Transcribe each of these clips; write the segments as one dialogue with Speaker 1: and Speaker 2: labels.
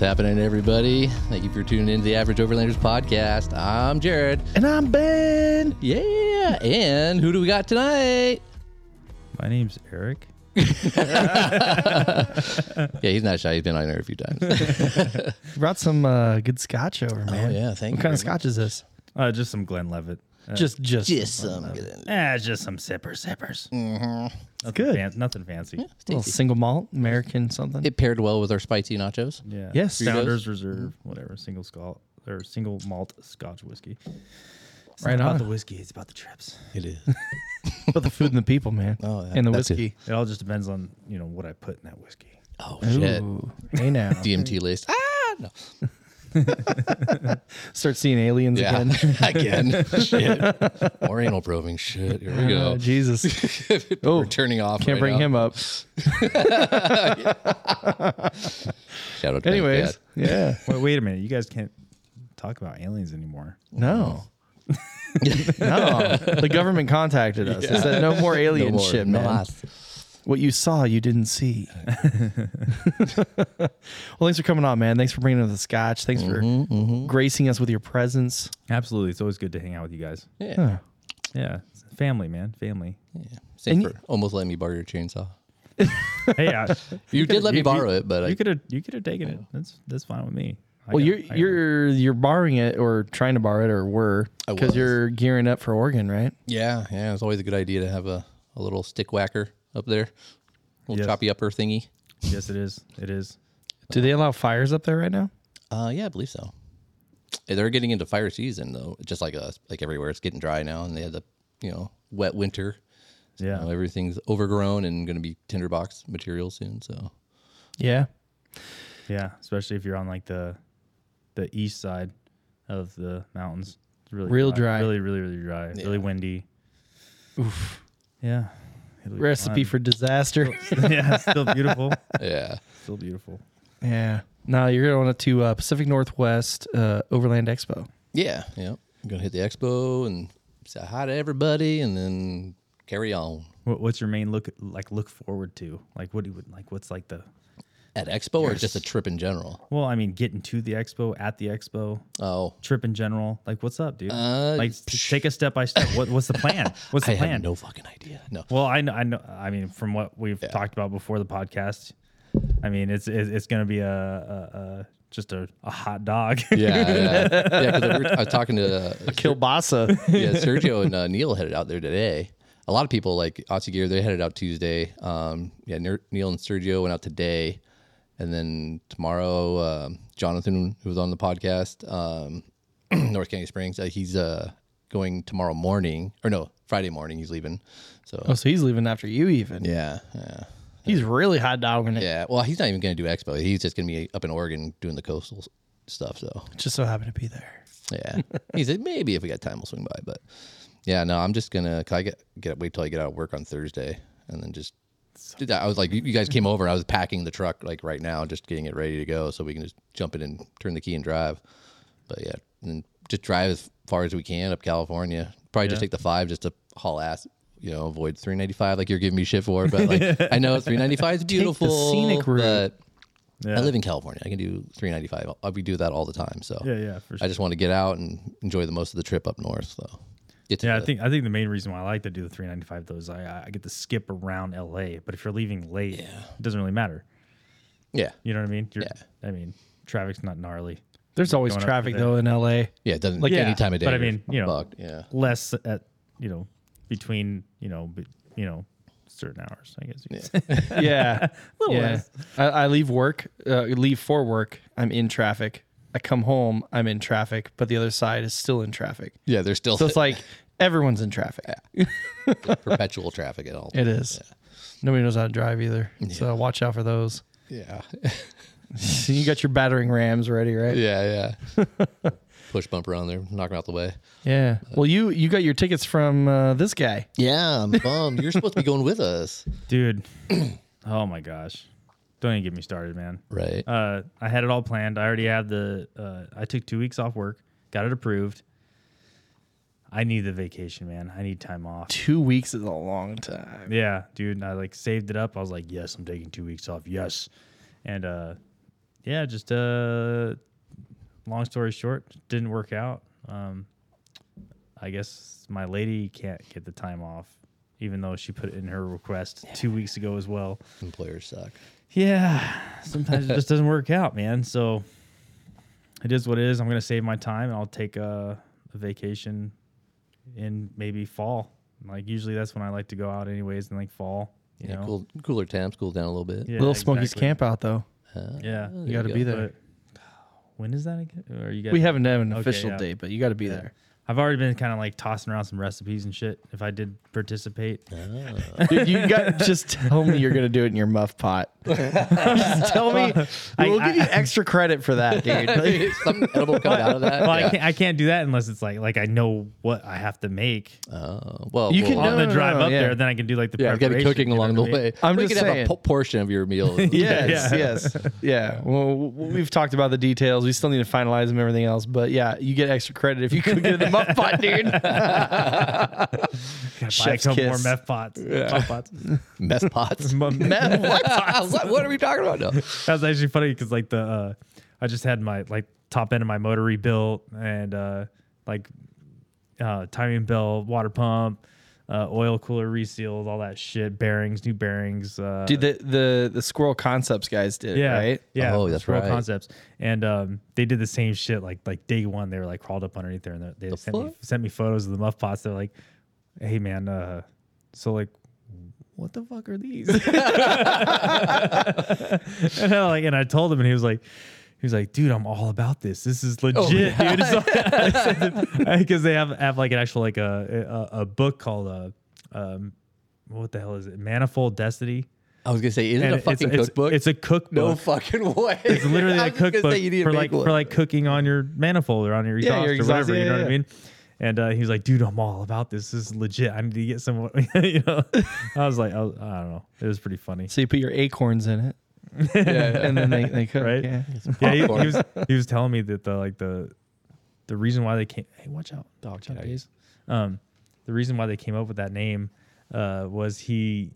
Speaker 1: happening, everybody? Thank you for tuning in to the Average Overlanders podcast. I'm Jared.
Speaker 2: And I'm Ben.
Speaker 1: Yeah. And who do we got tonight?
Speaker 3: My name's Eric.
Speaker 1: Yeah, he's not shy. He's been on here a few times.
Speaker 2: Brought some uh, good scotch over, man.
Speaker 1: yeah, thank
Speaker 2: What
Speaker 1: you
Speaker 2: kind
Speaker 1: very
Speaker 2: of scotch is this?
Speaker 3: Uh, just some Glenn Levitt. Uh,
Speaker 2: Just, just.
Speaker 1: Yes, um, get in.
Speaker 3: ah, just some sipper sippers.
Speaker 1: Mm-hmm.
Speaker 3: Nothing
Speaker 2: Good.
Speaker 3: fan- nothing fancy. Yeah.
Speaker 2: A little single malt, American something.
Speaker 1: It paired well with our spicy nachos.
Speaker 2: Yes.
Speaker 3: Founders Reserve, whatever, single scotch or single malt Scotch whiskey. It's
Speaker 2: Right
Speaker 3: not
Speaker 2: on.
Speaker 3: about the whiskey, it's about the trips.
Speaker 1: It is.
Speaker 2: but the food and the people, man.
Speaker 1: Oh, that-
Speaker 2: and the
Speaker 1: that's it.
Speaker 2: whiskey.
Speaker 3: It all just depends on you know what I put in that whiskey.
Speaker 1: Oh, shit.
Speaker 2: Ooh. Hey now.
Speaker 1: DMT list. Ah, no.
Speaker 2: Start seeing aliens
Speaker 1: Yeah.
Speaker 2: again.
Speaker 1: again. shit. More anal probing. Shit. Here we go.
Speaker 2: Oh, Jesus.
Speaker 1: We're turning off. right
Speaker 2: Can't bring
Speaker 1: now.
Speaker 2: him up.
Speaker 1: Shout out to
Speaker 2: Anyways. Yeah.
Speaker 3: Wait, wait a minute, you guys can't talk about aliens anymore.
Speaker 2: No. no. The government contacted us. They said no more
Speaker 1: No
Speaker 2: alien
Speaker 1: more.
Speaker 2: shit,
Speaker 1: No
Speaker 2: man.
Speaker 1: us.
Speaker 2: What you saw, you didn't see. well, thanks for coming on, man. Thanks for bringing us the scotch. Thanks for gracing us with your presence.
Speaker 3: Absolutely, it's always good to hang out with you guys.
Speaker 1: Yeah.
Speaker 3: Yeah, it's family, man, family.
Speaker 1: yeah. Same
Speaker 2: And
Speaker 1: for
Speaker 2: you-
Speaker 1: almost letting me borrow your chainsaw.
Speaker 3: hey, I,
Speaker 1: You, did
Speaker 3: could've-
Speaker 1: let me
Speaker 3: you-
Speaker 1: borrow
Speaker 3: you-
Speaker 1: it, but I,
Speaker 3: you could have you could have taken it. That's that's fine with me. I
Speaker 2: Well,
Speaker 3: got-
Speaker 2: you're
Speaker 3: I got-
Speaker 2: you're you're borrowing it or trying to borrow it or were
Speaker 1: I
Speaker 2: because
Speaker 1: was.
Speaker 2: you're gearing up for Oregon, right?
Speaker 1: yeah, yeah. It's always a good idea to have a, a little stick whacker up there, little
Speaker 3: Yes.
Speaker 1: choppy upper thingy.
Speaker 3: yes, it is. It is.
Speaker 2: Do they allow fires up there right now?
Speaker 1: Uh, yeah, I believe so. Yeah, They're getting into fire season though, just like us, like everywhere. It's getting dry now, and they had the you know wet winter.
Speaker 3: Yeah.
Speaker 1: Now everything's overgrown and going to be tinderbox material soon. So
Speaker 2: Yeah.
Speaker 3: Yeah, especially if you're on like the the east side of the mountains. It's really
Speaker 2: Real dry.
Speaker 3: Really, really, really dry. Really windy. Oof. Yeah. It'll be
Speaker 2: Recipe for disaster.
Speaker 3: fun. yeah, still beautiful.
Speaker 1: yeah,
Speaker 3: Still beautiful.
Speaker 2: yeah. No, you're going to uh, Pacific Northwest uh, Overland Expo.
Speaker 1: yeah, yeah. I'm gonna hit the expo and say hi to everybody, and then carry on
Speaker 3: What, what's your main look like? Look forward to like what do you would like? What's like the
Speaker 1: at expo or just a trip in general.
Speaker 3: well? I mean, getting to the expo at the expo.
Speaker 1: Oh,
Speaker 3: Trip in general, like what's up, dude?
Speaker 1: Uh,
Speaker 3: like t- take a step by step. What, what's the plan? What's the
Speaker 1: I
Speaker 3: plan?
Speaker 1: have no fucking idea. No,
Speaker 3: Well, I know, I know. I mean, from what we've talked about before the podcast, I mean, it's it's, it's going to be a, a, a just a, a hot dog.
Speaker 1: Yeah, yeah. yeah 'cause I, were- I was talking to uh,
Speaker 2: Kilbasa.
Speaker 1: yeah Sergio and uh, Neil headed out there today. A lot of people like Otzi Gear. They headed out Tuesday. Um, yeah, Ner- Neil and Sergio went out today, and then tomorrow, um Jonathan, who was on the podcast, um, North County Springs. Uh, he's uh, going tomorrow morning, or no, Friday morning. He's leaving. So
Speaker 2: oh, so he's leaving after you, even.
Speaker 1: yeah, yeah,
Speaker 2: He's really hot dogging it.
Speaker 1: yeah. Well, he's not even going to do Expo. He's just going to be up in Oregon doing the coastal s- stuff. So
Speaker 2: Just so happened to be there.
Speaker 1: Yeah. he said maybe if we got time we'll swing by, but yeah, no, I'm just gonna. Cause I get get wait till I get out of work on Thursday and then just. Did that. I was like, you you guys came over. and I was packing the truck like right now, just getting it ready to go, so we can just jump in and turn the key and drive. But yeah, and just drive as far as we can up California. Probably just
Speaker 3: Yeah.
Speaker 1: take the five just to haul ass. You know, avoid 395 like you're giving me shit for. But like, I know 395 is beautiful,
Speaker 2: scenic route.
Speaker 1: but
Speaker 3: yeah.
Speaker 1: I live in California. I can do 395. I'll- We do that all the time. So
Speaker 3: yeah, yeah, for
Speaker 1: I
Speaker 3: sure.
Speaker 1: just want to get out and enjoy the most of the trip up north. So, get to
Speaker 3: yeah, I
Speaker 1: the-
Speaker 3: think I think the main reason why I like to do the 395 though is I I get to skip around LA, but if you're leaving late, it doesn't really matter.
Speaker 1: yeah,
Speaker 3: You know what I mean? You're,
Speaker 1: Yeah.
Speaker 3: I mean, traffic's not gnarly.
Speaker 2: There's always
Speaker 3: Going up
Speaker 2: traffic,
Speaker 3: there.
Speaker 2: though, in LA.
Speaker 1: yeah. It doesn't like
Speaker 2: Like,
Speaker 1: any
Speaker 3: yeah,
Speaker 1: time of day.
Speaker 3: but I
Speaker 1: you're
Speaker 3: mean, you know,
Speaker 1: fucked. yeah,
Speaker 3: Less at you know between you know be, you know certain hours, I guess. You could say.
Speaker 2: yeah,
Speaker 3: Little
Speaker 2: yeah.
Speaker 3: less.
Speaker 2: I, I leave work, uh, leave for work. I'm in traffic. I come home. I'm in traffic, but the other side is still in traffic.
Speaker 1: yeah. There's still
Speaker 2: So it's like everyone's in traffic.
Speaker 1: perpetual traffic at all.
Speaker 2: It is. Nobody knows how to drive either. So watch out for those.
Speaker 1: Yeah,
Speaker 2: you got your battering rams ready, right?
Speaker 1: yeah, yeah. Push bumper on there, knock 'em out the way.
Speaker 2: Yeah. Well, you you got your tickets from uh, this guy.
Speaker 1: Yeah, I'm bummed. You're supposed to be going with us,
Speaker 3: Dude, oh my gosh, don't even get me started, man.
Speaker 1: right?
Speaker 3: uh, I had it all planned. I already had the. Uh, I took two weeks off work, got it approved. I need the vacation, man. I need time off.
Speaker 2: Two weeks is a long time.
Speaker 3: Yeah, dude. And I like saved it up. I was like, yes, I'm taking two weeks off. Yes, and uh, yeah, just uh, long story short, didn't work out. Um, I guess my lady can't get the time off, even though she put it in her request two weeks ago as well.
Speaker 1: Employers suck.
Speaker 3: Yeah, sometimes it just doesn't work out, man. So it is what it is. I'm gonna save my time and I'll take a, a vacation in maybe fall. Like usually that's when I like to go out, anyways, in like fall. You
Speaker 1: yeah,
Speaker 3: know,
Speaker 1: cool, cooler temps, cool down a little bit.
Speaker 3: Yeah,
Speaker 2: Little Smokies
Speaker 3: exactly.
Speaker 2: camp out though.
Speaker 1: Uh,
Speaker 3: Yeah,
Speaker 1: there
Speaker 2: You got to
Speaker 1: go.
Speaker 2: be there.
Speaker 3: But when is that again? Or you guys?
Speaker 2: We haven't had an
Speaker 3: Okay,
Speaker 2: official
Speaker 3: yeah.
Speaker 2: date, but you got to be there.
Speaker 3: I've already been kind of like tossing around some recipes and shit. If I did participate,
Speaker 1: Ah.
Speaker 2: Dude, you got just tell me you're gonna do it in your muff pot. just tell me.
Speaker 3: I-
Speaker 2: we'll give you
Speaker 3: I-
Speaker 2: extra credit for that, dude. Like,
Speaker 1: Something edible coming out of that.
Speaker 3: well, I
Speaker 1: yeah.
Speaker 3: can't. I can't do that unless it's like like I know what I have to make
Speaker 1: Oh, well,
Speaker 2: You
Speaker 1: well,
Speaker 2: can-
Speaker 1: I'll-
Speaker 3: on
Speaker 2: no,
Speaker 3: the
Speaker 2: no,
Speaker 3: drive
Speaker 2: no,
Speaker 3: up
Speaker 2: yeah.
Speaker 3: there. Then I can do like the
Speaker 1: yeah, I've got to be
Speaker 3: preparation,
Speaker 1: cooking
Speaker 3: you know
Speaker 1: along the
Speaker 3: what I mean?
Speaker 1: way.
Speaker 2: I'm
Speaker 1: we
Speaker 2: just
Speaker 1: could
Speaker 2: saying.
Speaker 1: have a po- portion of your meal.
Speaker 2: yes,
Speaker 3: Yeah.
Speaker 2: yes, yeah. Well, w- we've talked about the details. We still need to finalize them, and everything else. But yeah, you get extra credit if you cook it in the muff pot, dude.
Speaker 3: Gotta buy a
Speaker 2: Chef's
Speaker 3: couple more
Speaker 2: kiss.
Speaker 3: meth pots. Puff pots.
Speaker 1: mess pots.
Speaker 2: Man, what?
Speaker 1: what, what are we talking about now?
Speaker 3: That's actually funny because like the uh, I just had my like top end of my motor rebuilt and uh, like uh, timing belt, water pump, uh, oil cooler resealed, all that shit, bearings, new bearings. Uh,
Speaker 2: Dude, the, the the squirrel concepts guys did it,
Speaker 3: yeah,
Speaker 2: right.
Speaker 3: yeah.
Speaker 1: Oh, that's
Speaker 3: Squirrel
Speaker 1: right.
Speaker 3: Concepts, and um, they did the same shit. Like like day one, they were like crawled up underneath there, and they they sent me
Speaker 1: fuck?
Speaker 3: sent me photos of the muff pots. They're like, hey man, uh, so like. What the fuck are these? and I like, and I told him, and he was like, he was like, dude, I'm all about this. This is
Speaker 1: Oh,
Speaker 3: legit, dude. Because they have have like an actual like a a, a book called uh um, what the hell is it? Manifold Destiny.
Speaker 1: I was gonna say, isn't
Speaker 3: And
Speaker 1: it a fucking
Speaker 3: it's,
Speaker 1: cookbook?
Speaker 3: It's, a cookbook.
Speaker 1: no fucking way.
Speaker 3: It's literally
Speaker 1: I
Speaker 3: a
Speaker 1: was gonna
Speaker 3: cookbook
Speaker 1: say you need to
Speaker 3: for
Speaker 1: make
Speaker 3: like
Speaker 1: one.
Speaker 3: for like cooking on your manifold or on your exhaust,
Speaker 2: Yeah, your
Speaker 3: or
Speaker 2: exhaust,
Speaker 3: whatever. you
Speaker 2: yeah,
Speaker 3: know what I
Speaker 2: yeah.
Speaker 3: mean? And uh, he was like, "Dude, I'm all about this. This is legit. I need to get some." you know, I was like, I, was, "I don't know." It was pretty funny.
Speaker 2: So you put your acorns in it, and then they they cook.
Speaker 3: Right.
Speaker 2: Yeah.
Speaker 3: Yeah, he, he
Speaker 1: popcorn.
Speaker 3: was he was telling me that the like the the reason why they came. Hey, watch out, dog. Watch out, Daze. Um, the reason why they came up with that name uh, was he.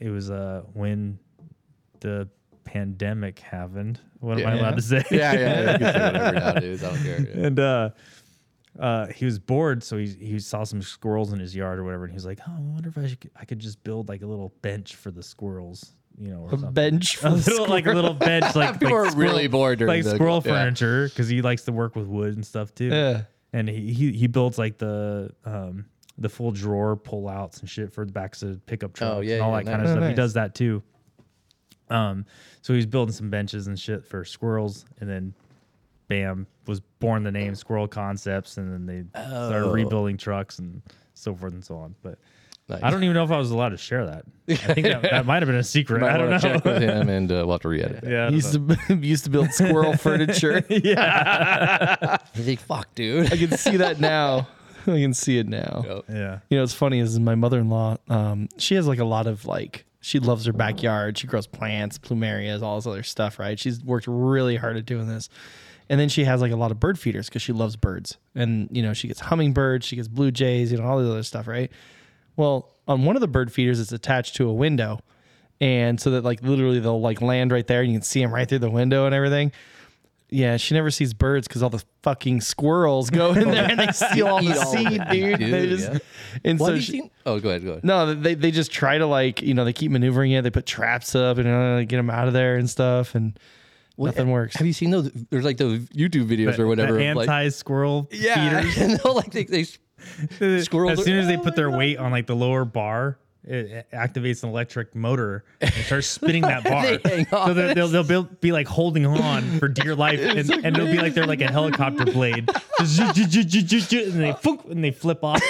Speaker 3: It was uh when the pandemic happened. What am I
Speaker 1: Yeah.
Speaker 3: allowed to say?
Speaker 1: yeah, yeah. yeah. You can say whatever now, dude. I don't care. Yeah.
Speaker 3: and uh, uh, he was bored, so he he saw some squirrels in his yard or whatever, and he was like, "Oh, I wonder if I should, I could just build like a little bench for the squirrels, you know, or
Speaker 2: A
Speaker 3: something.
Speaker 2: bench for
Speaker 3: a
Speaker 2: the
Speaker 3: little like a little bench, like
Speaker 1: People
Speaker 3: like
Speaker 1: are really bored during
Speaker 3: like
Speaker 1: the
Speaker 3: squirrel
Speaker 1: yeah.
Speaker 3: furniture because he likes to work with wood and stuff too.
Speaker 2: Yeah.
Speaker 3: And he, he he builds like the um the full drawer pull outs and shit for the backs of pickup trucks
Speaker 1: yeah,
Speaker 3: and all
Speaker 1: yeah,
Speaker 3: that kind of
Speaker 1: nice.
Speaker 2: Oh,
Speaker 3: stuff. He
Speaker 2: nice.
Speaker 3: does that too. Um, so he's building some benches and shit for squirrels, and then bam was born the name Squirrel Concepts, and then they started
Speaker 1: Oh.
Speaker 3: rebuilding trucks and so forth and so on. But
Speaker 1: Nice.
Speaker 3: I don't even know if I was allowed to share that. I think that, that might have been a secret.
Speaker 1: Might
Speaker 3: I don't know.
Speaker 1: wanna Check with him, and uh, we'll have to re-edit. it.
Speaker 3: Yeah, I don't
Speaker 2: Used
Speaker 3: know.
Speaker 2: to used to build squirrel furniture.
Speaker 1: He's like, fuck, dude.
Speaker 2: I can see that now. I can see it now.
Speaker 1: Yep.
Speaker 3: yeah.
Speaker 2: You know, it's funny is my mother-in-law. Um, she has like a lot of like. She loves her backyard. She grows plants, plumerias, all this other stuff. Right? She's worked really hard at doing this, and then she has like a lot of bird feeders because she loves birds. And you know, she gets hummingbirds, she gets blue jays, you know, all this other stuff. Right? Well, on one of the bird feeders, it's attached to a window, and so that like literally they'll like land right there, and you can see them right through the window and everything. Yeah, she never sees birds because all the fucking squirrels go in there and they steal all the
Speaker 1: Eat all of
Speaker 2: seed,
Speaker 1: it,
Speaker 2: dude.
Speaker 1: dude,
Speaker 2: They just-
Speaker 1: yeah.
Speaker 2: And
Speaker 1: Well,
Speaker 2: so
Speaker 1: have you
Speaker 2: she-
Speaker 1: seen? Oh, go ahead, go ahead.
Speaker 2: no, they they just try to like you know they keep maneuvering it. They put traps up and uh, get them out of there and stuff, and
Speaker 1: What-
Speaker 2: nothing works.
Speaker 1: eh, Have you seen those? There's like those YouTube videos
Speaker 3: The-
Speaker 1: or whatever.
Speaker 3: The
Speaker 1: of, like,
Speaker 3: anti squirrel
Speaker 1: yeah, and they'll like they, they
Speaker 3: feeder.
Speaker 1: Squirrels
Speaker 3: As
Speaker 1: are-
Speaker 3: soon as they
Speaker 1: Oh
Speaker 3: put
Speaker 1: my
Speaker 3: their
Speaker 1: God.
Speaker 3: weight on like the lower bar, it it activates an electric motor and starts spinning that bar.
Speaker 1: They hang
Speaker 3: so
Speaker 1: on.
Speaker 3: they'll, they'll, they'll be, be like holding on for dear life, and, and it'll be like they're like a helicopter blade, Just zzz, zzz, zzz, zzz, zzz, and they foonk, and they flip off.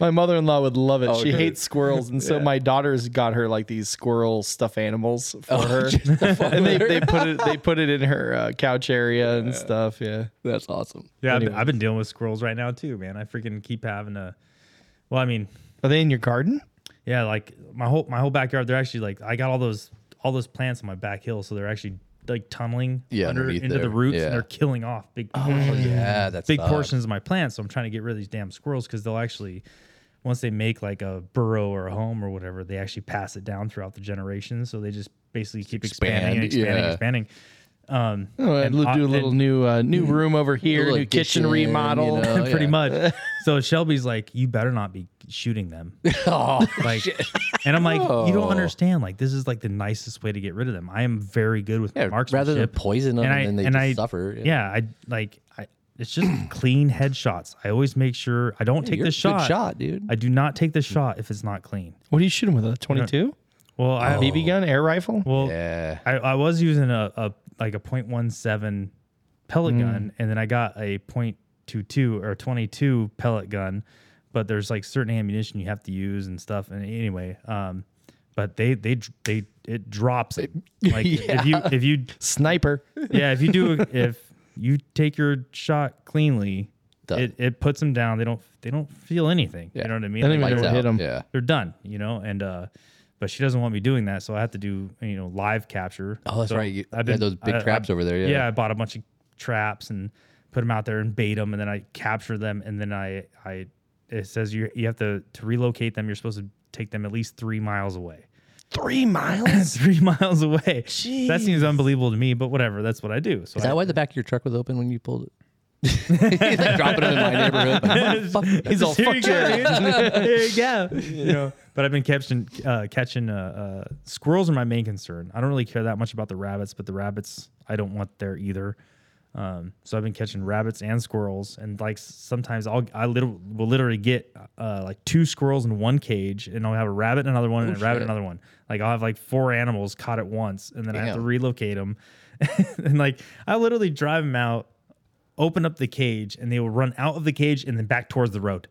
Speaker 2: My mother in law would love it. she
Speaker 1: dude.
Speaker 2: hates squirrels, and so my daughters got her like these squirrel stuff animals for her,
Speaker 1: Oh, just to fuck
Speaker 2: and they,
Speaker 1: with her.
Speaker 2: they put it they put it in her uh, couch area and stuff. Yeah,
Speaker 1: That's awesome.
Speaker 3: Yeah, I've been, I've been dealing with squirrels right now too, man. I freaking keep having to. Well, I mean,
Speaker 2: are they in your garden?
Speaker 3: Yeah, like my whole my whole backyard. They're actually like I got all those all those plants on my back hill, so they're actually like tunneling
Speaker 1: Yeah,
Speaker 3: under,
Speaker 1: underneath
Speaker 3: into
Speaker 1: there.
Speaker 3: the roots,
Speaker 1: Yeah. Oh
Speaker 3: and they're killing off big
Speaker 1: Yeah, that's
Speaker 3: big
Speaker 1: sucks.
Speaker 3: portions of my plants. So I'm trying to get rid of these damn squirrels because they'll actually once they make like a burrow or a home or whatever, they actually pass it down throughout the generations. So they just basically keep
Speaker 1: Expand,
Speaker 3: expanding, and
Speaker 1: yeah.
Speaker 3: expanding, expanding. Um,
Speaker 2: Oh,
Speaker 3: and
Speaker 2: I'll
Speaker 3: au-
Speaker 2: do a little
Speaker 3: and-
Speaker 2: new uh, new room over here,
Speaker 1: Little
Speaker 2: new kitchen
Speaker 1: addition,
Speaker 2: remodel.
Speaker 1: you know,
Speaker 3: pretty
Speaker 1: Oh, yeah.
Speaker 3: much. So Shelby's like, you better not be shooting them.
Speaker 1: Oh,
Speaker 3: Like, and I'm like, you
Speaker 1: No.
Speaker 3: don't understand. Like, this is like the nicest way to get rid of them. I am very good with
Speaker 1: yeah,
Speaker 3: marksmanship.
Speaker 1: rather than poison them and, then they just
Speaker 3: I-
Speaker 1: suffer.
Speaker 3: Yeah. I like I, it's just clean headshots. I always make sure I don't take
Speaker 1: You're
Speaker 3: the
Speaker 1: a
Speaker 3: shot.
Speaker 1: Good shot, dude.
Speaker 3: I do not take the shot if it's not clean.
Speaker 2: What are you shooting with? A twenty two
Speaker 3: Well, I
Speaker 2: BB gun, air rifle?
Speaker 3: well,
Speaker 1: yeah.
Speaker 3: I, I was using a, a like a .17 pellet gun, and then I got a .22 or 22 pellet gun, but there's like certain ammunition you have to use and stuff. And anyway, um, but they they dr- they it drops it. like if you if you
Speaker 2: Sniper.
Speaker 3: yeah if you do if you take your shot cleanly,
Speaker 1: Done.
Speaker 3: it, it puts them down. They don't they don't feel anything.
Speaker 1: Yeah.
Speaker 3: You know what I mean?
Speaker 2: They
Speaker 3: Like,
Speaker 2: don't
Speaker 1: Lights
Speaker 2: even
Speaker 3: they're-
Speaker 2: know
Speaker 1: out.
Speaker 2: hit 'em.
Speaker 1: Yeah.
Speaker 3: they're done, you know, and uh but she doesn't want me doing that, so I have to do you know live capture.
Speaker 1: Oh, that's
Speaker 3: So
Speaker 1: right. You had those big traps over there, yeah.
Speaker 3: yeah, I bought a bunch of traps and put them out there and bait them, and then I capture them, and then I I it says you you have to to relocate them. You're supposed to take them at least three miles away.
Speaker 2: Three miles.
Speaker 3: three miles away. That seems unbelievable to me, but whatever. That's what I do. So
Speaker 1: Is
Speaker 3: I,
Speaker 1: that why the back of your truck was open when you pulled it? He's like dropping it in my neighborhood. Motherfucker.
Speaker 2: He's all
Speaker 3: Here
Speaker 2: fuck
Speaker 3: you
Speaker 2: yeah.
Speaker 3: go, dude. Here you go. You know, but I've been catching uh, catching uh, uh, squirrels are my main concern. I don't really care that much about the rabbits, but the rabbits I don't want there either. Um, so I've been catching rabbits and squirrels, and like s- sometimes I'll I little will literally get uh, like two squirrels in one cage, and I'll have a rabbit in another one, and a
Speaker 2: Oh,
Speaker 3: rabbit in
Speaker 1: shit.
Speaker 3: another one. Like I'll have like four animals caught at once, and then I have to
Speaker 1: Damn.
Speaker 3: relocate them. and like I literally drive them out, open up the cage, and they will run out of the cage and then back towards the road.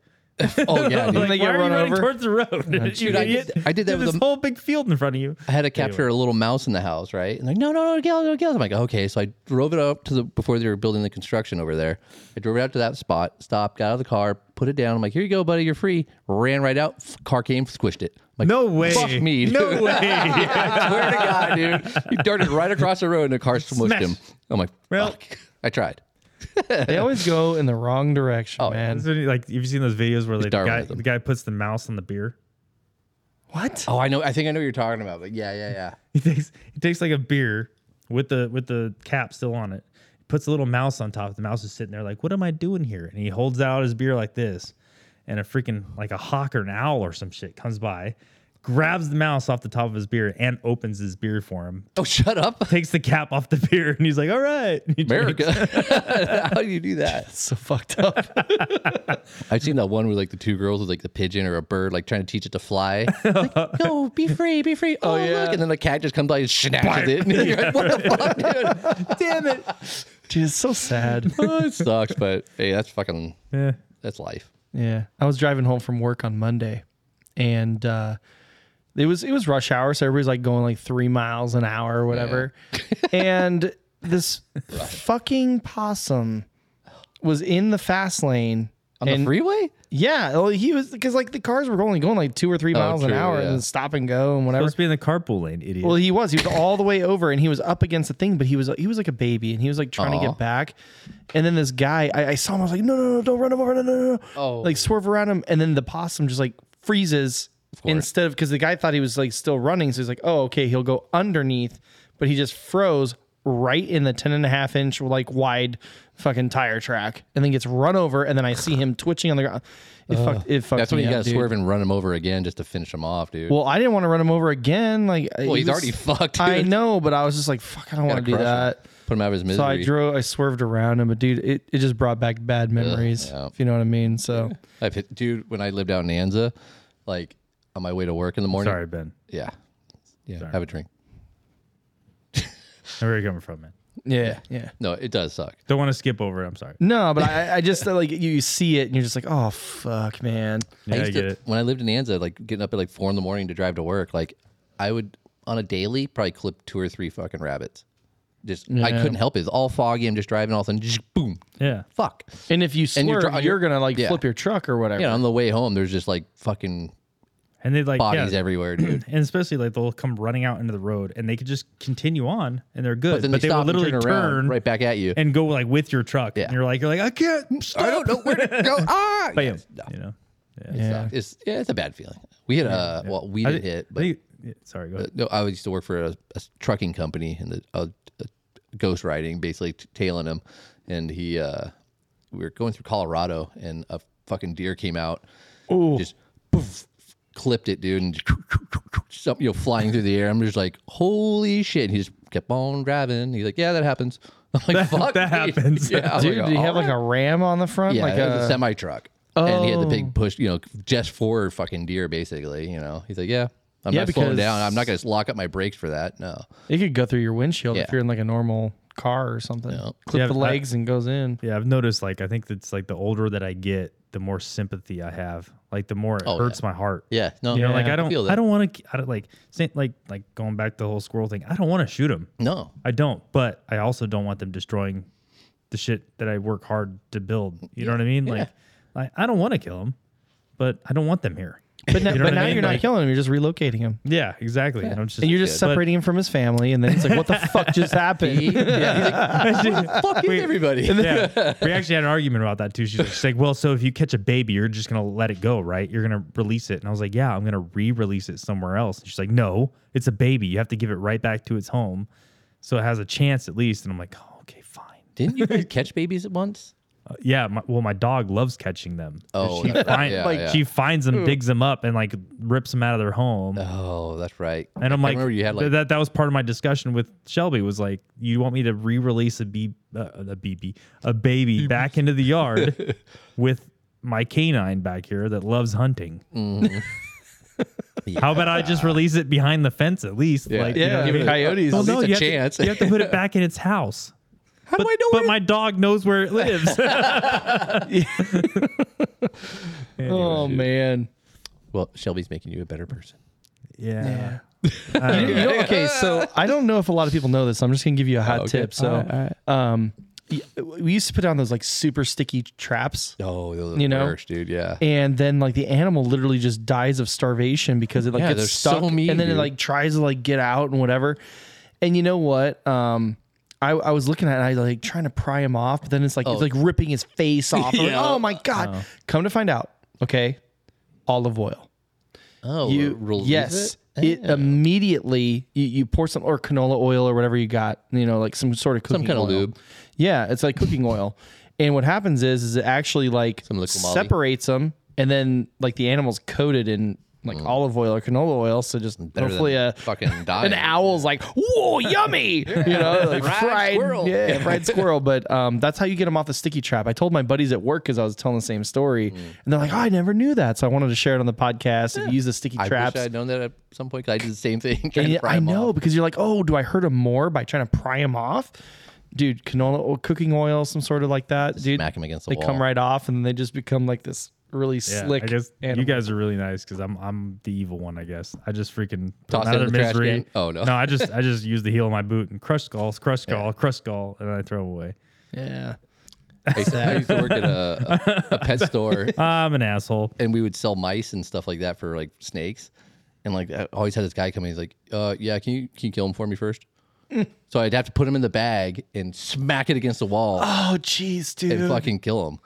Speaker 1: Oh yeah, dude.
Speaker 3: Like,
Speaker 2: they get
Speaker 3: why are
Speaker 2: run
Speaker 3: you running
Speaker 2: over?
Speaker 3: towards the road?
Speaker 1: dude, I
Speaker 3: idiot.
Speaker 1: did- I did that
Speaker 3: You have
Speaker 1: with
Speaker 3: this
Speaker 1: a-
Speaker 3: whole big field in front of you.
Speaker 1: I had to capture a little mouse in the house, right? And like, no, no, no, kill it, no, kill it. I'm like, okay. So I drove it up to the before they were building the construction over there. I drove it out to that spot, stopped, got out of the car, put it down. I'm like, here you go, buddy, you're free. Ran right out. f- Car came, squished it. I'm like,
Speaker 3: No way.
Speaker 1: Fuck me. dude.
Speaker 3: No way.
Speaker 1: I swear to God, dude. He darted right across the road and the car smushed
Speaker 3: Smash.
Speaker 1: him. I'm like,
Speaker 3: Well-
Speaker 1: fuck. I tried.
Speaker 2: They always go in the wrong direction,
Speaker 1: Oh,
Speaker 3: That's
Speaker 2: man.
Speaker 3: when you- like, have you seen those videos where like, the guy
Speaker 1: Darwinism.
Speaker 3: the guy puts the mouse on the beer?
Speaker 2: What?
Speaker 1: Oh, I know. I think I know what you're talking about. But yeah, yeah, yeah.
Speaker 3: He takes he takes like a beer with the with the cap still on it. Puts a little mouse on top. The mouse is sitting there like, what am I doing here? And he holds out his beer like this, and a freaking like a hawk or an owl or some shit comes by, grabs the mouse off the top of his beer and opens his beer for him.
Speaker 1: Oh, shut up,
Speaker 3: Takes the cap off the beer and he's like, all right. And he drinks.
Speaker 1: America. How do you do that?
Speaker 2: So fucked up.
Speaker 1: I've seen that one with like the two girls with like the pigeon or a bird, like trying to teach it to fly. Like, no, be free, be free. Oh,
Speaker 2: yeah.
Speaker 1: look. And then the cat just comes by and snatches it. And you're like, what the fuck, dude?
Speaker 2: Damn it. Dude, it's so sad.
Speaker 1: Oh, it sucks, but hey, that's fucking,
Speaker 3: Yeah.
Speaker 1: that's life.
Speaker 2: Yeah, I was driving home from work on Monday, and uh, it was it was rush hour, so everybody's like going like three miles an hour or whatever. and this fucking possum was in the fast lane.
Speaker 1: On
Speaker 2: and
Speaker 1: the freeway?
Speaker 2: yeah, well, he was because like the cars were only going like two or three miles
Speaker 1: Oh,
Speaker 2: an
Speaker 1: true,
Speaker 2: hour,
Speaker 1: yeah.
Speaker 2: and then stop and go and whatever.
Speaker 3: Supposed to be in the carpool lane, idiot.
Speaker 2: Well, he was. He was all the way over, and he was up against the thing, but he was he was like a baby, and he was like trying to
Speaker 1: Aw.
Speaker 2: get back. And then this guy, I, I saw him. I was like, no, no, no, don't run him over, no, no, no, no.
Speaker 1: Oh.
Speaker 2: like swerve around him, and then the possum just like freezes instead of because the guy thought he was like still running, so he's like, oh, okay, he'll go underneath, but he just froze right in the 10 and a half inch like wide fucking tire track and then gets run over and then i see him twitching on the ground it fucked it fucked
Speaker 1: That's when
Speaker 2: me
Speaker 1: you
Speaker 2: up,
Speaker 1: got to
Speaker 2: dude.
Speaker 1: swerve and run him over again just to finish him off, dude.
Speaker 2: Well, I didn't want to run him over again. Like,
Speaker 1: Well,
Speaker 2: it
Speaker 1: he's already fucked,
Speaker 2: I
Speaker 1: dude.
Speaker 2: know, but I was just like, fuck, I don't want
Speaker 1: Gotta
Speaker 2: to do
Speaker 1: crush him.
Speaker 2: that.
Speaker 1: Put him out of his misery.
Speaker 2: So I drove, I swerved around him, but dude, it, it just brought back bad memories,
Speaker 1: yeah.
Speaker 2: if you know what I mean. So,
Speaker 1: I've hit, dude, when I lived out in Anza, like on my way to work in the morning.
Speaker 3: Sorry, Ben.
Speaker 1: Yeah. Yeah. Have a drink.
Speaker 3: I know where you're coming from, man.
Speaker 2: yeah, yeah.
Speaker 1: No, it does suck.
Speaker 3: Don't want to skip over it. I'm sorry.
Speaker 2: No, but I, I just like you, you see it and you're just like, oh, fuck, man.
Speaker 3: Yeah, I,
Speaker 1: used
Speaker 3: get
Speaker 1: to,
Speaker 3: it.
Speaker 1: When I lived in Anza, like getting up at like four in the morning to drive to work, like I would on a daily probably clip two or three fucking rabbits. Just I couldn't help it. It's all foggy. I'm just driving all of a sudden, just boom,
Speaker 3: Yeah.
Speaker 1: fuck.
Speaker 2: And if you
Speaker 1: And
Speaker 2: swerve,
Speaker 1: you're
Speaker 2: you're,
Speaker 1: dri- you're-
Speaker 2: going to like
Speaker 1: yeah.
Speaker 2: flip your truck or whatever.
Speaker 1: Yeah, on the way home, there's just like fucking
Speaker 3: And they like
Speaker 1: bodies
Speaker 3: yeah.
Speaker 1: everywhere, dude.
Speaker 3: and especially like they'll come running out into the road and they could just continue on and they're good. But,
Speaker 1: But then
Speaker 3: they,
Speaker 1: they,
Speaker 3: will
Speaker 1: stop and
Speaker 3: literally
Speaker 1: turn,
Speaker 3: turn,
Speaker 1: around right back at you.
Speaker 3: and go like with your truck.
Speaker 1: Yeah.
Speaker 3: And you're like, you're like, I can't stop.
Speaker 1: I don't know where to go. Ah,
Speaker 3: Bam.
Speaker 1: Yeah, no,
Speaker 3: You know. Yeah.
Speaker 1: it sucks. It's yeah, it's a bad feeling. We had a well, we
Speaker 3: I
Speaker 1: didn't
Speaker 3: thi-
Speaker 1: hit,
Speaker 3: I
Speaker 1: but
Speaker 3: think yeah, sorry, go
Speaker 1: Uh,
Speaker 3: ahead.
Speaker 1: no, I used to work for a, a trucking company and the uh, uh, ghost riding, basically t- tailing him. And he, uh, we were going through Colorado, and a fucking deer came out,
Speaker 2: Ooh.
Speaker 1: just poof, clipped it, dude, and something you know flying through the air. I'm just like, holy shit! And he just kept on driving. He's like, yeah, that happens. I'm like,
Speaker 3: That-
Speaker 1: fuck,
Speaker 3: that
Speaker 1: me."
Speaker 3: happens.
Speaker 1: Yeah, I'm
Speaker 2: Dude,
Speaker 1: like,
Speaker 2: do you
Speaker 1: "All
Speaker 2: have like
Speaker 1: right."
Speaker 2: a ram on the front?
Speaker 1: Yeah,
Speaker 2: like uh,
Speaker 1: it was
Speaker 2: a-
Speaker 1: a semi truck, and he had the
Speaker 2: Oh.
Speaker 1: big push, you know, just for fucking deer, basically. You know, he's like, yeah, I'm
Speaker 2: Yeah,
Speaker 1: not slowing
Speaker 2: because-
Speaker 1: down. I'm not going to lock up my brakes for that. No,
Speaker 2: it could go through your windshield if
Speaker 1: Yeah.
Speaker 2: you're in like a normal car or something.
Speaker 1: Yeah.
Speaker 2: Clip
Speaker 3: Yeah,
Speaker 2: the
Speaker 3: I-
Speaker 2: legs and goes in.
Speaker 3: Yeah, I've noticed like I think that's like the older that I get, the more sympathy I have. Like the more it
Speaker 1: Oh,
Speaker 3: hurts my heart.
Speaker 1: yeah, no,
Speaker 3: You know,
Speaker 2: Yeah.
Speaker 3: like I don't,
Speaker 1: feel
Speaker 3: I
Speaker 1: that.
Speaker 3: don't want to, I don't like, say, like, like going back to the whole squirrel thing. I don't want to shoot them.
Speaker 1: no,
Speaker 3: I don't, but I also don't want them destroying the shit that I work hard to build. You know what I mean? Like, like I don't want to kill them, but I don't want them here.
Speaker 2: But, now
Speaker 3: You know
Speaker 2: but
Speaker 3: what I
Speaker 2: now
Speaker 3: mean?
Speaker 2: you're not
Speaker 3: Like-
Speaker 2: killing him. You're just relocating him.
Speaker 3: Yeah, exactly. And I'm just,
Speaker 2: And you're just
Speaker 1: But-
Speaker 2: separating him from his family. And then it's like, what the fuck just happened?
Speaker 1: He- yeah, he's like, fuck you, everybody.
Speaker 3: yeah. We actually had an argument about that too. She's like, she's like, well, so if you catch a baby, you're just gonna let it go, right? You're gonna release it. And I was like, yeah, I'm gonna re-release it somewhere else. And she's like, no, it's a baby. You have to give it right back to its home, so it has a chance at least. And I'm like, oh, okay, fine.
Speaker 1: Didn't you guys catch babies at once?
Speaker 3: Uh, yeah. My, well, my dog loves catching them.
Speaker 1: Oh,
Speaker 3: she,
Speaker 1: that-
Speaker 3: find,
Speaker 1: yeah,
Speaker 3: like,
Speaker 1: yeah.
Speaker 3: she finds them, digs them up, and like rips them out of their home.
Speaker 1: Oh, that's right.
Speaker 3: And I'm
Speaker 1: I
Speaker 3: like,
Speaker 1: remember you had
Speaker 3: th-
Speaker 1: like,
Speaker 3: that. That was part of my discussion with Shelby. Was like, you want me to re-release a bee, uh, a BB, a baby back into the yard with my canine back here that loves hunting.
Speaker 1: Mm-hmm.
Speaker 3: How about I just release it behind the fence at least?
Speaker 1: Yeah.
Speaker 3: Like,
Speaker 1: Yeah,
Speaker 3: you know,
Speaker 1: I
Speaker 3: give
Speaker 1: mean,
Speaker 3: it
Speaker 1: coyotes,
Speaker 3: Well,
Speaker 1: at least a
Speaker 3: you have to-
Speaker 1: chance.
Speaker 3: you have to put it back in its house.
Speaker 1: how
Speaker 3: But,
Speaker 1: do I know?
Speaker 3: but
Speaker 1: where-
Speaker 3: my dog knows where it lives.
Speaker 2: oh, man.
Speaker 1: well, Shelby's making you a better person.
Speaker 3: yeah.
Speaker 2: You- you know- okay, so I don't know if a lot of people know this. I'm just gonna give you a hot
Speaker 1: Oh, okay.
Speaker 2: tip. So, um, y- we used to put down those like super sticky traps,
Speaker 1: Oh, those are
Speaker 2: You
Speaker 1: the
Speaker 2: know?
Speaker 1: worst, dude. Yeah.
Speaker 2: and then like the animal literally just dies of starvation because it like
Speaker 1: Yeah, they're
Speaker 2: gets stuck,
Speaker 1: so mean,
Speaker 2: and then it
Speaker 1: dude.
Speaker 2: like tries to like get out and whatever. And you know what? Um, I, I was looking at it, and I like trying to pry him off, but then it's like it's like ripping his face off. I'm like,
Speaker 1: Oh. Yeah. Uh-huh.
Speaker 2: oh my god! Come to find out, okay, olive oil.
Speaker 1: Oh,
Speaker 2: you
Speaker 1: release
Speaker 2: yes
Speaker 1: it?
Speaker 2: it, immediately you, you pour some or canola oil or whatever you got you know like some sort of cooking
Speaker 1: Some kind
Speaker 2: oil.
Speaker 1: of lube.
Speaker 2: yeah it's like cooking oil and what happens is is it actually like
Speaker 1: Some liquid moly.
Speaker 2: separates them and then like the animal's coated in like olive oil or canola oil so just
Speaker 1: Mm. Better than
Speaker 2: hopefully a
Speaker 1: fucking dying.
Speaker 2: an owl's like whoa yummy you know like
Speaker 1: Fried
Speaker 2: fried,
Speaker 1: squirrel.
Speaker 2: yeah fried squirrel but um that's how you get them off the sticky trap i told my buddies at work because i was telling the same
Speaker 1: Mm.
Speaker 2: story and they're like oh, i never knew that so i wanted to share it on the podcast and use the sticky
Speaker 1: I
Speaker 2: traps
Speaker 1: wish I'd known that at some point because I did the same thing.
Speaker 2: and
Speaker 1: trying to
Speaker 2: yeah,
Speaker 1: pry
Speaker 2: I
Speaker 1: 'em
Speaker 2: know
Speaker 1: off.
Speaker 2: because you're like, oh, do I hurt him more by trying to pry him off? Dude, canola oil, cooking oil, some sort of like that. Dude,
Speaker 1: Smack him against the
Speaker 2: they
Speaker 1: wall.
Speaker 2: come right off and they just become like this really
Speaker 3: Yeah,
Speaker 2: slick.
Speaker 3: I guess
Speaker 2: animal.
Speaker 3: you guys are really nice because I'm I'm the evil one. I guess I just freaking put
Speaker 1: Toss it in
Speaker 3: another
Speaker 1: the trash
Speaker 3: misery.
Speaker 1: can? Oh, no.
Speaker 3: No, I just I just use the heel of my boot and crush skulls, crush skull, crush skull, and I throw away.
Speaker 2: yeah.
Speaker 1: I used, I used to work at a, a, a pet store,
Speaker 3: I'm an asshole.
Speaker 1: and we would sell mice and stuff like that for like snakes. And like, I always had this guy come in. He's like, uh, "Yeah, can you can you kill him for me first? So I'd have to put him in the bag and smack it against the wall
Speaker 3: Ah,
Speaker 2: Oh, jeez,
Speaker 1: and
Speaker 2: dude.
Speaker 1: fucking kill him.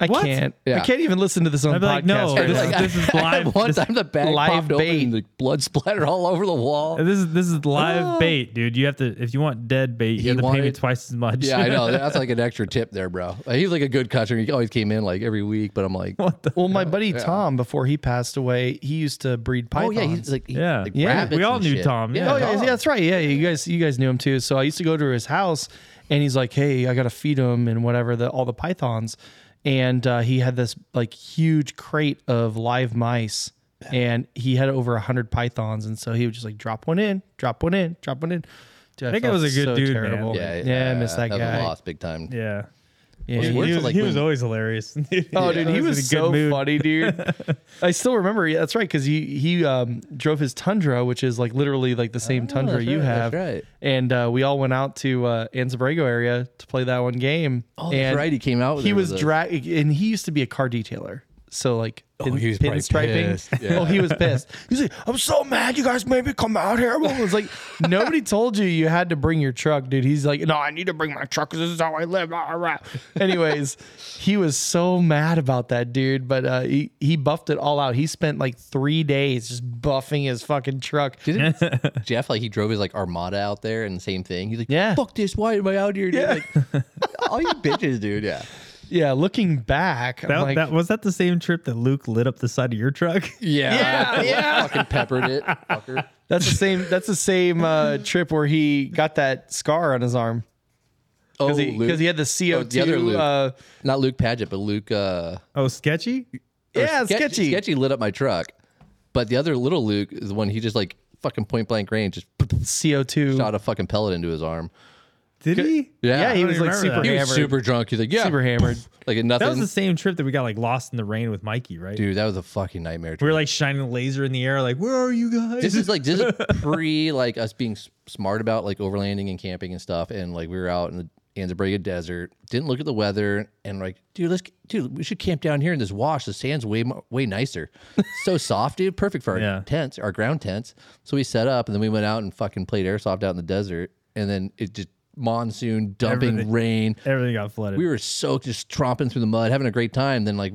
Speaker 2: I
Speaker 3: What?
Speaker 2: can't. I
Speaker 1: Yeah.
Speaker 2: can't even listen to this on podcast.
Speaker 3: I'd be like, no,
Speaker 2: right
Speaker 3: this,
Speaker 2: now.
Speaker 3: is, this is live.
Speaker 1: One
Speaker 3: this,
Speaker 1: time the bag
Speaker 2: live
Speaker 1: popped open,
Speaker 2: bait.
Speaker 1: and the blood splattered all over the wall.
Speaker 3: this is this is live
Speaker 1: Oh.
Speaker 3: bait, dude. You have to if you want dead bait,
Speaker 1: He
Speaker 3: you have to pay me
Speaker 1: wanted-
Speaker 3: twice as much.
Speaker 1: Yeah, I know. That's like an extra tip there, bro. Like, He was like a good customer. He always came in like every week, but I'm like,
Speaker 3: what the?
Speaker 2: Well, my buddy Tom, before he passed away, he used to breed
Speaker 1: oh
Speaker 2: pythons.
Speaker 1: yeah, he's like, he,
Speaker 3: Yeah.
Speaker 1: like
Speaker 3: Yeah.
Speaker 1: rabbits
Speaker 3: We all
Speaker 1: and
Speaker 3: knew
Speaker 1: shit.
Speaker 3: Tom, yeah.
Speaker 2: Oh yeah, yeah, that's right. Yeah, you guys, you guys knew him too. So I used to go to his house, and he's like, "Hey, I gotta feed him and whatever the all the pythons," and uh, he had this like huge crate of live mice, and he had over a hundred pythons, and so he would just like drop one in, drop one in, drop one in. Dude, I,
Speaker 3: That guy
Speaker 2: felt
Speaker 3: was a good
Speaker 2: so
Speaker 3: dude, man.
Speaker 2: terrible.
Speaker 1: Yeah,
Speaker 2: Yeah, I miss that
Speaker 1: was a
Speaker 2: guy.
Speaker 1: loss big time.
Speaker 3: Yeah.
Speaker 2: Yeah,
Speaker 3: He,
Speaker 2: he-
Speaker 1: worse
Speaker 3: was,
Speaker 1: like
Speaker 3: he
Speaker 1: when-
Speaker 3: was always hilarious.
Speaker 2: Oh, dude, he was so funny, dude. I still remember. Yeah, that's right, because he he um, drove his Tundra, which is like literally like the same Tundra
Speaker 1: Oh, that's
Speaker 2: you
Speaker 1: right,
Speaker 2: have.
Speaker 1: that's right.
Speaker 2: And uh, we all went out to uh, Anzabrego area to play that one game.
Speaker 1: Oh,
Speaker 2: and
Speaker 1: that's right. He came out.
Speaker 2: He
Speaker 1: there
Speaker 2: was
Speaker 1: with a-
Speaker 2: drag, and he used to be a car detailer. So like
Speaker 1: Oh, he was probably pissed. Yeah.
Speaker 2: oh, he was pissed. He's like, I'm so mad. You guys made me come out here. Well, it's like nobody told you you had to bring your truck, dude. He's like, no, I need to bring my truck because this is how I live. All right. Anyways, he was so mad about that, dude. But uh, he he buffed it all out. He spent like three days just buffing his fucking truck.
Speaker 1: Didn't Jeff like he drove his like Armada out there and the same thing? He's like,
Speaker 2: Yeah.
Speaker 1: fuck this. Why am I out here? Dude?
Speaker 2: Yeah.
Speaker 1: Like, all you bitches, dude. Yeah,
Speaker 2: Yeah, looking back, I'm
Speaker 3: That,
Speaker 2: like,
Speaker 3: that was that the same trip that Luke lit up the side of your truck?
Speaker 2: yeah, yeah.
Speaker 1: Fucking peppered it, fucker.
Speaker 2: That's the same. That's the same uh, trip where he got that scar on his arm
Speaker 1: Oh,
Speaker 2: because he, 'cause he had the CO2.
Speaker 1: the other Luke.
Speaker 2: uh,
Speaker 1: not Luke Paget, but Luke. Uh,
Speaker 3: Oh, sketchy.
Speaker 2: yeah,
Speaker 1: Sketch-
Speaker 2: sketchy.
Speaker 1: Sketchy lit up my truck, but the other little Luke is the one he just like fucking point blank range just
Speaker 2: CO2.
Speaker 1: shot a fucking pellet into his arm.
Speaker 3: Did he?
Speaker 1: Yeah,
Speaker 2: Yeah, he
Speaker 3: I
Speaker 2: was
Speaker 3: don't
Speaker 2: like
Speaker 3: remember
Speaker 2: super
Speaker 3: that.
Speaker 1: He was
Speaker 2: hammered.
Speaker 1: super drunk. He's like, yeah,
Speaker 2: super hammered.
Speaker 1: like
Speaker 3: That
Speaker 1: nothing.
Speaker 3: was the same trip that we got like lost in the rain with Mikey, right?
Speaker 1: Dude, that was a fucking nightmare.
Speaker 3: We
Speaker 1: Trip.
Speaker 3: were like shining a laser in the air, like, where are you guys?
Speaker 1: This is like this is pre like us being s- smart about like overlanding and camping and stuff, and like we were out in the Anzabrega Desert, didn't look at the weather, and like, dude, let's dude, we should camp down here in this wash. The sand's way mo- way nicer, so soft, dude, perfect for our
Speaker 3: Yeah.
Speaker 1: tents, our ground tents. So we set up, and then we went out and fucking played airsoft out in the desert, and then it just monsoon dumping
Speaker 3: Everything.
Speaker 1: rain.
Speaker 3: Everything got flooded.
Speaker 1: we were soaked, just tromping through the mud, having a great time. Then like,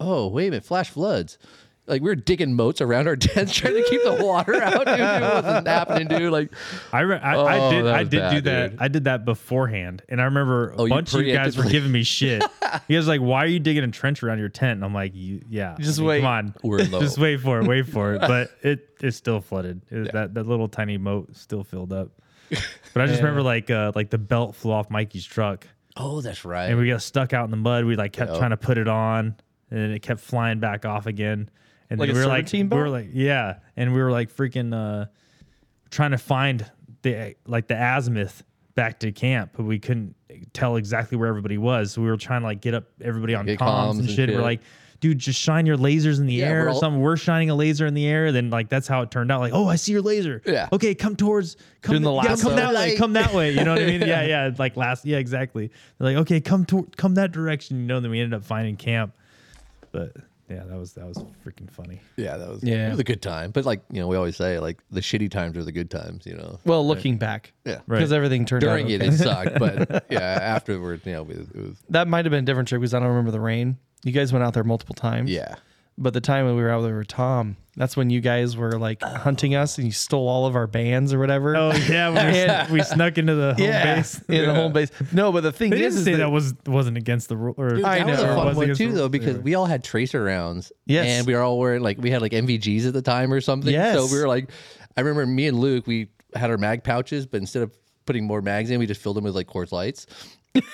Speaker 1: oh wait a minute, flash floods. Like we were digging moats around our tents, trying to keep the water out. Dude, it wasn't happening, dude. Like,
Speaker 3: I, re- I,
Speaker 1: Oh,
Speaker 3: I did
Speaker 1: that
Speaker 3: I
Speaker 1: was
Speaker 3: did do
Speaker 1: bad,
Speaker 3: that.
Speaker 1: dude.
Speaker 3: I did that beforehand, and I remember a
Speaker 1: Oh, you
Speaker 3: bunch of you guys were
Speaker 1: preemptively-
Speaker 3: giving me shit. you guys were like, why are you digging a trench around your tent? And I'm like, you, yeah,
Speaker 2: Just
Speaker 3: I mean,
Speaker 2: wait.
Speaker 3: Come on,
Speaker 1: We're low.
Speaker 3: Just wait for it. Wait for it. But it it's still flooded. It was That that little tiny moat still filled up. But I just remember like uh, like the belt flew off Mikey's truck,
Speaker 1: oh, that's right.
Speaker 3: and we got stuck out in the mud. We like kept trying to put it on, and then it kept flying back off again. And
Speaker 2: Like
Speaker 3: then
Speaker 2: a
Speaker 3: we were
Speaker 2: server
Speaker 3: like,
Speaker 2: team
Speaker 3: we were
Speaker 2: belt?
Speaker 3: like, yeah, and we were like freaking uh, trying to find the like the azimuth back to camp, but we couldn't tell exactly where everybody was. So we were trying to like get up everybody on
Speaker 1: Get
Speaker 3: comms
Speaker 1: comms
Speaker 3: and,
Speaker 1: and
Speaker 3: shit. We're
Speaker 1: shit.
Speaker 3: like, dude, just shine your lasers in the
Speaker 1: Yeah,
Speaker 3: air
Speaker 1: we're
Speaker 3: or
Speaker 1: all-
Speaker 3: something. We're shining a laser in the air. Then like that's how it turned out. Like, oh, I see your laser.
Speaker 1: Yeah.
Speaker 3: Okay, come towards. Come,
Speaker 2: Doing the
Speaker 3: yeah,
Speaker 2: lasso.
Speaker 3: come that way.
Speaker 1: Like-
Speaker 3: Come that way. You know what I mean? Yeah, yeah. Like last. Yeah, exactly. They're like, okay, come to come that direction. You know. Then we ended up finding camp. But yeah, that was that was freaking funny.
Speaker 1: yeah, that was
Speaker 2: Yeah.
Speaker 1: It was a good time. But like you know, we always say like the shitty times are the good times. You know,
Speaker 2: Well, looking back,
Speaker 1: yeah.
Speaker 3: Right.
Speaker 2: because everything turned
Speaker 1: During
Speaker 2: out.
Speaker 1: it,
Speaker 2: okay.
Speaker 1: it sucked, but yeah, afterward, you know, it, it was
Speaker 2: That might have been a different trip because I don't remember the rain. You guys went out there multiple times.
Speaker 1: yeah.
Speaker 2: But the time when we were out there with Tom, that's when you guys were like hunting us and you stole all of our bands or whatever.
Speaker 3: Oh yeah, we, sn- we snuck into the home
Speaker 2: yeah.
Speaker 3: base.
Speaker 2: In the home base. No, but the thing
Speaker 3: They
Speaker 2: is,
Speaker 3: didn't
Speaker 2: is
Speaker 3: say
Speaker 2: that-
Speaker 3: that was wasn't against the rule. Or,
Speaker 1: that
Speaker 2: I
Speaker 1: was a
Speaker 2: know.
Speaker 3: or
Speaker 1: fun
Speaker 3: was
Speaker 1: one
Speaker 3: against
Speaker 1: too,
Speaker 3: the
Speaker 1: though,
Speaker 3: rules.
Speaker 1: because we all had tracer rounds.
Speaker 2: Yes.
Speaker 1: And we were all wearing like we had like MVGs at the time or something. So
Speaker 2: Yes.
Speaker 1: we were like, I remember me and Luke, we had our mag pouches, but instead of putting more mags in, we just filled them with like Coors Lights.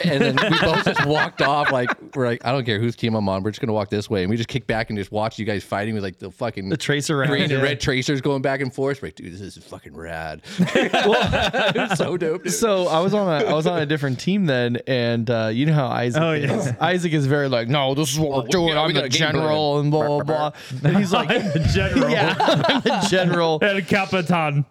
Speaker 1: and then we both just walked off like we're like I don't care whose team I'm on, we're just gonna walk this way, and we just kick back and just watch you guys fighting with like the fucking
Speaker 2: the tracer round.
Speaker 1: green
Speaker 2: yeah.
Speaker 1: and red tracers going back and forth. We're like, dude, this is fucking rad. it was so dope. Dude.
Speaker 2: So I was on a I was on a different team then, and uh, you know how Isaac
Speaker 3: Oh,
Speaker 2: is.
Speaker 3: yeah.
Speaker 2: Isaac is very like, no, this is what we're
Speaker 1: we-
Speaker 2: doing.
Speaker 1: Oh, yeah, we
Speaker 2: I'm
Speaker 1: got
Speaker 2: the
Speaker 1: a game
Speaker 2: general
Speaker 1: plan."
Speaker 2: and blah blah blah. And he's like,
Speaker 3: I'm the general.
Speaker 2: yeah, I'm the general.
Speaker 3: El Capitan.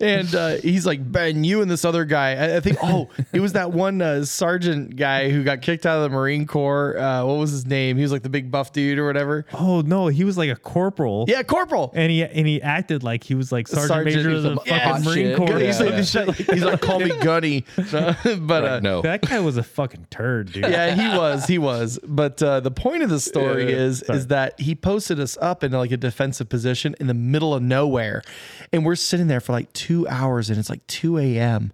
Speaker 2: And uh, he's like, Ben, you and this other guy. I, I think, oh, it was that one uh, sergeant guy who got kicked out of the Marine Corps. Uh, what was his name? He was like the big buff dude or whatever.
Speaker 3: Oh no, he was like a corporal.
Speaker 2: Yeah, corporal.
Speaker 3: and he and he acted like he was like sergeant,
Speaker 2: sergeant,
Speaker 3: major of
Speaker 1: he's
Speaker 3: the
Speaker 1: some hot
Speaker 3: fucking Marine
Speaker 1: shit.
Speaker 3: Corps.
Speaker 1: Yeah,
Speaker 2: he's, like, he's like- he's like, call me Gunny. So, but uh,
Speaker 1: no.
Speaker 3: That guy was a fucking turd, dude.
Speaker 2: yeah, he was, he was. But uh, the point of the story is is that he posted us up in like a defensive position in the middle of nowhere, and we're sitting there for like two hours, and it's like two a.m.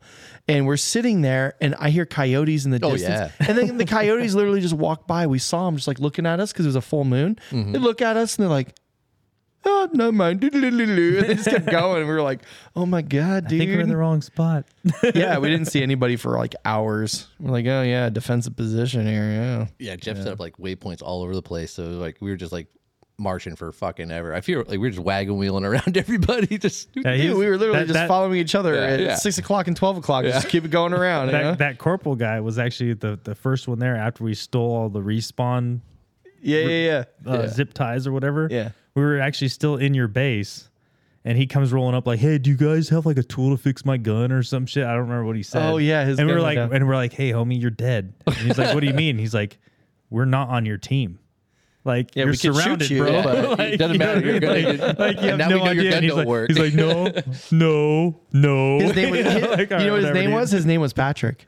Speaker 2: And we're sitting there, and I hear coyotes in the
Speaker 1: Oh,
Speaker 2: distance, and then the coyotes literally just walk by. We saw them just like looking at us because it was a full moon.
Speaker 3: Mm-hmm.
Speaker 2: They look at us and they're like. Oh no, mind. Doo-doo-doo-doo-doo. And they just kept going. And we were like, "Oh my god, dude!"
Speaker 3: I think we're in the wrong spot.
Speaker 2: yeah, we didn't see anybody for like hours. We're like, oh yeah, defensive position here. Yeah.
Speaker 1: Yeah, Jeff set up like waypoints all over the place. So like we were just like marching for fucking ever. I feel like we were just wagon wheeling around everybody. Just
Speaker 3: Yeah, he
Speaker 2: Dude,
Speaker 3: was-
Speaker 2: we were literally
Speaker 3: that-
Speaker 2: just
Speaker 3: that-
Speaker 2: following each other at
Speaker 1: yeah.
Speaker 2: six o'clock and twelve o'clock. Just keep it going around. you know?
Speaker 3: That, that corporal guy was actually the, the first one there after we stole all the respawn
Speaker 2: yeah, yeah, yeah.
Speaker 3: uh, zip ties or whatever.
Speaker 2: Yeah.
Speaker 3: We were actually still in your base. And he comes rolling up like, "Hey, do you guys have like a tool to fix my gun or some shit?" I don't remember what he said.
Speaker 2: Oh, yeah, his
Speaker 3: and we
Speaker 2: gun went
Speaker 3: we're like,
Speaker 2: down.
Speaker 3: and we're like, "Hey, homie, you're dead." And he's like, "What do you mean?" He's like, we're not on your team. Like
Speaker 2: Yeah,
Speaker 3: you're
Speaker 2: we could shoot
Speaker 3: surrounded,
Speaker 2: you,
Speaker 3: bro.
Speaker 2: yeah.
Speaker 1: But it doesn't matter,
Speaker 3: you know what I
Speaker 1: you're
Speaker 3: mean?
Speaker 1: gonna-
Speaker 3: like, like you have
Speaker 1: and now
Speaker 3: no
Speaker 1: we know your
Speaker 3: idea.
Speaker 1: gun
Speaker 3: And he's
Speaker 1: don't
Speaker 3: like,
Speaker 1: work.
Speaker 3: He's like, no, no, no.
Speaker 2: His name was,
Speaker 3: Like, all
Speaker 2: you know
Speaker 3: right,
Speaker 2: what his
Speaker 3: whatever,
Speaker 2: name
Speaker 3: dude.
Speaker 2: was? His name was Patrick.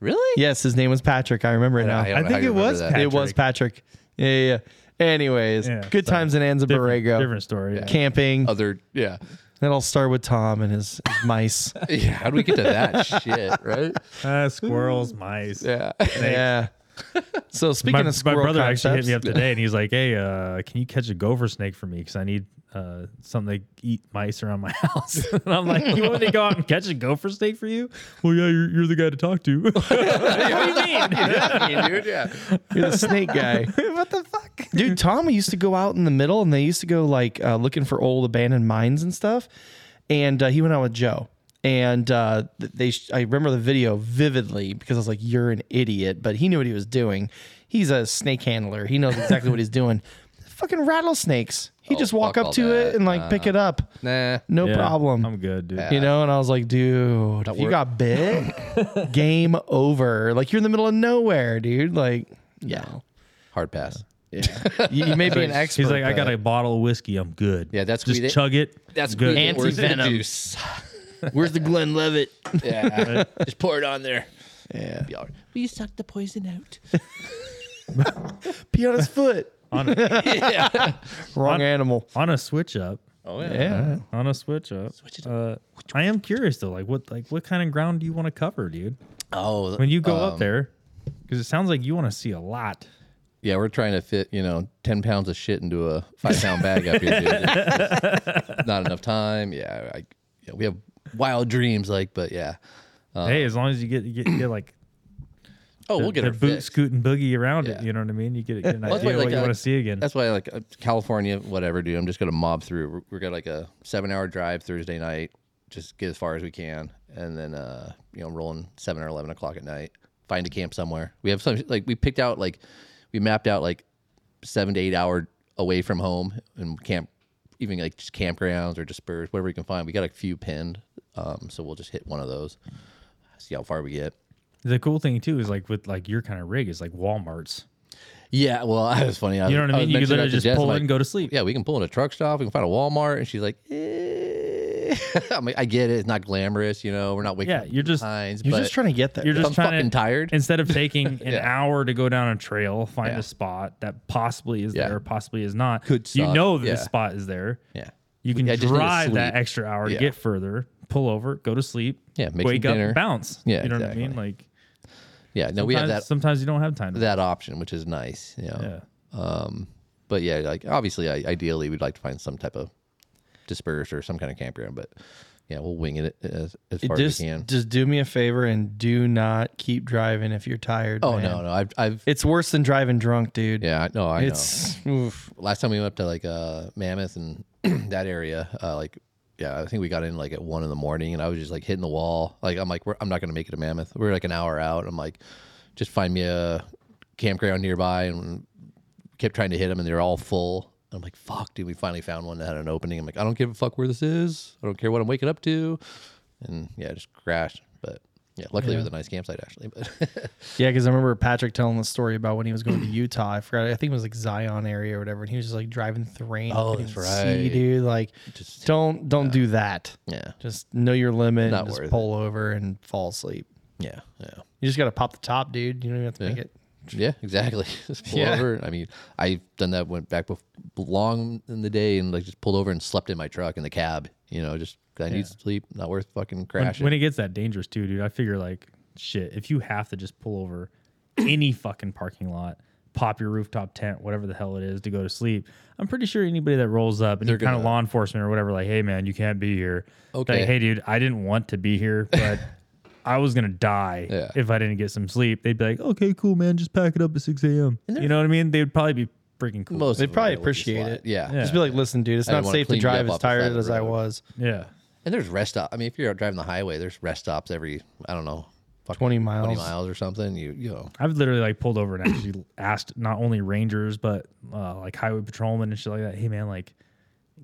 Speaker 1: Really?
Speaker 2: Yes, his name was Patrick. I remember it now.
Speaker 1: I
Speaker 3: I
Speaker 1: don't know how
Speaker 3: think
Speaker 1: you
Speaker 3: it
Speaker 1: remember
Speaker 3: was
Speaker 1: that.
Speaker 3: Pat-
Speaker 2: It was Patrick. Yeah, yeah. yeah. Anyways,
Speaker 3: Yeah,
Speaker 2: good
Speaker 3: sorry.
Speaker 2: times in Anza
Speaker 3: different,
Speaker 2: Borrego.
Speaker 3: different story. yeah.
Speaker 2: Camping.
Speaker 1: Other yeah.
Speaker 2: Then I'll start with Tom and his, his mice.
Speaker 1: Yeah. How do we get to that shit? Right?
Speaker 3: Uh, squirrels, mice.
Speaker 1: Yeah.
Speaker 2: yeah. So speaking
Speaker 3: My,
Speaker 2: of
Speaker 3: my
Speaker 2: squirrel
Speaker 3: brother actually hit
Speaker 2: concepts,
Speaker 3: me up today and he's like, "Hey, uh, can you catch a gopher snake for me? Because I need uh, something to eat mice around my house." and I'm like, "You want me to go out and catch a gopher snake for you?" Well, yeah, you're, you're the guy to talk to. what do you mean?
Speaker 1: dude. Yeah.
Speaker 2: You're the snake guy.
Speaker 3: what the fuck?
Speaker 2: Dude, Tom used to go out in the middle and they used to go like uh, looking for old abandoned mines and stuff. And uh, he went out with Joe. And uh, th- they, sh- I remember the video vividly because I was like, "You're an idiot," but he knew what he was doing. He's a snake handler. He knows exactly what he's doing. Fucking rattlesnakes. He
Speaker 1: Oh,
Speaker 2: just
Speaker 1: fuck
Speaker 2: walk up
Speaker 1: all
Speaker 2: to it
Speaker 1: that.
Speaker 2: and like pick it up.
Speaker 1: Nah.
Speaker 2: No
Speaker 3: Yeah,
Speaker 2: problem.
Speaker 3: I'm good, dude.
Speaker 2: you know, and I was like, dude, if you
Speaker 1: work.
Speaker 2: got bit, game over. Like you're in the middle of nowhere, dude. Like, yeah,
Speaker 1: Hard pass.
Speaker 2: you, you may be an expert.
Speaker 3: He's like, I
Speaker 2: but-
Speaker 3: got a bottle of whiskey. I'm good.
Speaker 1: Yeah, that's we-
Speaker 3: just
Speaker 1: they-
Speaker 3: chug it.
Speaker 1: That's
Speaker 3: good.
Speaker 1: good. Where's the
Speaker 2: Anti-venom.
Speaker 1: juice?
Speaker 2: Where's the Glenn Levitt?
Speaker 1: Yeah. Just pour it on there.
Speaker 2: Yeah.
Speaker 1: Be all right. Will you suck the poison out?
Speaker 2: Pee on his foot.
Speaker 3: On a,
Speaker 2: Wrong animal.
Speaker 3: on a switch up.
Speaker 1: Oh yeah.
Speaker 2: Yeah.
Speaker 3: On a switch up.
Speaker 1: Switch it
Speaker 3: Uh, I am curious though, like what like what kind of ground do you want to cover, dude?
Speaker 1: Oh,
Speaker 3: When you go up there, because it sounds like you want to see a lot.
Speaker 1: yeah, we're trying to fit you know ten pounds of shit into a five pound bag up here. Dude. It's not enough time. Yeah, I, yeah, we have wild dreams, like, but yeah.
Speaker 3: hey, as long as you get you get, you get like
Speaker 1: Oh,
Speaker 3: the,
Speaker 1: Uh, we'll get
Speaker 3: the
Speaker 1: her
Speaker 3: boot
Speaker 1: fixed.
Speaker 3: scooting boogie around
Speaker 1: Yeah.
Speaker 3: it. You know what I mean? You get, get an
Speaker 1: Well, that's
Speaker 3: idea
Speaker 1: why,
Speaker 3: of
Speaker 1: like,
Speaker 3: what you
Speaker 1: I-
Speaker 3: want to see again.
Speaker 1: That's why, like uh, California, whatever, dude. I'm just gonna mob through. We're, we're got like a seven hour drive Thursday night. Just get as far as we can, and then uh, you know, rolling seven or eleven o'clock at night. Find a camp somewhere. We have some like we picked out like we mapped out like seven to eight hour away from home and camp, even like just campgrounds or dispersed whatever we can find. We got a few pinned, um, so we'll just hit one of those. See how far we get.
Speaker 3: The cool thing too is like with like your kind of rig is like Walmart's.
Speaker 1: Yeah, well, that was funny. I
Speaker 3: You know
Speaker 1: was-
Speaker 3: what I
Speaker 1: was
Speaker 3: mean? You could
Speaker 1: mentioning that
Speaker 3: literally
Speaker 1: to
Speaker 3: just
Speaker 1: Jess,
Speaker 3: pull
Speaker 1: I'm
Speaker 3: in
Speaker 1: like,
Speaker 3: and go to sleep.
Speaker 1: yeah, we can pull in a truck stop. We can find a Walmart. And she's like, eh. I'm like, I get it. It's not glamorous, you know. We're not waking
Speaker 3: Yeah,
Speaker 1: up
Speaker 3: you're just-
Speaker 1: lines,
Speaker 2: You're
Speaker 1: but
Speaker 2: just trying to get there.
Speaker 3: You're just
Speaker 1: I'm
Speaker 3: trying
Speaker 1: fucking
Speaker 3: to
Speaker 1: tired.
Speaker 3: instead of taking an
Speaker 1: Yeah.
Speaker 3: hour to go down a trail, find
Speaker 1: Yeah.
Speaker 3: a spot that possibly is
Speaker 1: Yeah.
Speaker 3: there, possibly is not.
Speaker 1: Could
Speaker 3: you
Speaker 1: suck.
Speaker 3: know this
Speaker 1: Yeah.
Speaker 3: spot is there?
Speaker 1: yeah,
Speaker 3: You can
Speaker 1: I just need to
Speaker 3: drive that
Speaker 1: sleep.
Speaker 3: extra hour
Speaker 1: Yeah.
Speaker 3: to get further, pull over, go to sleep,
Speaker 1: Yeah, make some
Speaker 3: wake up,
Speaker 1: dinner.
Speaker 3: bounce.
Speaker 1: Yeah,
Speaker 3: you know
Speaker 1: exactly.
Speaker 3: what I mean. Like
Speaker 1: yeah. No, we have
Speaker 3: sometimes-
Speaker 1: that
Speaker 3: Sometimes you don't have time. To
Speaker 1: that option, which is nice, you know.
Speaker 3: Yeah.
Speaker 1: But yeah, like obviously, I, ideally, we'd like to find some type of dispersed or some kind of campground. But yeah, we'll wing it as, as far
Speaker 2: just,
Speaker 1: as we can.
Speaker 2: just do me a favor and do not keep driving if you're tired.
Speaker 1: oh
Speaker 2: man.
Speaker 1: no, no, I've, I've
Speaker 2: It's worse than driving drunk, dude.
Speaker 1: yeah, I- no, I know.
Speaker 2: It's oof.
Speaker 1: last time we went up to like uh mammoth and that area uh like yeah i think we got in like at one in the morning and i was just like hitting the wall like i'm like we're, i'm not gonna make it to mammoth we're like an hour out i'm like just find me a campground nearby and kept trying to hit them and they're all full i'm like fuck dude we finally found one that had an opening i'm like i don't give a fuck where this is i don't care what i'm waking up to and yeah just crashed but yeah luckily it was a nice campsite actually but
Speaker 2: yeah. Because I remember Patrick telling the story about when he was going to Utah. I forgot. I think it was like Zion area or whatever, and he was just like driving through rain.
Speaker 1: Oh,
Speaker 2: couldn't
Speaker 1: that's
Speaker 2: even See,
Speaker 1: right.
Speaker 2: dude, like
Speaker 1: Just-
Speaker 2: don't don't do that.
Speaker 1: yeah
Speaker 2: Just know your limit.
Speaker 1: Not
Speaker 2: and just
Speaker 1: worth
Speaker 2: pull over and fall asleep.
Speaker 1: yeah yeah
Speaker 2: You just gotta pop the top, dude. You don't even have to make it.
Speaker 1: Yeah, exactly. Just pull
Speaker 2: Yeah.
Speaker 1: over. I mean, I've done that. Went back bef- long in the day and like just pulled over and slept in my truck in the cab. You know, just 'cause I need sleep. Not worth fucking
Speaker 3: when,
Speaker 1: crashing.
Speaker 3: when it gets that dangerous too, dude, I figure like shit. If you have to just pull over any fucking parking lot, pop your rooftop tent, whatever the hell it is, to go to sleep, I'm pretty sure anybody that rolls up and kind of
Speaker 1: gonna-
Speaker 3: law enforcement or whatever, like, hey man, you can't be here.
Speaker 1: Okay.
Speaker 3: Like, hey dude, I didn't want to be here, but. I was gonna die
Speaker 1: Yeah.
Speaker 3: if I didn't get some sleep. They'd be like, "Okay, cool, man. Just pack it up at 6 a.m." You know what I mean? They'd probably be freaking cool.
Speaker 1: Most
Speaker 2: They
Speaker 1: of them
Speaker 2: probably
Speaker 1: would just
Speaker 2: appreciate
Speaker 1: lie.
Speaker 2: it.
Speaker 1: Yeah.
Speaker 3: Yeah.
Speaker 2: Just be like, listen, dude, it's
Speaker 1: I
Speaker 2: not
Speaker 1: didn't wanna
Speaker 2: safe to
Speaker 1: clean you
Speaker 2: drive
Speaker 1: up
Speaker 2: as
Speaker 1: off the side
Speaker 2: tired
Speaker 1: of the
Speaker 2: as I
Speaker 1: road.
Speaker 2: was.
Speaker 3: yeah,
Speaker 1: and there's rest stop. I mean, if you're out driving the highway, there's rest stops every I don't know, fucking
Speaker 2: 20
Speaker 1: 20
Speaker 2: miles.
Speaker 1: miles or something. You you know,
Speaker 3: I've literally like pulled over and actually asked not only rangers but uh, like highway patrolmen and shit like that. Hey man, like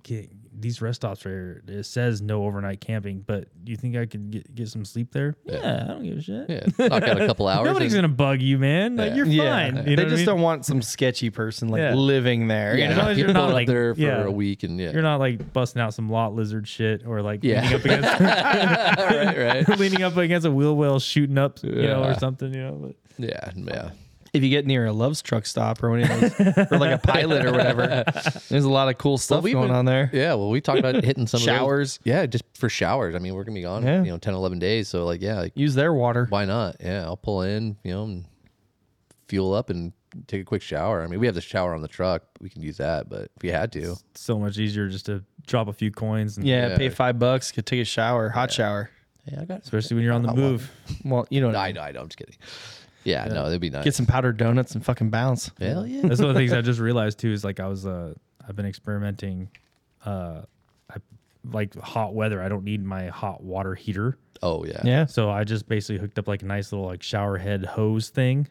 Speaker 3: get these rest stops right here. It says no overnight camping, but do you think I could get, get some sleep there? Yeah. I don't give a shit.
Speaker 1: Yeah, knock out a couple hours.
Speaker 3: Nobody's
Speaker 1: and-
Speaker 3: gonna bug you, man. Like
Speaker 1: Yeah.
Speaker 3: you're
Speaker 2: Yeah.
Speaker 3: fine. You know
Speaker 2: they
Speaker 3: what I
Speaker 2: just
Speaker 3: mean?
Speaker 2: don't want some sketchy person like
Speaker 3: Yeah.
Speaker 2: living there.
Speaker 1: Yeah,
Speaker 3: as long as you're
Speaker 1: people
Speaker 3: not,
Speaker 1: up
Speaker 3: like-
Speaker 1: there for
Speaker 3: yeah.
Speaker 1: a week and yeah,
Speaker 3: You're not like busting out some lot lizard shit or like
Speaker 1: Yeah.
Speaker 3: leaning up against
Speaker 1: right, right.
Speaker 3: leaning up against a wheel well shooting up, you know, or
Speaker 1: Yeah.
Speaker 3: something. You know, but
Speaker 1: Yeah, yeah.
Speaker 2: If you get near a Love's truck stop or one of those, or like a pilot or whatever, there's a lot of cool stuff
Speaker 1: we've
Speaker 2: going
Speaker 1: been-
Speaker 2: on there.
Speaker 1: Yeah, well, we talked about hitting some of those-
Speaker 2: Showers.
Speaker 1: Yeah, just for showers. I mean, we're gonna be gone,
Speaker 2: Yeah.
Speaker 1: you know, 10, 11 days. So like, yeah, like,
Speaker 2: Use their water.
Speaker 1: why not? Yeah, I'll pull in, you know, and fuel up and take a quick shower. I mean, we have the shower on the truck. We can use that, but if you had to,
Speaker 3: it's so much easier just to drop a few coins. And,
Speaker 2: Yeah,
Speaker 1: Yeah.
Speaker 2: pay five bucks, could take a shower, hot shower.
Speaker 1: yeah, I got.
Speaker 3: especially when you're on the
Speaker 1: Hot water.
Speaker 3: move.
Speaker 2: Well, you know,
Speaker 1: I know, I know. I'm just kidding. Yeah, no, that'd be nice.
Speaker 2: get some powdered donuts and fucking bounce.
Speaker 1: Hell yeah.
Speaker 3: That's one of the things I just realized too is like I was uh I've been experimenting, uh, I like hot weather. I don't need my hot water heater.
Speaker 1: Oh yeah.
Speaker 2: Yeah.
Speaker 3: So I just basically hooked up like a nice little like shower head hose thing.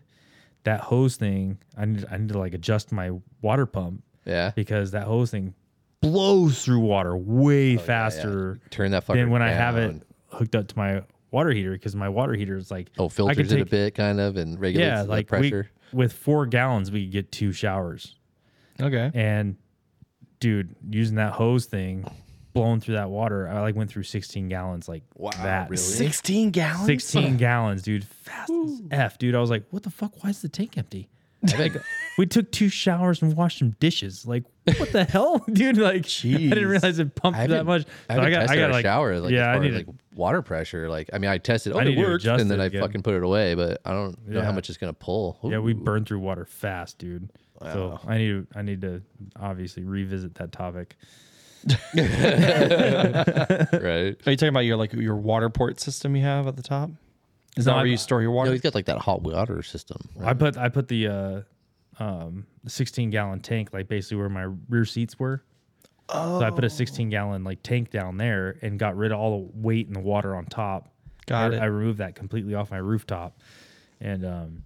Speaker 3: That hose thing, I need I need to like adjust my water pump
Speaker 1: Yeah.
Speaker 3: because that hose thing blows through water
Speaker 1: Oh,
Speaker 3: way faster
Speaker 1: Turn that fucker.
Speaker 3: than when I have it
Speaker 1: down.
Speaker 3: hooked up to my water heater because my water heater is like
Speaker 1: Oh,
Speaker 3: I could
Speaker 1: filters it a
Speaker 3: take,
Speaker 1: bit, kind of, and regulates
Speaker 3: yeah
Speaker 1: the
Speaker 3: like we-
Speaker 1: pressure.
Speaker 3: with four gallons we could get two showers
Speaker 2: Okay.
Speaker 3: and dude using that hose thing blowing through that water I like went through 16 gallons like
Speaker 1: Wow,
Speaker 3: that
Speaker 1: really?
Speaker 2: 16 gallons?
Speaker 3: 16 gallons, dude. Fast as F, dude. I was like, what the fuck? Why is the tank empty?
Speaker 1: I bet-
Speaker 3: We took two showers and washed some dishes. Like, what the hell, dude? Like, I didn't
Speaker 2: Jeez.
Speaker 3: realize it pumped that
Speaker 1: haven't-
Speaker 3: much.
Speaker 1: I
Speaker 3: So
Speaker 1: haven't tested our
Speaker 3: like,
Speaker 1: shower. Like, as
Speaker 3: yeah, I
Speaker 1: far
Speaker 3: need
Speaker 1: as, like water pressure. Like, I mean, I tested. Oh,
Speaker 3: I need
Speaker 1: it
Speaker 3: to
Speaker 1: worked,
Speaker 3: adjust
Speaker 1: and then
Speaker 3: it
Speaker 1: I
Speaker 3: again.
Speaker 1: fucking put it away. But I don't know
Speaker 3: Yeah.
Speaker 1: how much it's gonna pull.
Speaker 3: yeah, we
Speaker 1: Ooh.
Speaker 3: burned through water fast, dude. So I need to, I need to obviously revisit that topic.
Speaker 1: right.
Speaker 2: Are you talking about your like your water port system you have at the top? Is that
Speaker 3: No,
Speaker 2: where
Speaker 3: I-
Speaker 2: you store your
Speaker 1: No,
Speaker 2: water?
Speaker 1: he's got like that hot water system. Right?
Speaker 3: I put, I put the, uh, um, 16 gallon tank, like basically where my rear seats were. Oh. So I put a 16 gallon like tank down there and got rid of all the weight and the water on top.
Speaker 2: Got
Speaker 3: I,
Speaker 2: it.
Speaker 3: I removed that completely off my rooftop, and um,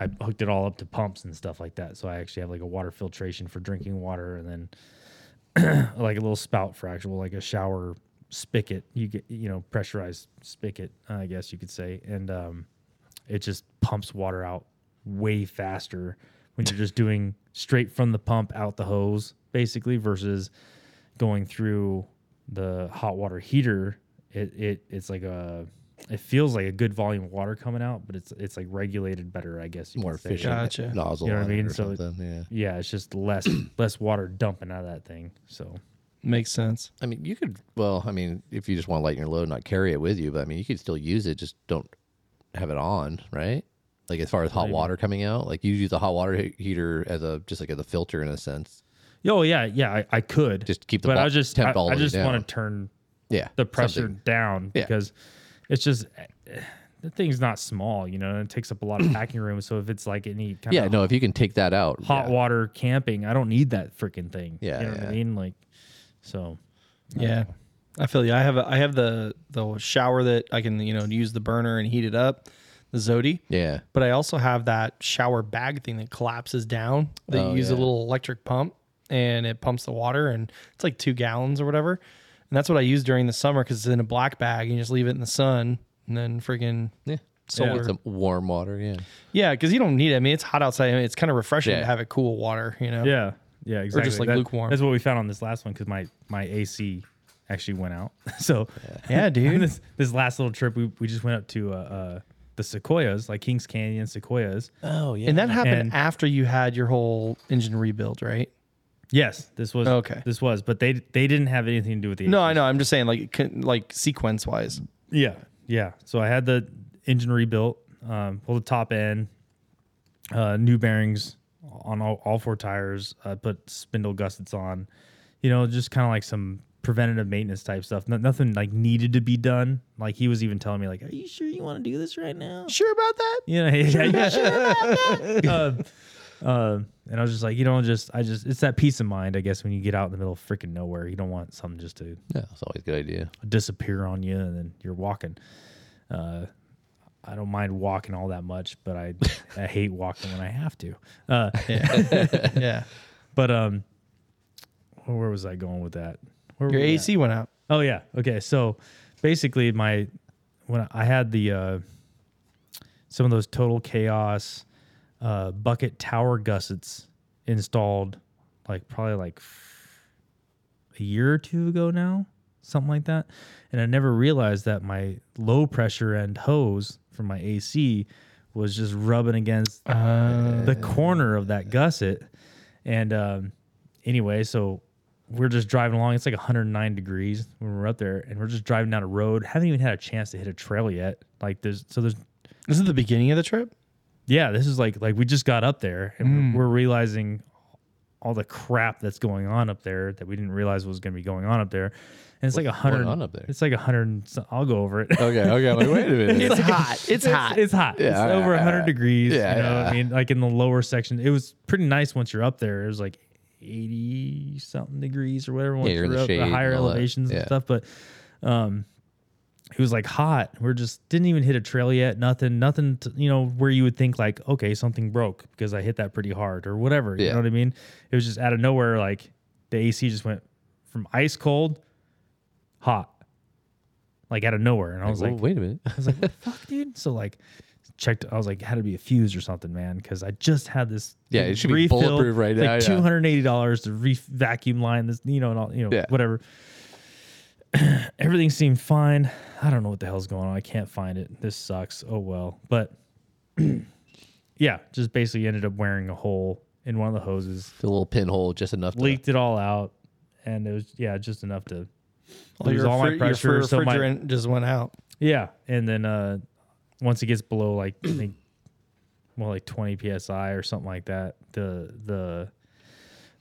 Speaker 3: I hooked it all up to pumps and stuff like that. So I actually have like a water filtration for drinking water, and then like a little spout for actual like a shower spigot. You get you know pressurized spigot, I guess you could say, and um, it just pumps water out way faster when you're just doing straight from the pump out the hose, basically, versus going through the hot water heater, it, it it's like a it feels like a good volume of water coming out, but it's it's like regulated better, I guess. You
Speaker 1: more
Speaker 3: could say.
Speaker 1: efficient
Speaker 2: Gotcha.
Speaker 1: nozzle.
Speaker 3: You know what
Speaker 1: on
Speaker 3: I
Speaker 1: it
Speaker 3: mean?
Speaker 1: or
Speaker 3: So it-
Speaker 1: something, yeah.
Speaker 3: Yeah, it's just less less water dumping out of that thing. So
Speaker 2: Makes sense.
Speaker 1: I mean, you could. Well, I mean, if you just want to lighten your load, and not carry it with you, but I mean, you could still use it. Just don't have it on, right? Like as far as hot water coming out, like you use the hot water he- heater as a just like as a filter in a sense.
Speaker 3: oh yeah, yeah, I, I could
Speaker 1: Just keep the
Speaker 3: but I
Speaker 1: ball-
Speaker 3: was just
Speaker 1: temp
Speaker 3: I,
Speaker 1: all the
Speaker 3: I
Speaker 1: way
Speaker 3: just
Speaker 1: down.
Speaker 3: want to turn
Speaker 1: Yeah,
Speaker 3: the pressure
Speaker 1: something.
Speaker 3: down
Speaker 1: Yeah.
Speaker 3: because it's just eh, the thing's not small, you know, and it takes up a lot of packing room. So if it's like any kind
Speaker 1: Yeah,
Speaker 3: of
Speaker 1: no, if you can take that out,
Speaker 3: hot
Speaker 1: yeah.
Speaker 3: water camping. I don't need that freaking thing.
Speaker 1: Yeah,
Speaker 3: you know what
Speaker 1: yeah.
Speaker 3: I mean. Like, so
Speaker 2: Yeah. I feel you. I have a, I have the the shower that I can, you know, use the burner and heat it up, the Zodi.
Speaker 1: Yeah,
Speaker 2: But I also have that shower bag thing that collapses down that
Speaker 1: Oh,
Speaker 2: you use a
Speaker 1: yeah.
Speaker 2: little electric pump and it pumps the water and it's like two gallons or whatever. And that's what I use during the summer because it's in a black bag and you just leave it in the sun and then freaking
Speaker 1: yeah.
Speaker 2: solar.
Speaker 1: Get some warm water. Yeah.
Speaker 2: Yeah, because you don't need it. I mean, it's hot outside. I mean, it's kind of refreshing
Speaker 1: Yeah.
Speaker 2: to have it cool water, you know?
Speaker 3: yeah, yeah, exactly.
Speaker 2: like, lukewarm.
Speaker 3: That's what we found on this last one because my my AC actually went out. so
Speaker 2: Yeah, dude.
Speaker 3: this this last little trip, we we just went up to uh, uh the sequoias, like Kings Canyon sequoias.
Speaker 1: Oh yeah.
Speaker 2: and that happened
Speaker 3: And-
Speaker 2: after you had your whole engine rebuild, right?
Speaker 3: Yes, this was
Speaker 2: Okay.
Speaker 3: This was, but they they didn't have anything to do with the
Speaker 2: No, I know. I'm just saying, like, con- like sequence wise.
Speaker 3: Yeah, yeah. So I had the engine rebuilt, um, pulled the top end, uh, new bearings on all, all four tires. I put spindle gussets on. You know, just kind of like some preventative maintenance type stuff. No, nothing like needed to be done. Like he was even telling me, like, "Are you sure you want to do this right now?"
Speaker 2: Sure about that?
Speaker 3: You know, yeah, yeah. Um, um, and I was just like, you know, just I just it's that peace of mind, I guess, when you get out in the middle of freaking nowhere, you don't want something just to
Speaker 1: Yeah, it's always a good idea.
Speaker 3: disappear on you and then you're walking. Uh, I don't mind walking all that much, but I, I hate walking when I have to. Uh,
Speaker 2: Yeah. yeah.
Speaker 3: but um, where was I going with that? Where
Speaker 2: Your
Speaker 3: were we at?
Speaker 2: AC went out.
Speaker 3: Oh yeah. Okay. So basically, my when I had the uh, some of those total chaos uh, bucket tower gussets installed, like probably like a year or two ago now, something like that, and I never realized that my low pressure end hose from my AC was just rubbing against the corner of that gusset. And um, anyway, so we're just driving along. It's like 109 degrees when we're up there, and we're just driving down a road. Haven't even had a chance to hit a trail yet. Like there's so there's
Speaker 2: This is the beginning of the trip.
Speaker 3: yeah. This is like like we just got up there,
Speaker 1: Mm.
Speaker 3: and we're we're realizing all the crap that's going on up there that we didn't realize was going to be going on up there. And it's like
Speaker 1: What's
Speaker 3: 100
Speaker 1: going on up there?
Speaker 3: It's like 100. so- I'll go over it.
Speaker 1: Okay, okay. I'm like, wait a minute.
Speaker 2: hot. It's hot.
Speaker 3: It's hot.
Speaker 1: Yeah,
Speaker 3: it's
Speaker 1: all right,
Speaker 3: over
Speaker 1: all
Speaker 3: 100
Speaker 1: right.
Speaker 3: degrees.
Speaker 1: Yeah,
Speaker 3: you know what
Speaker 1: yeah.
Speaker 3: I mean? Like in the lower section. It was pretty nice once you're up there. It was like 80 something degrees or whatever. Once
Speaker 1: you're in the
Speaker 3: up,
Speaker 1: shade and
Speaker 3: higher
Speaker 1: all that.
Speaker 3: elevations
Speaker 1: Yeah.
Speaker 3: and stuff. But um, it was like hot. We're just didn't even hit a trail yet. Nothing, nothing, to, you know, where you would think like, okay, something broke because I hit that pretty hard or whatever. You
Speaker 1: Yeah.
Speaker 3: know what I mean? It was just out of nowhere. Like the AC just went from ice cold, hot. Like out of nowhere, and I was
Speaker 1: Well,
Speaker 3: like,
Speaker 1: wait a minute.
Speaker 3: I was like, what the fuck, dude? So like checked I was like, had to be a fuse or something, man, because I just had this
Speaker 1: Yeah, it should be bulletproof right
Speaker 3: like
Speaker 1: now, yeah.
Speaker 3: Two hundred and eighty dollars to re vacuum line this, you know, and all you know,
Speaker 1: Yeah.
Speaker 3: whatever. Everything seemed fine. I don't know what the hell's going on. I can't find it. This sucks. Oh well. But yeah, just basically ended up wearing a hole in one of the hoses.
Speaker 1: The little pinhole just enough. To,
Speaker 3: Leaked it all out. And it was yeah, just enough to
Speaker 2: Well,
Speaker 3: lose
Speaker 2: your
Speaker 3: all
Speaker 2: fr-
Speaker 3: my
Speaker 2: your
Speaker 3: pressure.
Speaker 2: fr-
Speaker 3: So my
Speaker 2: refrigerant just went out.
Speaker 3: yeah, and then uh, once it gets below like I think well like 20 psi or something like that, the the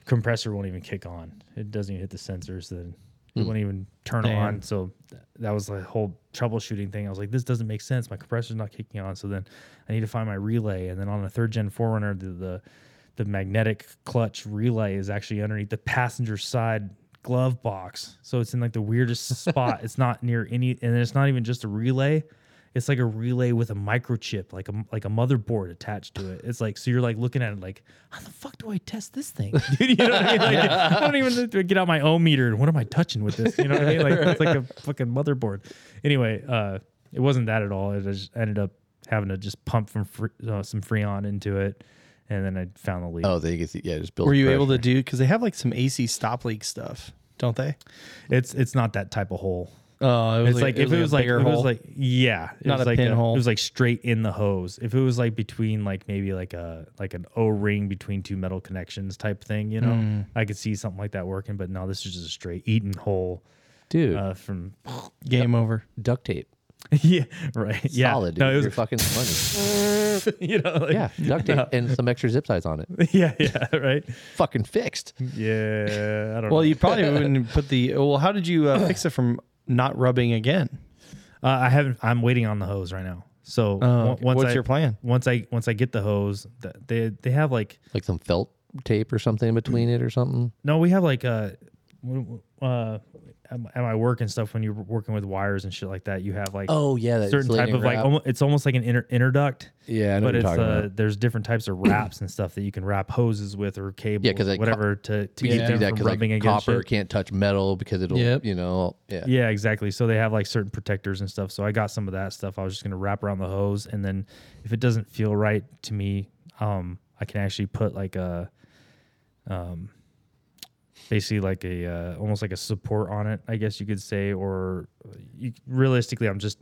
Speaker 3: compressor won't even kick on. It doesn't even hit the sensors. Then it won't even turn
Speaker 2: Damn.
Speaker 3: on. So th- that was the whole troubleshooting thing. I was like, this doesn't make sense. My compressor's not kicking on. So then I need to find my relay. And then on the third gen Forerunner, the the, the magnetic clutch relay is actually underneath the passenger side glove box. So it's in like the weirdest spot. It's not near any, and it's not even just a relay. It's like a relay with a microchip, like a like a motherboard attached to it. It's like so you're like looking at it like, how the fuck do I test this thing? Dude, you know what I mean? Like, I don't even need to get out my ohm meter. and What am I touching with this? You know what I mean? Like it's like a fucking motherboard. Anyway, uh, it wasn't that at all. It just ended up having to just pump from fr- uh, some freon into it, and then I found the leak.
Speaker 1: oh, they get the, yeah, just build.
Speaker 2: Were you able to do? Because they have like some AC stop leak stuff, don't they?
Speaker 3: It's it's not that type of hole.
Speaker 2: Oh, it
Speaker 3: It's like, if it was like if
Speaker 2: bigger
Speaker 3: it was
Speaker 2: hole.
Speaker 3: like yeah, it
Speaker 2: Not
Speaker 3: was
Speaker 2: a
Speaker 3: like
Speaker 2: pinhole.
Speaker 3: It was like straight in the hose. If it was like between like maybe like a like an O ring between two metal connections type thing, you know, I could see something like that working. But no, this is just a straight eaten hole
Speaker 1: dude?
Speaker 3: uh, from
Speaker 2: game over.
Speaker 1: duct tape,
Speaker 3: yeah right yeah
Speaker 1: solid. Dude.
Speaker 3: no it
Speaker 1: You're
Speaker 3: was
Speaker 1: fucking money.
Speaker 3: you know like,
Speaker 1: yeah, duct tape and some extra zip ties on it.
Speaker 3: yeah yeah right
Speaker 1: Fucking fixed.
Speaker 3: yeah I don't know.
Speaker 2: Well, you probably wouldn't put the. Well, how did you uh, fix it from not rubbing again?
Speaker 3: Uh, I haven't. I'm waiting on the hose right now. So
Speaker 2: Oh,
Speaker 3: on-
Speaker 2: okay.
Speaker 3: once
Speaker 2: What's
Speaker 3: I-
Speaker 2: your plan?
Speaker 3: Once I once I get the hose, th- they they have like
Speaker 1: Like some felt tape or something in between it or something.
Speaker 3: no, we have like uh, w- w- uh, at my- at my work and stuff when you're working with wires and shit like that, you have like
Speaker 1: Oh yeah, that
Speaker 3: certain type
Speaker 1: insulating
Speaker 3: of like
Speaker 1: wrap.
Speaker 3: almo- it's almost like an inter- interduct.
Speaker 1: yeah, I know
Speaker 3: But
Speaker 1: what you're
Speaker 3: it's
Speaker 1: talking
Speaker 3: uh,
Speaker 1: about.
Speaker 3: there's different types of wraps and stuff that you can wrap hoses with or cables,
Speaker 1: 'cause they co-
Speaker 3: whatever to, to
Speaker 1: You
Speaker 3: keep
Speaker 1: can't
Speaker 3: them
Speaker 1: do that
Speaker 3: from
Speaker 1: because
Speaker 3: rubbing
Speaker 1: like
Speaker 3: against
Speaker 1: copper
Speaker 3: shit.
Speaker 1: can't touch metal because it'll
Speaker 2: Yep.
Speaker 1: you know yeah.
Speaker 3: Yeah, exactly. So they have like certain protectors and stuff. So I got some of that stuff. I was just gonna wrap around the hose, and then if it doesn't feel right to me, um, I can actually put like a, um, basically like a uh, almost like a support on it, I guess you could say. Or uh, you, realistically, I'm just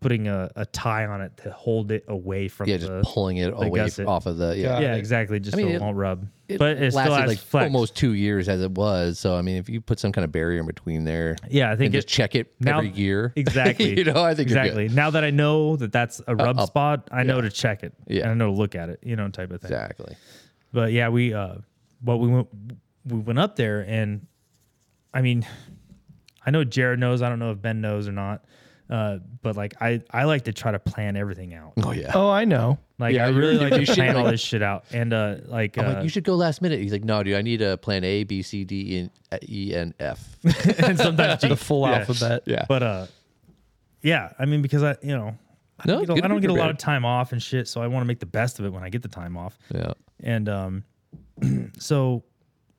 Speaker 3: putting a, a tie on it to hold it away from
Speaker 1: Yeah,
Speaker 3: the.
Speaker 1: just pulling it away
Speaker 3: gusset.
Speaker 1: off of the yeah.
Speaker 2: Got
Speaker 3: yeah,
Speaker 2: it.
Speaker 3: exactly. Just
Speaker 1: I mean,
Speaker 3: so it,
Speaker 1: it-
Speaker 3: won't rub.
Speaker 1: It
Speaker 3: but it still
Speaker 1: lasted
Speaker 3: has
Speaker 1: like
Speaker 3: flex.
Speaker 1: almost two years as it was. So I mean, if you put some kind of barrier in between there,
Speaker 3: Yeah, I think
Speaker 1: and
Speaker 3: it,
Speaker 1: just check it
Speaker 3: now-
Speaker 1: every year.
Speaker 3: Exactly.
Speaker 1: you know, I think you're good. Uh,
Speaker 3: exactly. Now that I know that that's a rub
Speaker 1: up.
Speaker 3: spot, I know to check it.
Speaker 1: Yeah.
Speaker 3: and I know to look at it. You know, type of thing.
Speaker 1: Exactly.
Speaker 3: But yeah, we uh, but we went we went up there, and I mean, I know Jared knows. I don't know if Ben knows or not. Uh, but like I, I like to try to plan everything out.
Speaker 1: Oh yeah.
Speaker 2: Oh, I know.
Speaker 3: Like
Speaker 1: Yeah,
Speaker 3: I
Speaker 1: you-
Speaker 3: really like
Speaker 1: you
Speaker 3: to
Speaker 1: should,
Speaker 3: plan all
Speaker 1: like-
Speaker 3: this shit out. And uh, like,
Speaker 1: I'm
Speaker 3: uh,
Speaker 1: like, you should go last minute. He's like, no, dude, I need a plan A, B, C, D, E, E, and F.
Speaker 3: and sometimes
Speaker 2: The
Speaker 3: G.
Speaker 2: full
Speaker 3: Yeah.
Speaker 2: alphabet.
Speaker 1: yeah.
Speaker 3: But uh, yeah, I mean because I, you know, I
Speaker 1: No,
Speaker 3: don't,
Speaker 1: good
Speaker 3: get, a,
Speaker 1: to
Speaker 3: I don't
Speaker 1: be
Speaker 3: get a lot of
Speaker 1: prepared.
Speaker 3: time off and shit, so I want to make the best of it when I get the time off.
Speaker 1: yeah.
Speaker 3: And um, so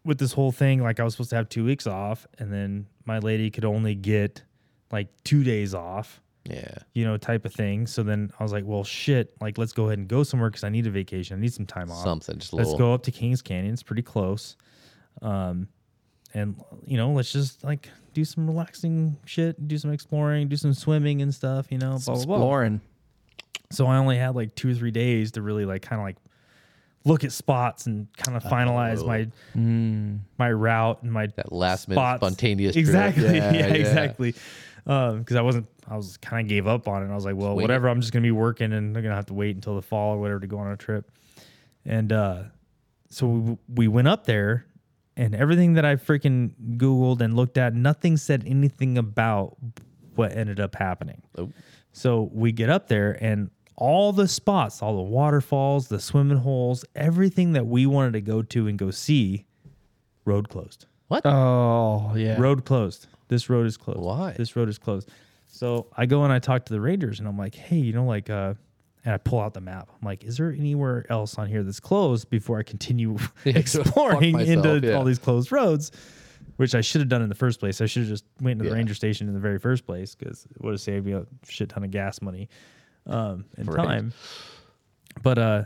Speaker 3: with this whole thing, like I was supposed to have two weeks off, and then my lady could only get like two days off,
Speaker 1: Yeah.
Speaker 3: you know, type of thing. So then I was like, well, shit, like let's go ahead and go somewhere because I need a vacation. I need some time off.
Speaker 1: Something. Just a
Speaker 3: Let's
Speaker 1: little.
Speaker 3: go up to Kings Canyon. It's pretty close. Um, and you know, let's just like do some relaxing shit, do some exploring, do some swimming and stuff. You know, blah blah blah.
Speaker 2: Exploring.
Speaker 3: So I only had like two or three days to really like kind of like look at spots and kind of finalize
Speaker 1: Oh.
Speaker 3: my
Speaker 2: Mm.
Speaker 3: my route and my
Speaker 1: That last minute spontaneous trip.
Speaker 3: Exactly.
Speaker 1: Yeah,
Speaker 3: Yeah,
Speaker 1: yeah.
Speaker 3: exactly. Because I wasn't, I was kind of gave up on it. I was like, well,
Speaker 1: wait.
Speaker 3: whatever. I'm just gonna be working and I'm gonna have to wait until the fall or whatever to go on a trip. And uh, so we, we went up there, and everything that I freaking googled and looked at, nothing said anything about what ended up happening.
Speaker 1: Oh.
Speaker 3: So we get up there and all the spots, all the waterfalls, the swimming holes, everything that we wanted to go to and go see, road closed.
Speaker 2: Oh yeah.
Speaker 3: Road closed. This road is closed.
Speaker 1: Why?
Speaker 3: This road is closed. So I go and I talk to the Rangers and I'm like, hey, you know, like, uh, and I pull out the map. I'm like, is there anywhere else on here that's closed before I continue exploring
Speaker 1: fuck myself,
Speaker 3: into
Speaker 1: yeah.
Speaker 3: all these closed roads? Which I should have done in the first place. I should have just went to the
Speaker 1: Yeah.
Speaker 3: ranger station in the very first place because it would have saved me a shit ton of gas money um, and
Speaker 1: Right.
Speaker 3: time. But uh,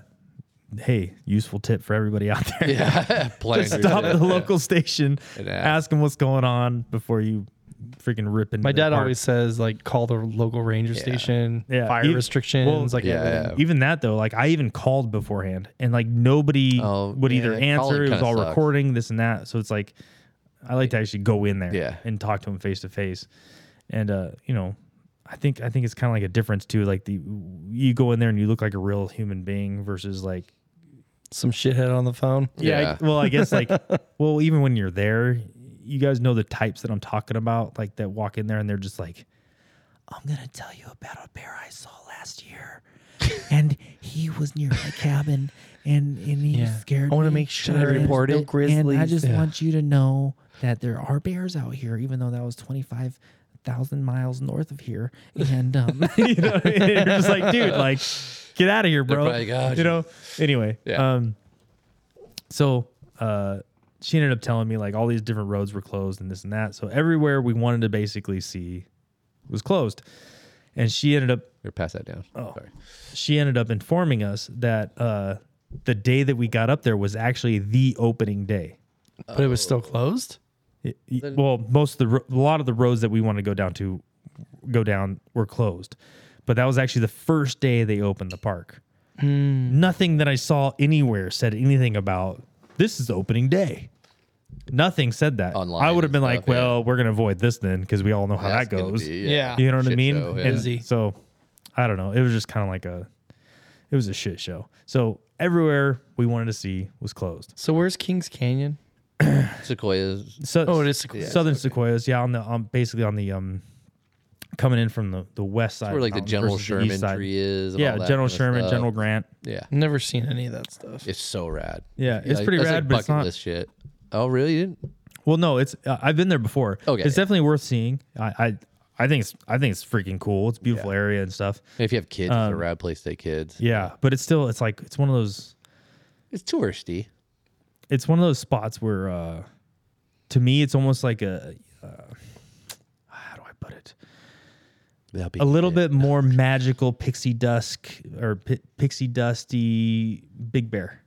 Speaker 3: hey, useful tip for everybody out there
Speaker 1: Yeah. Plan
Speaker 3: just
Speaker 1: your
Speaker 3: stop
Speaker 1: shit.
Speaker 3: at the local station,
Speaker 1: And
Speaker 3: ask.
Speaker 1: ask.
Speaker 3: them what's going on before you freaking rip into
Speaker 2: My
Speaker 3: their
Speaker 2: dad
Speaker 3: park.
Speaker 2: always says like call the local ranger station.
Speaker 3: Yeah.
Speaker 2: Fire
Speaker 3: Even-
Speaker 2: restrictions.
Speaker 3: well,
Speaker 2: like
Speaker 1: Yeah,
Speaker 2: everything.
Speaker 1: yeah.
Speaker 3: Even that though, like I even called beforehand, and like nobody
Speaker 1: Oh,
Speaker 3: would either
Speaker 1: yeah, calling
Speaker 3: answer. It was
Speaker 1: kinda
Speaker 3: all
Speaker 1: sucks.
Speaker 3: recording, this and that. So it's like I like to actually go in there,
Speaker 1: Yeah.
Speaker 3: and talk to them face to face, and uh, you know, I think I think it's kind of like a difference too. Like the you go in there and you look like a real human being versus like
Speaker 2: Some shithead on the phone.
Speaker 3: Yeah.
Speaker 1: Yeah.
Speaker 3: I, well, I guess like, well, even when you're there, you guys know the types that I'm talking about, like that walk in there and they're just like, I'm gonna tell you about a bear I saw last year, and he was near my cabin, and and he
Speaker 2: Yeah.
Speaker 3: scared.
Speaker 2: I wanna
Speaker 3: me,
Speaker 2: make sure I
Speaker 3: and-
Speaker 2: report it.
Speaker 3: and- And I
Speaker 2: Grizzlies."
Speaker 3: just
Speaker 2: Yeah.
Speaker 3: want you to know that there are bears out here, even though that was 25 thousand miles north of here, and um, you know, what I mean? you're just like, dude, like, get out of here, bro.
Speaker 1: probably got
Speaker 3: you
Speaker 1: you.
Speaker 3: know. Anyway,
Speaker 1: Yeah.
Speaker 3: um, so uh, she ended up telling me like all these different roads were closed and this and that. So everywhere we wanted to basically see was closed, and she ended up
Speaker 1: Here, pass that down. Oh. Sorry.
Speaker 3: she ended up informing us that uh, the day that we got up there was actually the opening day.
Speaker 2: But it was still closed.
Speaker 3: Y- y- well, most of the ro- a lot of the roads that we want to go down to go down were closed, but that was actually the first day they opened the park.
Speaker 1: Hmm.
Speaker 3: Nothing that I saw anywhere said anything about this is opening day. Nothing said that.
Speaker 1: Online
Speaker 3: I would have
Speaker 1: and
Speaker 3: been
Speaker 1: stuff,
Speaker 3: like,
Speaker 1: yeah.
Speaker 3: "Well, we're gonna avoid this then because we all know how
Speaker 1: That's
Speaker 3: that
Speaker 1: gonna
Speaker 3: goes."
Speaker 1: be,
Speaker 2: Yeah.
Speaker 3: You know what I
Speaker 1: Shit
Speaker 3: mean?
Speaker 1: show, yeah.
Speaker 3: And
Speaker 2: Busy.
Speaker 3: So I don't know. It was just kind of like a, it was a shit show. So everywhere we wanted to see was closed.
Speaker 2: So where's Kings Canyon?
Speaker 1: Sequoias.
Speaker 3: So
Speaker 2: Oh, it is Sequoia.
Speaker 3: southern sequoias. Yeah, on the on basically on the um, coming in from the the west side.
Speaker 1: Where like the
Speaker 3: mountain
Speaker 1: General
Speaker 3: versus the east
Speaker 1: Sherman
Speaker 3: side.
Speaker 1: tree is. and
Speaker 3: Yeah,
Speaker 1: all that
Speaker 3: General
Speaker 1: kinda
Speaker 3: Sherman,
Speaker 1: stuff.
Speaker 3: General Grant.
Speaker 1: Yeah.
Speaker 2: Never seen any of that stuff.
Speaker 1: It's so rad.
Speaker 3: Yeah, it's
Speaker 1: Like,
Speaker 3: pretty
Speaker 1: that's
Speaker 3: rad,
Speaker 1: like
Speaker 3: but it's
Speaker 1: bucket
Speaker 3: not-
Speaker 1: list shit. Oh, really? You didn't?
Speaker 3: Well, no, it's uh, I've been there before.
Speaker 1: Okay,
Speaker 3: it's
Speaker 1: yeah.
Speaker 3: definitely worth seeing. I, I I think it's I think it's freaking cool. It's a beautiful area and stuff.
Speaker 1: If you have kids, it's
Speaker 3: Um,
Speaker 1: a rad place to take kids.
Speaker 3: Yeah, but it's still it's like it's one of those
Speaker 1: It's touristy.
Speaker 3: it's one of those spots where uh to me it's almost like a uh, how do i put it
Speaker 1: That'll be
Speaker 3: a little
Speaker 1: it.
Speaker 3: bit more magical pixie dusk or pi pixie dusty big bear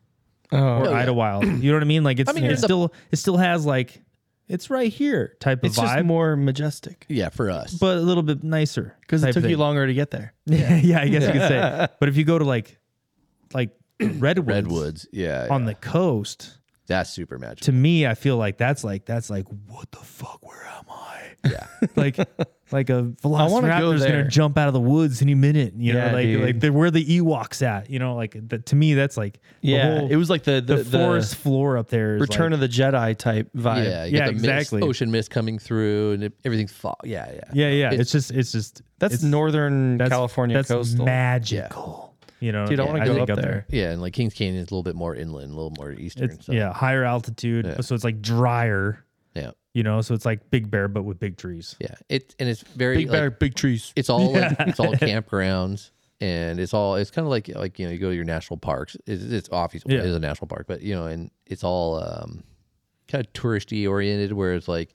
Speaker 2: Oh,
Speaker 3: or
Speaker 1: yeah.
Speaker 3: Idlewild. you know what i mean like it's
Speaker 1: mean,
Speaker 3: it
Speaker 1: it's a-
Speaker 3: still it still has like it's right here type of
Speaker 2: it's just
Speaker 3: vibe
Speaker 2: more majestic
Speaker 1: Yeah, for us.
Speaker 3: but a little bit nicer
Speaker 2: because it
Speaker 3: type
Speaker 2: took you
Speaker 3: thing.
Speaker 2: longer to get there.
Speaker 3: yeah, yeah i guess you could say but if you go to like like redwoods,
Speaker 1: Redwoods. Yeah.
Speaker 3: on
Speaker 1: yeah.
Speaker 3: the coast
Speaker 1: That's super magical.
Speaker 3: to me, I feel like that's like that's like what the fuck? Where am I?
Speaker 1: Yeah.
Speaker 3: like like a velociraptor's
Speaker 2: there.
Speaker 3: gonna jump out of the woods any minute. You know,
Speaker 2: Yeah,
Speaker 3: like
Speaker 2: dude.
Speaker 3: like the, where the Ewoks at. You know, like the, to me, that's like the whole-
Speaker 2: it was like the
Speaker 3: the, forest floor up there. Is
Speaker 2: Return of the Jedi type vibe.
Speaker 1: Yeah, you
Speaker 3: yeah,
Speaker 1: got the mist-
Speaker 3: exactly.
Speaker 1: ocean mist coming through and it, everything fall. Yeah, yeah.
Speaker 3: yeah, yeah. It's, just it's just
Speaker 2: that's
Speaker 3: it's,
Speaker 2: northern
Speaker 3: that's-
Speaker 2: California
Speaker 3: that's
Speaker 2: coastal.
Speaker 3: magical. You know,
Speaker 2: Dude, I
Speaker 3: Yeah,
Speaker 2: want to go
Speaker 3: think
Speaker 2: up, there.
Speaker 1: Yeah, and like Kings Canyon is a little bit more inland, a little more eastern.
Speaker 3: It's
Speaker 1: so,
Speaker 3: yeah, higher altitude,
Speaker 1: Yeah.
Speaker 3: so it's like drier.
Speaker 1: yeah,
Speaker 3: You know, so it's like Big Bear, but with big trees.
Speaker 1: yeah. It and it's very
Speaker 2: Big
Speaker 1: like,
Speaker 2: bear, big trees.
Speaker 1: It's all like, it's all campgrounds, and it's all it's kind of like like you know you go to your national parks. It's, it's obviously
Speaker 3: Yeah.
Speaker 1: it is a national park, but you know, and it's all um kind of touristy oriented, where it's like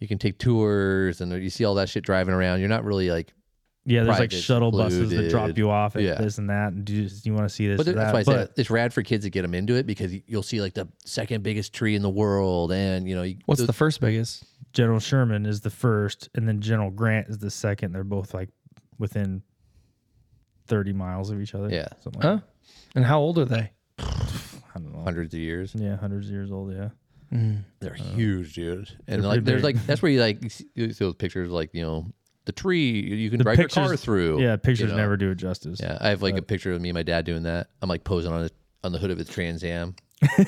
Speaker 1: you can take tours and you see all that shit driving around. You're not really like,
Speaker 3: Yeah, there's like
Speaker 1: Private
Speaker 3: shuttle buses that drop
Speaker 1: included.
Speaker 3: you off at
Speaker 1: Yeah.
Speaker 3: this and that, and you, just- you want to see this.
Speaker 1: but
Speaker 3: or
Speaker 1: that's
Speaker 3: that.
Speaker 1: why I
Speaker 3: but
Speaker 1: say it's rad for kids to get them into it because you'll see like the second biggest tree in the world, and you know, you,
Speaker 2: What's the first biggest?
Speaker 3: General Sherman is the first, and then General Grant is the second. They're both like within thirty miles of each other.
Speaker 1: Yeah.
Speaker 3: something
Speaker 2: Huh?
Speaker 3: like
Speaker 2: And how old are they?
Speaker 3: that. I don't know.
Speaker 1: hundreds of years.
Speaker 3: Yeah, hundreds of years old. Yeah,
Speaker 1: They're huge, dude. And
Speaker 3: Oh. They're
Speaker 1: like,
Speaker 3: pretty
Speaker 1: there's
Speaker 3: big.
Speaker 1: like, that's where you like you see those pictures, of, like you know, the tree you can
Speaker 3: The
Speaker 1: drive your car
Speaker 3: pictures-
Speaker 1: through.
Speaker 3: yeah. Pictures
Speaker 1: know.
Speaker 3: never do it justice.
Speaker 1: Yeah, I have like a picture of me and my dad doing that. I'm like posing on the on the hood of his Trans Am.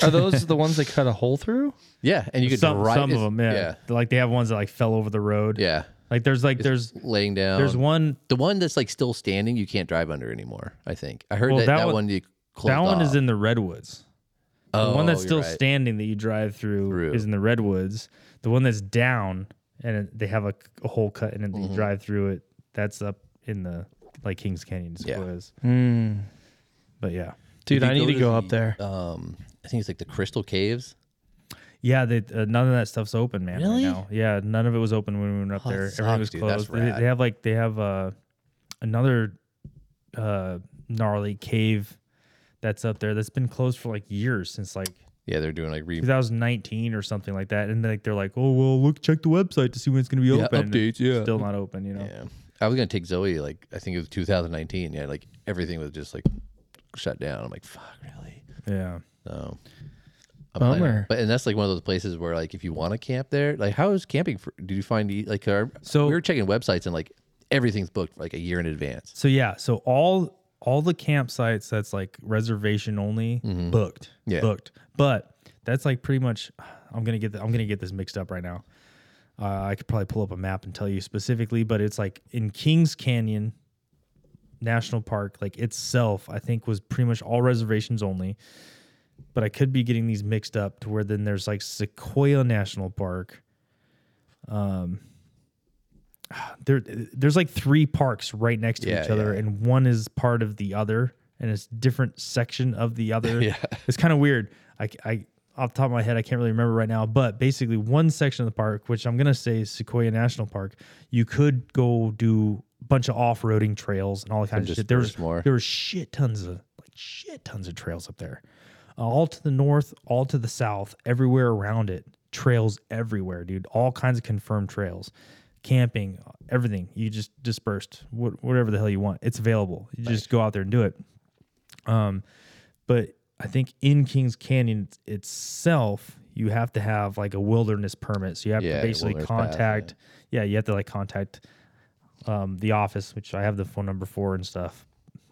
Speaker 2: Are those the ones that cut a hole through?
Speaker 1: Yeah, and you could
Speaker 3: some
Speaker 1: drive
Speaker 3: some of
Speaker 1: it's-
Speaker 3: them. Yeah.
Speaker 1: yeah,
Speaker 3: like they have ones that like fell over the road.
Speaker 1: yeah.
Speaker 3: like there's like there's
Speaker 1: Laying down.
Speaker 3: there's one
Speaker 1: the one that's like still standing. You can't drive under anymore. I think I heard
Speaker 3: Well,
Speaker 1: that,
Speaker 3: that
Speaker 1: that
Speaker 3: one-
Speaker 1: one. you closed
Speaker 3: that one is
Speaker 1: off.
Speaker 3: in the redwoods. The
Speaker 1: Oh,
Speaker 3: one that's
Speaker 1: you're
Speaker 3: still
Speaker 1: right.
Speaker 3: standing that you drive through,
Speaker 1: Through.
Speaker 3: is in the redwoods. The one that's down and it- they have a, a hole cut in it that
Speaker 1: Mm-hmm.
Speaker 3: you drive through it. That's up in the like Kings Canyon
Speaker 1: Yeah.
Speaker 3: Squares.
Speaker 2: Mm.
Speaker 3: But yeah,
Speaker 2: Dude,
Speaker 1: If you
Speaker 2: I need to
Speaker 1: to
Speaker 2: go
Speaker 1: the,
Speaker 2: up there.
Speaker 1: Um, I think it's like the Crystal Caves.
Speaker 3: yeah. They, uh, none of that stuff's open, man.
Speaker 1: Really?
Speaker 3: Right now. Yeah, none of it was open when we went up
Speaker 1: Oh, that
Speaker 3: there.
Speaker 1: sucks,
Speaker 3: Everything was
Speaker 1: dude. That's
Speaker 3: closed. They,
Speaker 1: rad.
Speaker 3: they have like they have uh, another uh, gnarly cave that's up there that's been closed for like years since like
Speaker 1: Yeah, they're doing like re-
Speaker 3: 2019 or something like that. And like they're like, oh well, look, check the website to see when it's gonna be
Speaker 1: yeah,
Speaker 3: open. And
Speaker 1: updates. Yeah,
Speaker 3: Still not open, you know.
Speaker 1: yeah. I was gonna take Zoe. Like I think it was 2019. Yeah, like everything was just like shut down. I'm like, fuck, really?
Speaker 3: Yeah.
Speaker 1: So I'm planning-
Speaker 2: Bummer.
Speaker 1: But and that's like one of those places where like if you want to camp there, like how is camping? For, did you find e- like our,
Speaker 3: So-
Speaker 1: we were checking websites and like everything's booked like a year in advance.
Speaker 3: So yeah, so all all the campsites that's like reservation only booked.
Speaker 1: Mm-hmm. Yeah.
Speaker 3: Booked. But that's like pretty much I'm gonna get the, I'm gonna get this mixed up right now. Uh, I could probably pull up a map and tell you specifically, but it's like in Kings Canyon National Park, like itself, I think was pretty much all reservations only. But I could be getting these mixed up to where then there's like Sequoia National Park. Um, there there's like three parks right next to
Speaker 1: Yeah,
Speaker 3: each other
Speaker 1: yeah.
Speaker 3: and one is part of the other and it's different section of the other it's kind of weird I, I off the top of my head i can't really remember right now but basically one section of the park which i'm going to say is sequoia national park you could go do a bunch of off-roading trails and all that kind of
Speaker 1: just
Speaker 3: shit there was
Speaker 1: there's more.
Speaker 3: there was shit tons of like shit tons of trails up there Uh, all to the north all to the south everywhere around it trails everywhere dude all kinds of confirmed trails camping everything you just dispersed what, whatever the hell you want it's available you just go out there and do it um but i think in kings canyon itself you have to have like a wilderness permit so you have
Speaker 1: Yeah,
Speaker 3: to basically
Speaker 1: wilderness path,
Speaker 3: contact yeah you have to like contact um, the office, which I have the phone number for and stuff.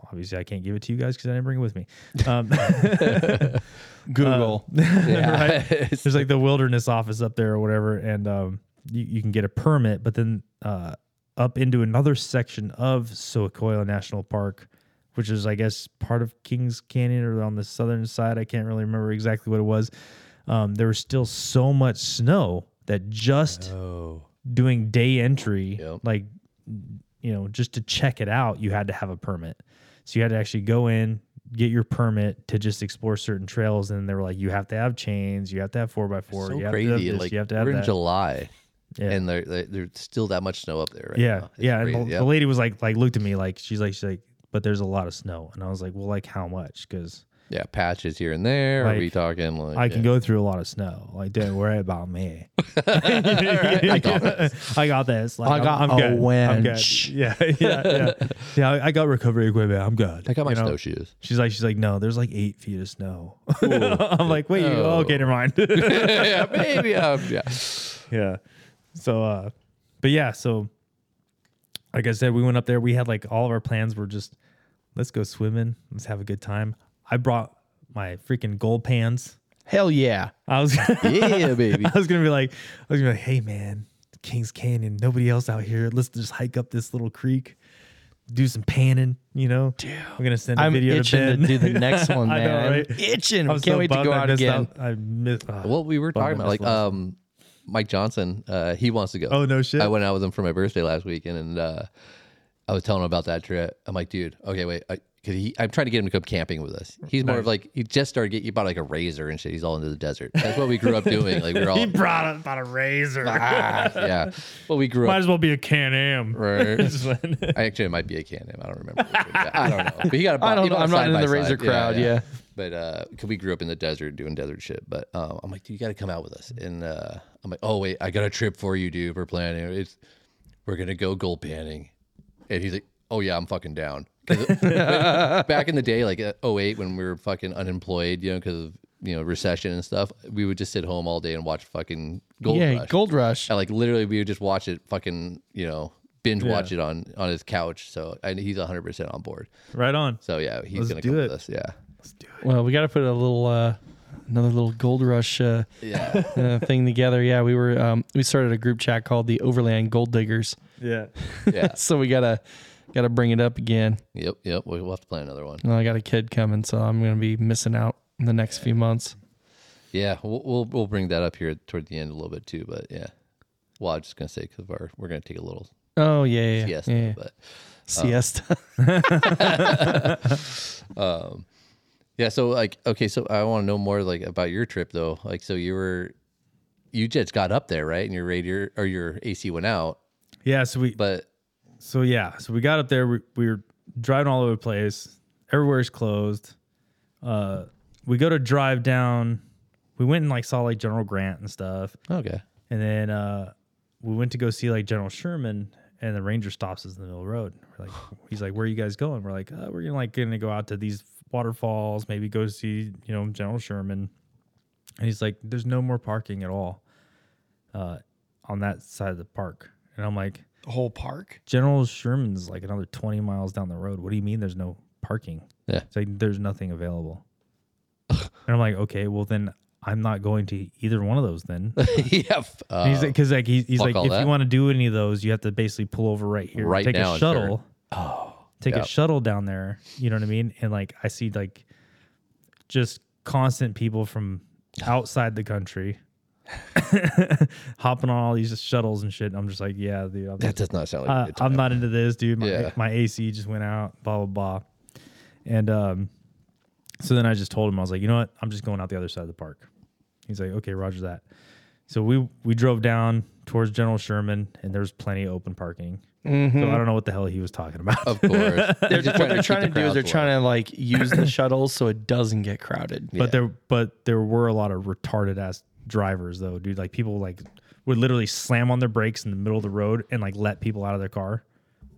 Speaker 3: Obviously, I can't give it to you guys because I didn't bring it with me. Um,
Speaker 2: Google.
Speaker 1: Yeah.
Speaker 3: there's like the wilderness office up there or whatever, and um, you, you can get a permit, but then uh, up into another section of Sequoia National Park, which is, I guess, part of Kings Canyon or on the southern side. I can't really remember exactly what it was. Um, there was still so much snow that just
Speaker 1: oh,
Speaker 3: doing day entry,
Speaker 1: Yep.
Speaker 3: like you know, just to check it out, you had to have a permit. So you had to actually go in, get your permit to just explore certain trails, and they were like, you have to have chains, you have to have four by four,
Speaker 1: so
Speaker 3: you have to have
Speaker 1: crazy.
Speaker 3: this,
Speaker 1: like
Speaker 3: you have to have
Speaker 1: we're in
Speaker 3: that.
Speaker 1: July,
Speaker 3: Yeah.
Speaker 1: and there, there- there's still that much snow up there. Right
Speaker 3: yeah,
Speaker 1: now. It's
Speaker 3: yeah.
Speaker 1: crazy.
Speaker 3: And the, the lady was like, like looked at me like she's like, she's like, but there's a lot of snow, and I was like, well, like how much? Because
Speaker 1: yeah, patches here and there. Are we
Speaker 3: Like,
Speaker 1: talking like
Speaker 3: I can
Speaker 1: yeah.
Speaker 3: go through a lot of snow. Like, don't worry about me.
Speaker 1: I got
Speaker 3: I got this. Like,
Speaker 2: I
Speaker 3: I'm-
Speaker 2: got
Speaker 3: I'm,
Speaker 2: a
Speaker 3: good. I'm
Speaker 2: winch.
Speaker 3: good. Yeah, yeah, yeah. yeah I- I got recovery equipment. I'm good.
Speaker 1: I got my
Speaker 3: You know?
Speaker 1: snowshoes.
Speaker 3: She's like, she's like, no, there's like eight feet of snow. I'm like, wait, you-
Speaker 1: Oh.
Speaker 3: okay, never mind.
Speaker 1: yeah, maybe. Um, yeah,
Speaker 3: yeah. So, uh, but yeah, so like I said, we went up there. We had like all of our plans were just let's go swimming, let's have a good time. I brought my freaking gold pans.
Speaker 2: Hell yeah.
Speaker 3: I was
Speaker 1: yeah, baby.
Speaker 3: I was gonna be like, I was gonna be like, hey man, Kings Canyon, nobody else out here. Let's just hike up this little creek, do some panning. You know, I'm gonna send a
Speaker 2: I'm
Speaker 3: video
Speaker 2: itching
Speaker 3: to
Speaker 2: to
Speaker 3: Ben.
Speaker 2: do the next one,
Speaker 3: I
Speaker 2: man.
Speaker 3: know,
Speaker 2: I'm
Speaker 3: right?
Speaker 2: Itching.
Speaker 3: I'm
Speaker 2: Can't wait to
Speaker 3: bummed
Speaker 2: go
Speaker 3: I
Speaker 2: out
Speaker 3: missed
Speaker 2: again.
Speaker 3: out. I miss. ah.
Speaker 1: What we were talking
Speaker 3: Bummer
Speaker 1: about, like
Speaker 3: this last
Speaker 1: um, Mike Johnson, uh, he wants to go.
Speaker 3: Oh, no shit.
Speaker 1: I went out with him for my birthday last weekend, and uh, I was telling him about that trip. I'm like, dude, okay, wait, I, because he I'm trying to get him to come camping with us. He's more of like he just started getting he bought like a razor and shit. He's all into the desert. That's what we grew up doing. Like we we're all
Speaker 3: brought up on a razor.
Speaker 1: ah, yeah. Well, we grew
Speaker 3: Might
Speaker 1: up.
Speaker 3: as well be a Can Am.
Speaker 1: Right.
Speaker 3: Just went-
Speaker 1: I actually it might be a can Am. I don't remember. which one. Yeah, I don't know. But he got a
Speaker 2: I don't
Speaker 1: he
Speaker 2: know.
Speaker 1: bought
Speaker 2: I'm not
Speaker 1: side
Speaker 2: in
Speaker 1: by
Speaker 2: the
Speaker 1: side.
Speaker 2: razor crowd, yeah.
Speaker 1: But uh, 'cause we grew up in the desert doing desert shit. But um, I'm like, dude, you got to come out with us. And uh, I'm like, oh wait, I got a trip for you, dude. We're planning. It's we're gonna go gold panning. And he's like, oh yeah, I'm fucking down. 'Cause- but back in the day, like uh, 08, when we were fucking unemployed, you know, because of you know recession and stuff, we would just sit home all day and watch fucking gold
Speaker 2: yeah,
Speaker 1: rush.
Speaker 2: Gold Rush.
Speaker 1: I like literally we would just watch it fucking, you know, binge watch it on on his couch. So and he's 100% on board.
Speaker 3: right on.
Speaker 1: So yeah, he's
Speaker 3: Let's
Speaker 1: going to
Speaker 3: do
Speaker 1: come
Speaker 3: it.
Speaker 1: with us. Yeah.
Speaker 2: Well, we got to put a little, uh, another little Gold Rush uh,
Speaker 1: Yeah.
Speaker 2: uh, thing together. Yeah, we were, um, we started a group chat called the Overland Gold Diggers.
Speaker 3: Yeah.
Speaker 1: Yeah.
Speaker 2: So we gotta, gotta bring it up again.
Speaker 1: yep, yep. We'll we'll have to plan another one.
Speaker 2: And I got a kid coming, so I'm gonna be missing out in the next few months.
Speaker 1: Yeah, we'll we'll, we'll bring that up here toward the end a little bit too, but yeah. Well, I was just going to say cuz we're we're going to take a little
Speaker 2: Oh yeah, yeah, yeah,
Speaker 1: yes,
Speaker 2: yeah, yeah.
Speaker 1: but
Speaker 2: siesta.
Speaker 1: yeah, so like okay, so I want to know more like about your trip though. Like so you were you just got up there, right? And your radiator or your AC went out,
Speaker 3: Yeah. So we,
Speaker 1: but
Speaker 3: so yeah, so we got up there. We, we were driving all over the place. Everywhere's closed. Uh, we go to drive down. We went and like saw like General Grant and stuff,
Speaker 1: okay.
Speaker 3: and then uh, we went to go see like General Sherman, and the ranger stops us in the middle of the road. We're like, he's like, "Where are you guys going?" We're like, uh, "We're gonna like gonna go out to these waterfalls, maybe go see you know General Sherman." And he's like, "There's no more parking at all uh, on that side of the park," and I'm like.
Speaker 2: The whole park.
Speaker 3: General Sherman's like another 20 miles down the road. What do you mean there's no parking?
Speaker 1: Yeah.
Speaker 3: It's like there's nothing available. and I'm like, okay, well then I'm not going to either one of those then. And
Speaker 1: yeah. f- Uh,
Speaker 3: he's like, cause like he's, he's
Speaker 1: fuck
Speaker 3: like,
Speaker 1: all
Speaker 3: if
Speaker 1: that.
Speaker 3: you want to do any of those, you have to basically pull over right here,
Speaker 1: Right
Speaker 3: take
Speaker 1: now
Speaker 3: a
Speaker 1: and turn.
Speaker 3: shuttle, oh, take
Speaker 1: yeah.
Speaker 3: a shuttle down there. You know what I mean? And like, I see like just constant people from outside the country hopping on all these shuttles and shit. And I'm just like, yeah, dude, I'm
Speaker 1: that does not sound like a
Speaker 3: uh,
Speaker 1: good time.
Speaker 3: I'm not into this, dude. My,
Speaker 1: Yeah.
Speaker 3: my AC just went out, blah, blah, blah. And um, so then I just told him, I was like, you know what? I'm just going out the other side of the park. He's like, okay, roger that. So we, we drove down towards General Sherman, and there's plenty of open parking.
Speaker 1: Mm-hmm.
Speaker 3: So I don't know what the hell he was talking about.
Speaker 1: Of course.
Speaker 2: They're, what they're trying to do is they're trying to like use the shuttles so it doesn't get crowded.
Speaker 3: But there, but there were a lot of retarded ass drivers though, dude. Like people like would literally slam on their brakes in the middle of the road and like let people out of their car,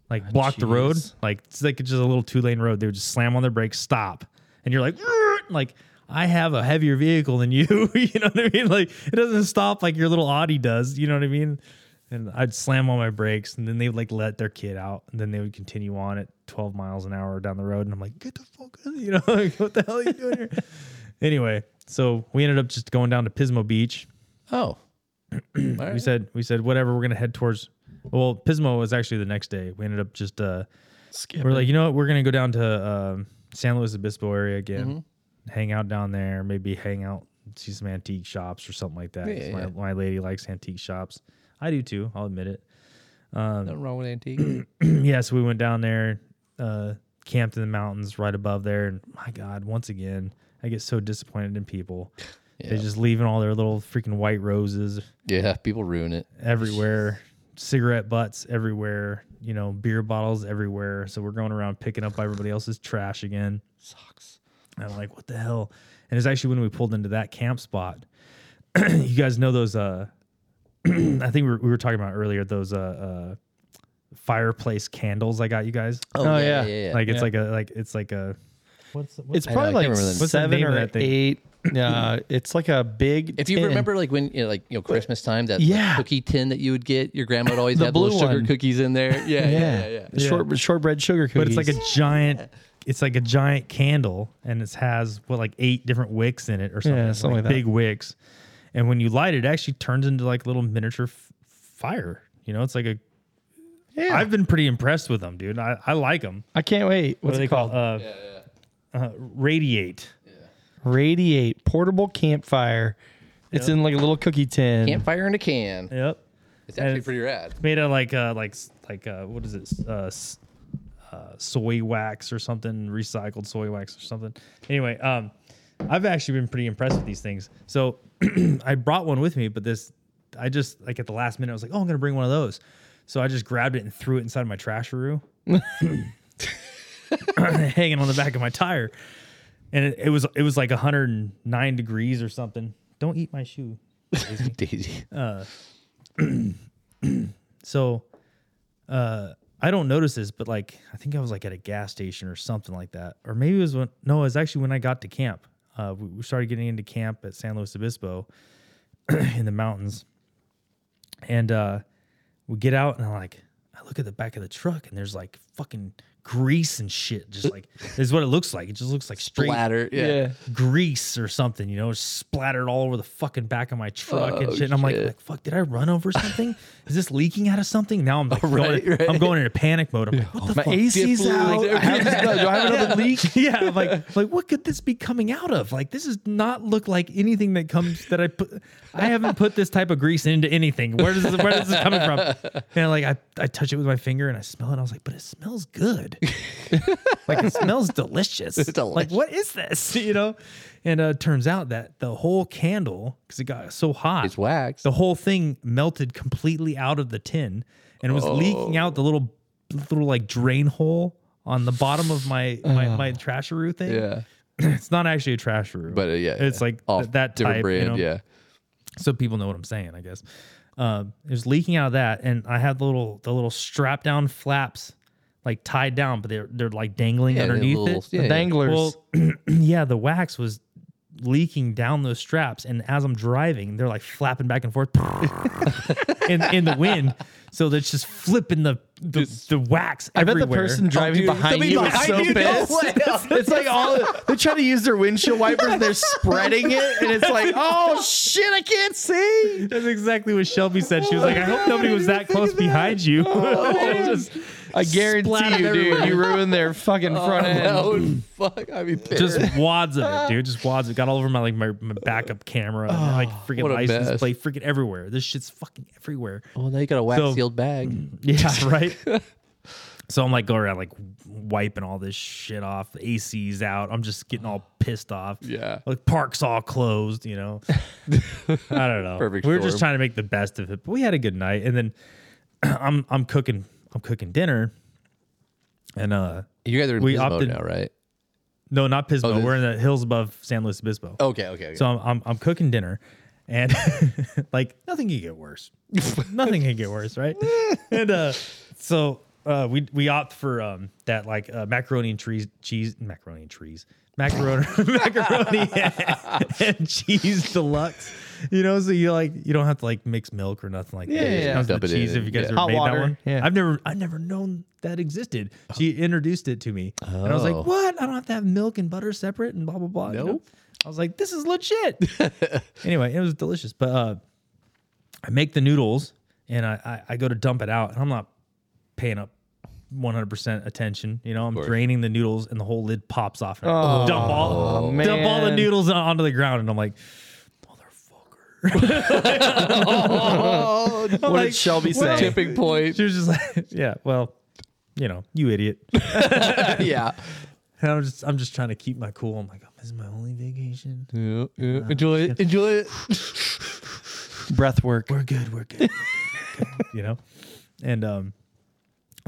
Speaker 3: like block the road.
Speaker 2: jeez.
Speaker 3: Like it's like just a little two lane road. They would just slam on their brakes, stop, and you're like, "Grr," like I have a heavier vehicle than you. you know what I mean? Like it doesn't stop like your little Audi does. You know what I mean? And I'd slam on my brakes, and then they would like let their kid out, and then they would continue on at 12 miles an hour down the road. And I'm like, get the fuck out of here. You know, like, what the hell are you doing here? anyway, so we ended up just going down to Pismo Beach.
Speaker 1: Oh.
Speaker 3: We said we said whatever we're gonna head towards. Well, Pismo was actually the next day. We ended up just uh,
Speaker 2: Skip.
Speaker 3: we're like you know what we're gonna go down to um, San Luis Obispo area again,
Speaker 1: Mm-hmm.
Speaker 3: hang out down there, maybe hang out see some antique shops or something like that.
Speaker 1: Yeah, yeah,
Speaker 3: my,
Speaker 1: yeah.
Speaker 3: my lady likes antique shops. I do too. I'll admit it. Um,
Speaker 1: Nothing wrong with antique.
Speaker 3: yeah, so we went down there, uh, camped in the mountains right above there, and my God, once again, I get so disappointed in people. They're just leaving all their little freaking white roses
Speaker 1: yeah, people ruin it.
Speaker 3: everywhere, cigarette butts everywhere, you know, beer bottles everywhere. So we're going around picking up everybody else's trash again.
Speaker 1: Sucks.
Speaker 3: And I'm like, what the hell? And it's actually when we pulled into that camp spot. you guys know those uh I think we were, we were talking about earlier those uh uh fireplace candles I got you guys.
Speaker 2: Oh,
Speaker 1: yeah,
Speaker 2: yeah.
Speaker 1: yeah, yeah.
Speaker 3: Like it's
Speaker 2: Yeah.
Speaker 3: like a like it's like a what's the,
Speaker 2: it's
Speaker 1: I know, I
Speaker 2: probably
Speaker 1: can't
Speaker 2: like
Speaker 1: remember the-
Speaker 3: What's the
Speaker 2: seven
Speaker 3: name of
Speaker 2: or
Speaker 3: that thing?
Speaker 2: eight. Yeah, it's like a big.
Speaker 1: if you
Speaker 2: tin.
Speaker 1: remember, like when you know, like you know Christmas time, that like,
Speaker 2: Yeah.
Speaker 1: cookie tin that you would get, your grandma would always
Speaker 2: The
Speaker 1: have little
Speaker 2: blue
Speaker 1: sugar
Speaker 2: one.
Speaker 1: cookies in there. Yeah, yeah, yeah. yeah.
Speaker 2: The short shortbread sugar
Speaker 3: but
Speaker 2: cookies.
Speaker 3: it's like a giant it's like a giant candle and it has what like eight different wicks in it or something,
Speaker 2: Yeah, something like that.
Speaker 3: big wicks and when you light it, it actually turns into like little miniature f- fire you know it's like a
Speaker 2: Yeah.
Speaker 3: i've been pretty impressed with them dude i, I like them
Speaker 2: I can't wait. What's it called?
Speaker 3: uh, Uh, radiate
Speaker 2: Radiate portable campfire. It's in like a little cookie tin.
Speaker 1: Campfire in a can.
Speaker 3: yep
Speaker 1: It's actually
Speaker 3: it's-
Speaker 1: pretty rad.
Speaker 3: made out of like uh like s- like uh what is it S- uh s- uh, soy wax or something, recycled soy wax or something. Anyway, um, I've actually been pretty impressed with these things. So I brought one with me, but this, I just like at the last minute, I was like, oh, I'm gonna bring one of those. So I just grabbed it and threw it inside my trasheroo, hanging on the back of my tire, and it, it was it was like 109 degrees or something. Don't eat my shoe.
Speaker 1: Daisy.
Speaker 3: Uh, So uh I don't notice this, but like I think I was like at a gas station or something like that. Or maybe it was when no, it was actually when I got to camp. Uh we, we started getting into camp at San Luis Obispo in the mountains. And uh we get out and I'm like I look at the back of the truck and there's like fucking grease and shit. Just like this is what it looks like. It just looks like straight
Speaker 1: Bladder. Yeah.
Speaker 3: grease or something, you know, splattered all over the fucking back of my truck and
Speaker 1: Oh,
Speaker 3: shit. And I'm like,
Speaker 1: shit.
Speaker 3: like, fuck, did I run over something? Is this leaking out of something? Now I'm like,
Speaker 1: right,
Speaker 3: going,
Speaker 1: Oh, right.
Speaker 3: I'm going into panic mode. I'm like, what the
Speaker 1: My
Speaker 3: fuck?
Speaker 1: AC's out.
Speaker 3: Like,
Speaker 1: I have this-
Speaker 2: do I have another
Speaker 3: yeah.
Speaker 2: leak?
Speaker 3: yeah, I'm like, like what could this be coming out of? Like, this does not look like anything that comes that I put. I haven't put this type of grease into anything. Where does this, where is this coming from? And like, I I touch it with my finger and I smell it. And I was like, but it smells good. like it smells delicious. Like
Speaker 1: delicious.
Speaker 3: what is this? You know. And uh, turns out that the whole candle, because it got so hot,
Speaker 1: It's wax.
Speaker 3: the whole thing melted completely out of the tin and was leaking out the little little like drain hole on the bottom of my my, my trasheroo thing.
Speaker 1: Yeah.
Speaker 3: It's not actually a trasheroo.
Speaker 1: But uh, yeah.
Speaker 3: it's
Speaker 1: yeah.
Speaker 3: like th-
Speaker 1: Off
Speaker 3: that
Speaker 1: different
Speaker 3: type,
Speaker 1: brand.
Speaker 3: you know?
Speaker 1: Yeah.
Speaker 3: so people know what I'm saying, I guess. Um, it was leaking out of that, and I had the little the little strap down flaps like tied down, but they're they're like dangling
Speaker 1: Yeah, the
Speaker 3: underneath
Speaker 1: little-
Speaker 3: it.
Speaker 1: yeah, yeah.
Speaker 2: Danglers.
Speaker 3: Well, yeah, the wax was leaking down those straps, and as I'm driving, they're like flapping back and forth in in the wind. So that's just flipping the the, the wax
Speaker 2: I bet
Speaker 3: everywhere.
Speaker 2: the person driving
Speaker 1: Oh, dude,
Speaker 2: behind
Speaker 1: somebody
Speaker 2: you is
Speaker 1: behind
Speaker 2: so
Speaker 1: you, no
Speaker 2: pissed.
Speaker 1: way.
Speaker 2: it's like all they try to use their windshield wipers and they're spreading it, and it's like, oh shit, I can't see.
Speaker 3: That's exactly what Shelby said. She was like, "I hope nobody was that close behind you." Just-
Speaker 2: I guarantee
Speaker 3: Splattered
Speaker 2: you, dude,
Speaker 3: everywhere.
Speaker 2: you ruined their fucking
Speaker 1: Oh,
Speaker 2: front end.
Speaker 1: That would fuck. I mean,
Speaker 3: just wads of it, dude. Just wads. It got all over my like my, my backup camera, and, like freaking
Speaker 1: what a
Speaker 3: license
Speaker 1: mess.
Speaker 3: plate, freaking everywhere. This shit's fucking everywhere.
Speaker 1: well, Oh, now you got a wax
Speaker 3: So-
Speaker 1: sealed bag.
Speaker 3: Yeah, right. so I'm like going around like wiping all this shit off. The AC's out. I'm just getting all pissed off.
Speaker 1: Yeah.
Speaker 3: like parks all closed. You know, I don't know.
Speaker 1: Perfect
Speaker 3: We were just
Speaker 1: storm.
Speaker 3: trying to make the best of it, but we had a good night. And then I'm I'm cooking I'm cooking dinner, and uh
Speaker 1: You guys are in
Speaker 3: We
Speaker 1: Pismo
Speaker 3: opted-
Speaker 1: now, right?
Speaker 3: no, not Pismo.
Speaker 1: Oh, this-
Speaker 3: we're in the hills above San Luis Obispo.
Speaker 1: Okay. Okay. okay.
Speaker 3: So I'm, I'm, I'm cooking dinner and like nothing can get worse. nothing can get worse, right? and uh, so uh, we we opt for um, that like uh, macaroni and trees, cheese, macaroni and trees, macaroni, macaroni and, and cheese deluxe. You know, so you like you don't have to like mix milk or nothing like that.
Speaker 2: Yeah,
Speaker 3: It
Speaker 2: yeah.
Speaker 3: comes with
Speaker 1: Dump it
Speaker 3: cheese
Speaker 1: in and-
Speaker 3: if you guys
Speaker 1: yeah.
Speaker 3: ever
Speaker 2: Hot
Speaker 3: made
Speaker 2: water,
Speaker 3: that one.
Speaker 2: yeah.
Speaker 3: I've never I've never known that existed. She introduced it to me, and I
Speaker 1: Oh.
Speaker 3: was like, "What? I don't have to have milk and butter separate and blah blah blah." you know?
Speaker 1: Nope.
Speaker 3: I was like, "This is legit." anyway, it was delicious. But uh, I make the noodles and I, I I go to dump it out, and I'm not paying up 100% attention. You know, I'm
Speaker 1: course.
Speaker 3: draining the noodles, and the whole lid pops off. And
Speaker 2: Oh,
Speaker 3: I dump all dump all the
Speaker 2: man.
Speaker 3: noodles on- onto the ground, and I'm like,
Speaker 1: oh,
Speaker 2: What
Speaker 3: like,
Speaker 2: did Shelby
Speaker 3: well,
Speaker 2: say?
Speaker 1: tipping point.
Speaker 3: she was just like, "Yeah, well." You know, you idiot.
Speaker 1: yeah.
Speaker 3: And I'm just, I'm just trying to keep my cool. I'm like, "Oh, this is my only vacation.
Speaker 1: Yeah, yeah. Enjoy it. Enjoy it.
Speaker 2: Breath work.
Speaker 3: we're good, we're good, we're good, we're good, you know. And um,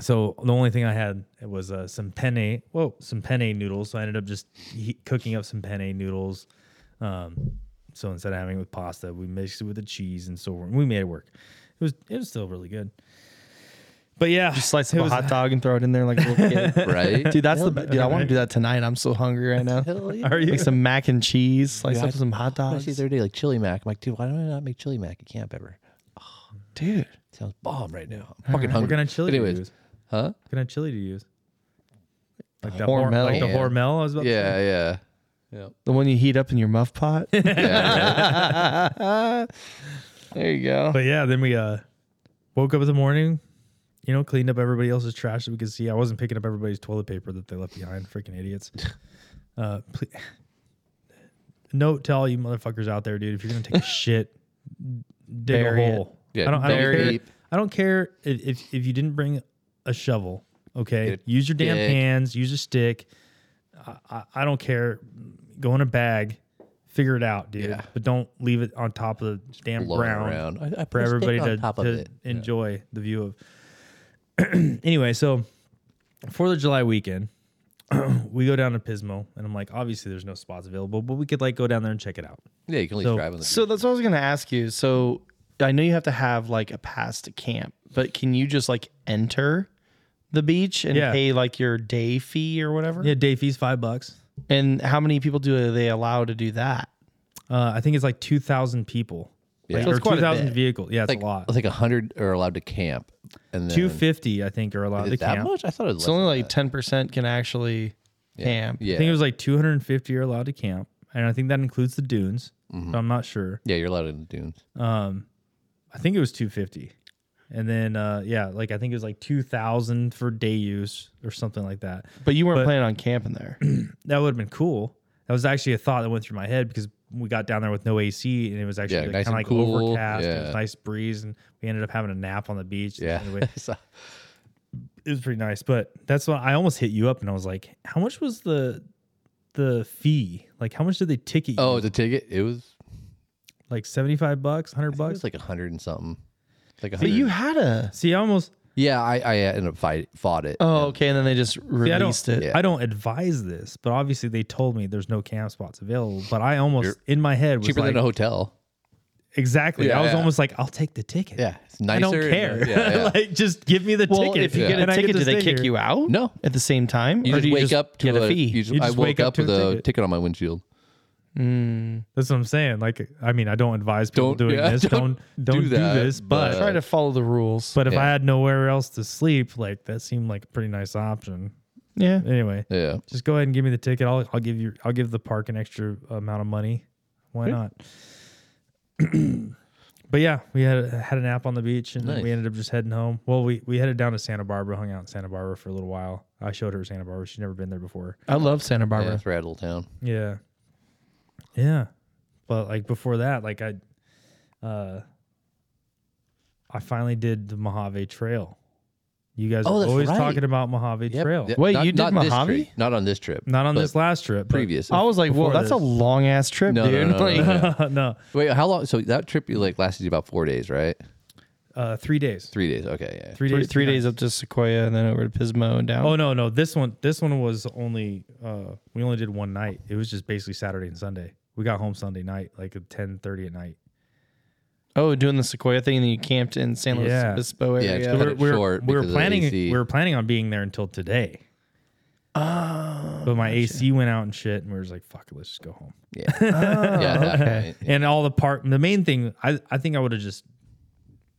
Speaker 3: so the only thing I had was uh, some penne, whoa, some penne noodles. So I ended up just he- cooking up some penne noodles. Um, so instead of having it with pasta, we mixed it with the cheese and so on. we made it work. It was it was still really good. But yeah,
Speaker 2: Just slice
Speaker 3: it
Speaker 2: up a
Speaker 3: was-
Speaker 2: hot dog and throw it in there like a little kid.
Speaker 1: Right.
Speaker 2: Dude, that's the
Speaker 3: Yeah,
Speaker 2: be- dude. I want to do that tonight. I'm so hungry right now.
Speaker 1: Hell yeah.
Speaker 3: Are you?
Speaker 2: Make some mac and cheese, slice
Speaker 1: Yeah,
Speaker 2: up
Speaker 1: I-
Speaker 2: some hot
Speaker 1: I
Speaker 2: dogs.
Speaker 1: see the other day like chili mac. I'm like, dude, why don't I not make chili mac at camp ever?
Speaker 2: Dude,
Speaker 1: Sounds bomb right now. I'm fucking
Speaker 3: We're
Speaker 1: hungry.
Speaker 3: gonna chili to
Speaker 1: Anyways,
Speaker 3: use.
Speaker 1: huh?
Speaker 3: We're gonna chili to use. Like the
Speaker 2: Hormel.
Speaker 3: hormel, like the
Speaker 1: Yeah.
Speaker 3: hormel. I was about to say.
Speaker 1: Yeah, yeah,
Speaker 2: the one you heat up in your muff pot.
Speaker 1: yeah. yeah
Speaker 2: there you go.
Speaker 3: But yeah, then we uh woke up in the morning, you know, cleaned up everybody else's trash that we could see. I wasn't picking up everybody's toilet paper that they left behind. Freaking idiots. Uh, please, note to all you motherfuckers out there, dude, if you're gonna take a shit, dig
Speaker 2: Bury
Speaker 3: a
Speaker 2: it.
Speaker 3: hole.
Speaker 1: Yeah,
Speaker 3: I don't, I don't
Speaker 1: bury
Speaker 3: care.
Speaker 1: it.
Speaker 3: I don't care if, if if you didn't bring a shovel. Okay,
Speaker 1: Get a
Speaker 3: use your damn
Speaker 1: stick.
Speaker 3: hands. Use a stick. I, I, I don't care. Go in a bag. Figure it out, dude.
Speaker 1: Yeah.
Speaker 3: But don't leave it on top of the damn
Speaker 1: Blowing
Speaker 3: ground
Speaker 1: around. I, I put
Speaker 3: for
Speaker 1: a stick
Speaker 3: everybody
Speaker 1: on
Speaker 3: to,
Speaker 1: top of
Speaker 3: to
Speaker 1: it. Yeah.
Speaker 3: enjoy the view of. anyway, so Fourth of July weekend, we go down to Pismo, and I'm like, obviously there's no spots available, but we could like go down there and check it out.
Speaker 1: Yeah, you can at least
Speaker 3: So-
Speaker 1: drive on the.
Speaker 2: So that's what I was going to ask you. So I know you have to have like a pass to camp, but can you just like enter the beach and
Speaker 3: Yeah.
Speaker 2: pay like your day fee or whatever?
Speaker 3: Yeah, day fee's five bucks.
Speaker 2: And how many people do they allow to do that?
Speaker 3: Uh, I think it's like two thousand people.
Speaker 1: Yeah.
Speaker 3: Like,
Speaker 1: So
Speaker 2: it's
Speaker 3: or
Speaker 2: quite a
Speaker 3: two thousand
Speaker 2: bit.
Speaker 3: vehicles. Yeah, it's
Speaker 1: like
Speaker 3: a lot.
Speaker 1: Like hundred are allowed to camp, and then
Speaker 3: Two fifty, I think, are allowed
Speaker 1: Is
Speaker 3: to
Speaker 1: it that
Speaker 3: camp.
Speaker 1: much? I thought it was
Speaker 2: It's
Speaker 1: less
Speaker 2: only
Speaker 1: than
Speaker 2: like ten percent can actually camp.
Speaker 1: that. yeah,
Speaker 3: I think it was like two hundred and fifty are allowed to camp, and I think that includes the dunes.
Speaker 1: Mm-hmm.
Speaker 3: So I'm not sure.
Speaker 1: yeah. You're allowed in the dunes.
Speaker 3: Um, I think it was 250. And then, uh, yeah, like I think it was like 2000 for day use or something like that.
Speaker 2: But you weren't
Speaker 3: But-
Speaker 2: planning on camping there.
Speaker 3: That would have been cool. That was actually a thought that went through my head because we got down there with no AC and it was actually
Speaker 1: Yeah,
Speaker 3: like,
Speaker 1: nice
Speaker 3: kind of
Speaker 1: and
Speaker 3: like
Speaker 1: cool.
Speaker 3: overcast. and It
Speaker 1: Yeah.
Speaker 3: was nice breeze and we ended up having a nap on the beach.
Speaker 1: Yeah,
Speaker 3: Anyway,
Speaker 1: So-
Speaker 3: it was pretty nice. But that's when I almost hit you up and I was like, how much was the the fee? Like, how much did they ticket you?
Speaker 1: oh, the ticket. It was.
Speaker 3: like 75 bucks, 100
Speaker 1: I think it
Speaker 3: bucks?
Speaker 1: was like hundred and something. It's Like
Speaker 2: But
Speaker 1: 100.
Speaker 2: you had a
Speaker 3: See, I almost,
Speaker 1: yeah, I, I ended up fight fought it.
Speaker 2: oh okay, and then they just
Speaker 3: See, I don't-
Speaker 2: released it.
Speaker 1: Yeah.
Speaker 3: I don't advise this, but obviously they told me there's no camp spots available. But I almost
Speaker 1: You're-
Speaker 3: in my head was
Speaker 1: cheaper
Speaker 3: like,
Speaker 1: than a hotel.
Speaker 3: exactly.
Speaker 1: Yeah,
Speaker 3: I was
Speaker 1: yeah.
Speaker 3: almost like, I'll take the ticket.
Speaker 1: Yeah, it's
Speaker 3: I
Speaker 1: nicer.
Speaker 3: don't
Speaker 1: and, uh,
Speaker 3: care.
Speaker 1: yeah, yeah.
Speaker 3: like, just give me the
Speaker 2: Well,
Speaker 3: ticket.
Speaker 2: if you
Speaker 1: Yeah.
Speaker 2: get
Speaker 3: and
Speaker 2: a
Speaker 3: I
Speaker 2: ticket,
Speaker 3: to
Speaker 2: do they
Speaker 3: stay
Speaker 2: kick
Speaker 3: here.
Speaker 2: you out?
Speaker 1: No.
Speaker 2: at the same time,
Speaker 1: you
Speaker 2: or
Speaker 1: just
Speaker 2: do you
Speaker 1: wake up to
Speaker 2: get a, fee?
Speaker 1: You just,
Speaker 3: You
Speaker 1: I
Speaker 3: just
Speaker 1: woke
Speaker 3: wake up
Speaker 1: up
Speaker 3: to
Speaker 1: with
Speaker 3: a
Speaker 1: a
Speaker 3: ticket.
Speaker 1: ticket on my windshield.
Speaker 3: That's what I'm saying. Like, I mean, I don't advise people
Speaker 1: Don't-
Speaker 3: doing
Speaker 1: yeah,
Speaker 3: this. Don't
Speaker 1: don't
Speaker 3: don't do
Speaker 1: do that,
Speaker 3: this.
Speaker 1: uh,
Speaker 3: But
Speaker 2: Try to follow the rules.
Speaker 3: but if
Speaker 1: Yeah.
Speaker 3: I had nowhere else to sleep, like that seemed like a pretty nice option.
Speaker 2: yeah,
Speaker 3: Anyway,
Speaker 1: Yeah,
Speaker 3: just go ahead and give me the ticket. I'll I'll give you I'll give the park an extra amount of money. Why not? but yeah, we had had an app on the beach and then we
Speaker 1: Nice.
Speaker 3: ended up just heading home. Well, we we headed down to Santa Barbara, hung out in Santa Barbara for a little while. I showed her Santa Barbara. She's never been there before.
Speaker 2: I love Santa
Speaker 1: yeah,
Speaker 2: Barbara.
Speaker 1: it's right little town.
Speaker 3: Yeah. Yeah. But like before that, like I uh I finally did the Mojave Trail. You guys
Speaker 1: Oh,
Speaker 3: are
Speaker 1: that's
Speaker 3: always
Speaker 1: right.
Speaker 3: talking about Mojave Trail.
Speaker 1: Yeah,
Speaker 2: Wait, you did
Speaker 1: not this
Speaker 2: Mojave?
Speaker 1: trip. Not on this trip.
Speaker 3: Not on
Speaker 1: but
Speaker 3: this last trip. but-
Speaker 1: previous.
Speaker 2: I was like, whoa,
Speaker 3: Before
Speaker 2: that's a
Speaker 3: this.
Speaker 2: long ass trip,
Speaker 1: No, no,
Speaker 2: dude.
Speaker 1: no, no,
Speaker 2: Like,
Speaker 1: no.
Speaker 3: no.
Speaker 1: Wait, how long? So that trip you like lasted you about four days, right?
Speaker 3: Uh, three days.
Speaker 1: Three days. Okay, yeah.
Speaker 3: Three days.
Speaker 2: three, three
Speaker 3: two
Speaker 2: days
Speaker 3: nights.
Speaker 2: up to Sequoia and then over to Pismo and down.
Speaker 3: Oh no, no. This one, this one was only. Uh, we only did one night. It was just basically Saturday and Sunday. We got home Sunday night, like at ten thirty at night.
Speaker 2: Oh, doing the Sequoia thing, and then you camped in San Luis
Speaker 3: Yeah.
Speaker 2: Obispo
Speaker 1: Yeah,
Speaker 2: area.
Speaker 1: it's
Speaker 3: So
Speaker 1: Cut
Speaker 3: we're,
Speaker 1: it
Speaker 3: we're,
Speaker 1: short
Speaker 3: we were
Speaker 1: because of the
Speaker 3: planning.
Speaker 1: AC.
Speaker 3: We were planning on being there until today,
Speaker 2: oh,
Speaker 3: but my AC went out and shit, and we were just like, "Fuck it, let's just go home."
Speaker 1: yeah, that,
Speaker 2: okay.
Speaker 1: right.
Speaker 3: And all the part, the main thing, I, I think I would have just,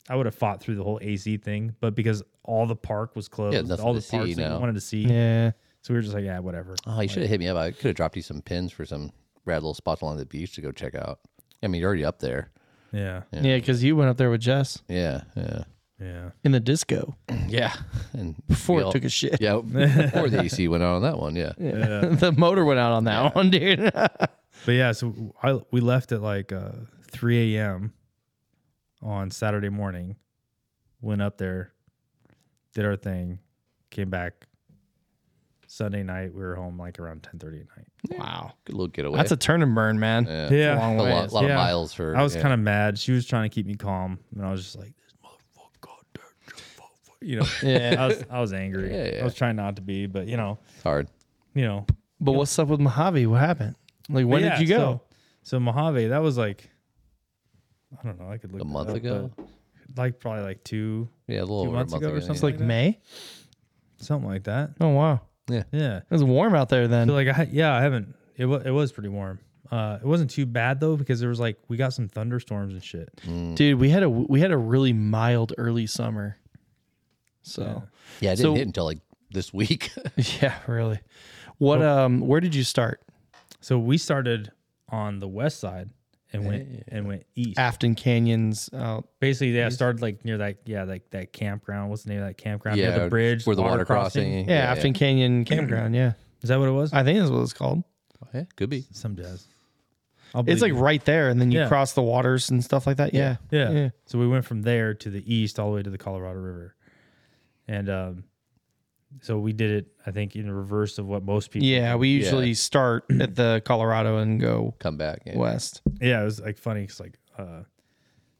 Speaker 3: I would have fought through the whole AC thing, but because all the park was closed,
Speaker 1: nothing
Speaker 3: all
Speaker 1: to
Speaker 3: the parks
Speaker 1: see
Speaker 3: that
Speaker 1: now.
Speaker 3: you wanted to see,
Speaker 2: yeah.
Speaker 3: so we were just like, "Yeah, whatever."
Speaker 1: Oh, you should have hit me up. I could have dropped you some pins for some rad little spots along the beach to go check out. I mean, you're already up there.
Speaker 3: Yeah,
Speaker 1: Yeah.
Speaker 2: Yeah, because you went up there with Jess
Speaker 1: Yeah, yeah,
Speaker 3: yeah.
Speaker 2: in the disco
Speaker 1: yeah. And
Speaker 2: before
Speaker 1: we all-
Speaker 2: it took a shit.
Speaker 1: yeah, before the AC went out on that one. Yeah,
Speaker 2: the motor went out on that one, dude.
Speaker 3: But yeah, so I we left at like uh, 3 a.m. on Saturday morning, went up there, did our thing, came back. Sunday night we were home like around 10:30 at night.
Speaker 2: wow.
Speaker 1: good little getaway.
Speaker 2: That's a turn and burn, man.
Speaker 1: yeah,
Speaker 3: Yeah.
Speaker 1: a
Speaker 2: Long
Speaker 1: lot,
Speaker 2: ways.
Speaker 1: lot
Speaker 3: Yeah.
Speaker 1: of miles for.
Speaker 3: I was
Speaker 1: yeah.
Speaker 3: kind of mad. She was trying to keep me calm, and I was just like, "This motherfucker, goddamn, motherfucker," you know.
Speaker 2: Yeah.
Speaker 3: I was I was angry.
Speaker 1: Yeah, yeah.
Speaker 3: I was trying not to be, but you know,
Speaker 1: It's hard.
Speaker 3: you know.
Speaker 2: But what's up with Mojave? What happened? Like, when
Speaker 3: But yeah,
Speaker 2: did you go?
Speaker 3: So, so Mojave, that was like, I don't know. I could look
Speaker 1: A
Speaker 3: that
Speaker 1: month
Speaker 3: up,
Speaker 1: ago.
Speaker 3: but Like probably like two,
Speaker 1: Yeah, a little
Speaker 3: two
Speaker 1: over
Speaker 3: months
Speaker 1: a month
Speaker 3: ago or
Speaker 2: It's
Speaker 3: something
Speaker 2: like May.
Speaker 3: something like that.
Speaker 2: Oh wow,
Speaker 3: Yeah.
Speaker 2: it was warm out there then.
Speaker 3: So like I yeah, I haven't it was it was pretty warm. Uh it wasn't too bad though because there was like we got some thunderstorms and shit.
Speaker 1: Mm.
Speaker 2: dude we had a we had a really mild early summer so
Speaker 1: Yeah, it
Speaker 2: So-
Speaker 1: didn't hit until like this week.
Speaker 2: yeah, really what um where did you start
Speaker 3: So we started on the west side and went and went east.
Speaker 2: afton canyons uh, out
Speaker 3: Basically, yeah, started like near that yeah, like that campground. What's the name of that campground?
Speaker 1: yeah,
Speaker 3: near the bridge,
Speaker 1: where the water crossing.
Speaker 2: yeah, afton canyon campground yeah
Speaker 3: Is that what it was?
Speaker 2: i think that's what it's called
Speaker 1: Yeah, could be.
Speaker 3: some jazz. I'll
Speaker 2: it's like
Speaker 3: believe
Speaker 2: right there and then you
Speaker 3: Yeah.
Speaker 2: cross the waters and stuff like that yeah
Speaker 3: you. yeah. So we went from there to the east all the way to the Colorado River, and um, so we did it, I think, in reverse of what most people.
Speaker 2: Yeah,
Speaker 3: do.
Speaker 2: we usually start at the Colorado and go
Speaker 1: Come back. Yeah.
Speaker 2: west.
Speaker 3: yeah, it was like funny because like uh,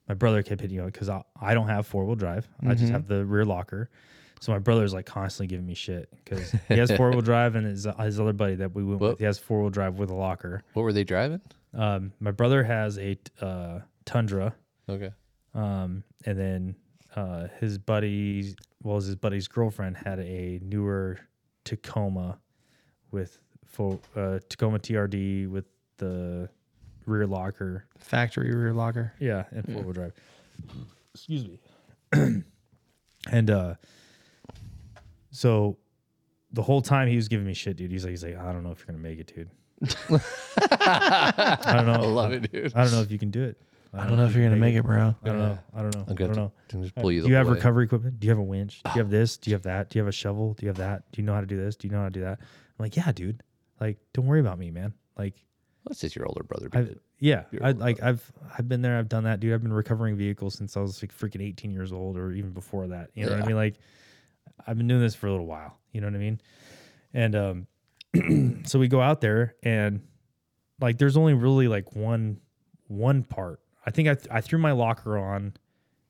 Speaker 3: my brother kept hitting me because I, I don't have four wheel drive. I just have the rear locker. So my brother's like constantly giving me shit because he has four wheel drive and his, his other buddy that we went with,
Speaker 1: What?
Speaker 3: he has four wheel drive with a locker.
Speaker 1: What were they driving?
Speaker 3: Um, my brother has a uh, Tundra,
Speaker 1: Okay.
Speaker 3: um, and then uh, his buddy's well, his buddy's girlfriend had a newer Tacoma with full uh, Tacoma TRD with the rear locker
Speaker 2: Factory rear locker.
Speaker 3: yeah, and four wheel drive. Mm. Excuse me. and uh so the whole time he was giving me shit, dude. He's like, he's like, I don't know if you're gonna make it, dude. I don't know.
Speaker 1: I
Speaker 3: Uh,
Speaker 1: love it, dude.
Speaker 3: I don't know if you can do it.
Speaker 2: I don't know if you're gonna make it, bro.
Speaker 3: I don't know. I don't know. I
Speaker 1: I'm gonna
Speaker 3: don't know.
Speaker 1: t- just pull you the
Speaker 3: do you
Speaker 1: whole
Speaker 3: have
Speaker 1: way. Ah.
Speaker 3: recovery equipment? Do you have a winch? Do you have this? Do you have that? Do you have a shovel? Do you have that? Do you know how to do this? Do you know how to do that? I'm like, yeah, dude. Like, don't worry about me, man. Like,
Speaker 1: That's just your older brother. did
Speaker 3: I've
Speaker 1: it.
Speaker 3: yeah,
Speaker 1: You're
Speaker 3: I
Speaker 1: old
Speaker 3: like I've I've been there, I've done that, dude. I've been recovering vehicles since I was like freaking 18 years old or even before that. You know what I
Speaker 1: Yeah.
Speaker 3: mean? Like I've been doing this for a little while, you know what I mean? And um so we go out there and like there's only really like one one part. I think I th- I threw my locker on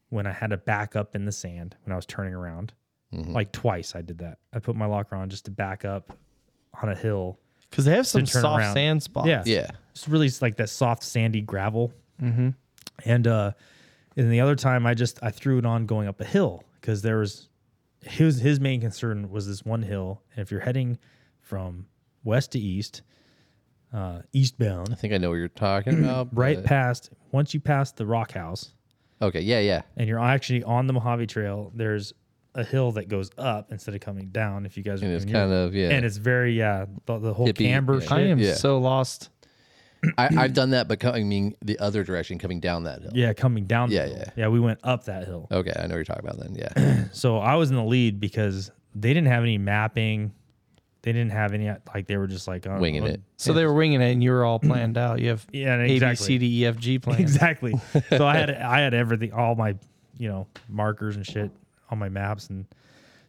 Speaker 3: when I had to back up in the sand when I was turning around.
Speaker 1: Mhm.
Speaker 3: Like twice I did that. I put my locker on just to back up on a hill.
Speaker 2: Because they have some
Speaker 3: turn
Speaker 2: soft
Speaker 3: around.
Speaker 2: sand spots.
Speaker 3: Yeah.
Speaker 1: yeah.
Speaker 3: It's really just like that soft sandy gravel.
Speaker 1: Mm-hmm.
Speaker 3: And uh, and the other time, I just I threw it on going up a hill because there was his his main concern was this one hill, and if you're heading from west to east, uh,
Speaker 1: I
Speaker 3: eastbound,
Speaker 1: think I know what you're talking about.
Speaker 3: right
Speaker 1: but-
Speaker 3: past once you pass the rock house,
Speaker 1: Okay. Yeah. Yeah.
Speaker 3: and you're actually on the Mojave Trail, there's a hill that goes up instead of coming down. If you guys
Speaker 1: And it's
Speaker 3: when you're-
Speaker 1: kind of yeah.
Speaker 3: and it's very yeah the, the whole
Speaker 1: Hippie,
Speaker 3: camber
Speaker 1: yeah.
Speaker 2: I
Speaker 3: shit.
Speaker 2: am
Speaker 1: Yeah.
Speaker 2: so lost.
Speaker 1: I, I've done that, but coming the other direction, coming down that hill.
Speaker 3: Yeah, coming down. the
Speaker 1: Yeah,
Speaker 3: hill.
Speaker 1: yeah.
Speaker 3: yeah. We went up that hill.
Speaker 1: Okay, I know what you're talking about then. Yeah.
Speaker 3: So I was in the lead because they didn't have any mapping. They didn't have any like they were just like oh,
Speaker 1: Winging
Speaker 3: well-
Speaker 1: it.
Speaker 2: So they were winging it, and you were all planned out. You have
Speaker 3: Yeah,
Speaker 2: A, B,
Speaker 3: exactly.
Speaker 2: C, D, E, F, G planned.
Speaker 3: Exactly. so I had I had everything, all my you know markers and shit on my maps, and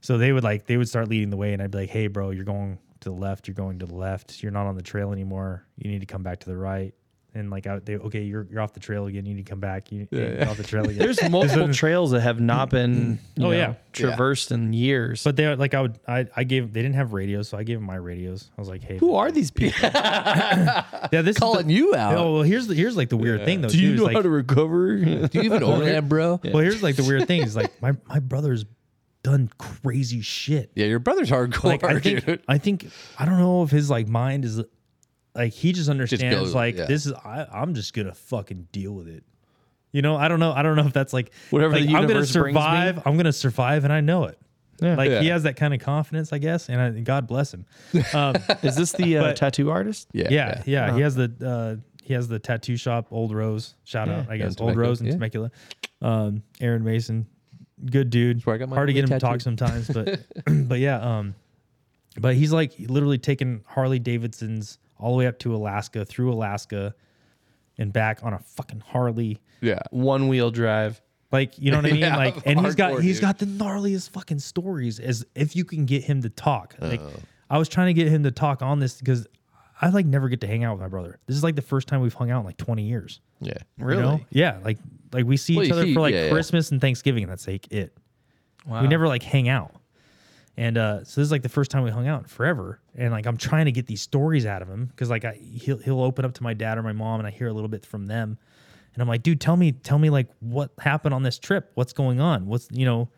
Speaker 3: so they would like they would start leading the way, and I'd be like, hey, bro, you're going to the left. You're going to the left. You're not on the trail anymore. You need to come back to the right. And like I, they okay, you're you're off the trail again. You need to come back. You, you're off the trail again.
Speaker 2: There's multiple trails that have not been you know,
Speaker 3: Oh, yeah.
Speaker 2: traversed in years.
Speaker 3: but they like I would I I gave they didn't have radios, so I gave them my radios. I was like, hey,
Speaker 2: who are these people?
Speaker 3: yeah, this is the-
Speaker 1: Calling you out.
Speaker 3: Oh well, here's the here's like the weird thing though.
Speaker 2: Do you
Speaker 3: too, is,
Speaker 2: know
Speaker 3: like,
Speaker 2: how to recover?
Speaker 1: Do you even own that, bro? Yeah.
Speaker 3: Well, here's like the weird thing is like my my brother's done crazy shit.
Speaker 1: your brother's hardcore,
Speaker 3: Like I think
Speaker 1: dude.
Speaker 3: I think I don't know if his like mind is like he just understands
Speaker 1: goes,
Speaker 3: like
Speaker 1: yeah.
Speaker 3: this is I I'm just gonna fucking deal with it. You know, I don't know. I don't know if that's like
Speaker 2: Whatever
Speaker 3: like,
Speaker 2: the
Speaker 3: I'm gonna
Speaker 2: universe brings me.
Speaker 3: survive. I'm gonna survive, and I know it. Like he
Speaker 1: Yeah.
Speaker 3: has that kind of confidence, I guess, and I, God bless him. Um,
Speaker 2: Is this the uh,
Speaker 3: But-
Speaker 2: tattoo artist?
Speaker 1: Yeah.
Speaker 3: yeah, yeah. He has the uh, he has the tattoo shop, Old Rose. Shout out, I guess,
Speaker 1: in
Speaker 3: Old
Speaker 1: Temecula,
Speaker 3: Rose in
Speaker 1: yeah.
Speaker 3: Temecula. Um, Aaron Mason, good dude.
Speaker 1: where I got my
Speaker 3: Hard to get him
Speaker 1: ugly
Speaker 3: to talk
Speaker 1: tattoo.
Speaker 3: sometimes, but but yeah. Um, but he's like literally taking Harley Davidsons all the way up to Alaska, through Alaska, and back on a fucking Harley.
Speaker 1: Yeah.
Speaker 2: One wheel drive.
Speaker 3: Like you know what I mean?
Speaker 1: Yeah,
Speaker 3: like, and he's got
Speaker 1: hardcore,
Speaker 3: he's
Speaker 1: dude.
Speaker 3: got the gnarliest fucking stories. As if you can get him to talk. Like,
Speaker 1: Oh.
Speaker 3: I was trying to get him to talk on this because I like never get to hang out with my brother. This is like the first time we've hung out in like twenty years.
Speaker 1: Yeah.
Speaker 3: you know? Yeah. Like, like we see
Speaker 1: Well,
Speaker 3: each
Speaker 1: you
Speaker 3: other
Speaker 1: see-
Speaker 3: for like
Speaker 1: yeah, yeah.
Speaker 3: Christmas and Thanksgiving, and that's like it.
Speaker 2: Wow.
Speaker 3: We never like hang out. And uh, so this is like the first time we hung out in forever. And like I'm trying to get these stories out of him because like I he'll he'll open up to my dad or my mom and I hear a little bit from them. And I'm like, dude, tell me, tell me like what happened on this trip. What's going on? What's you know,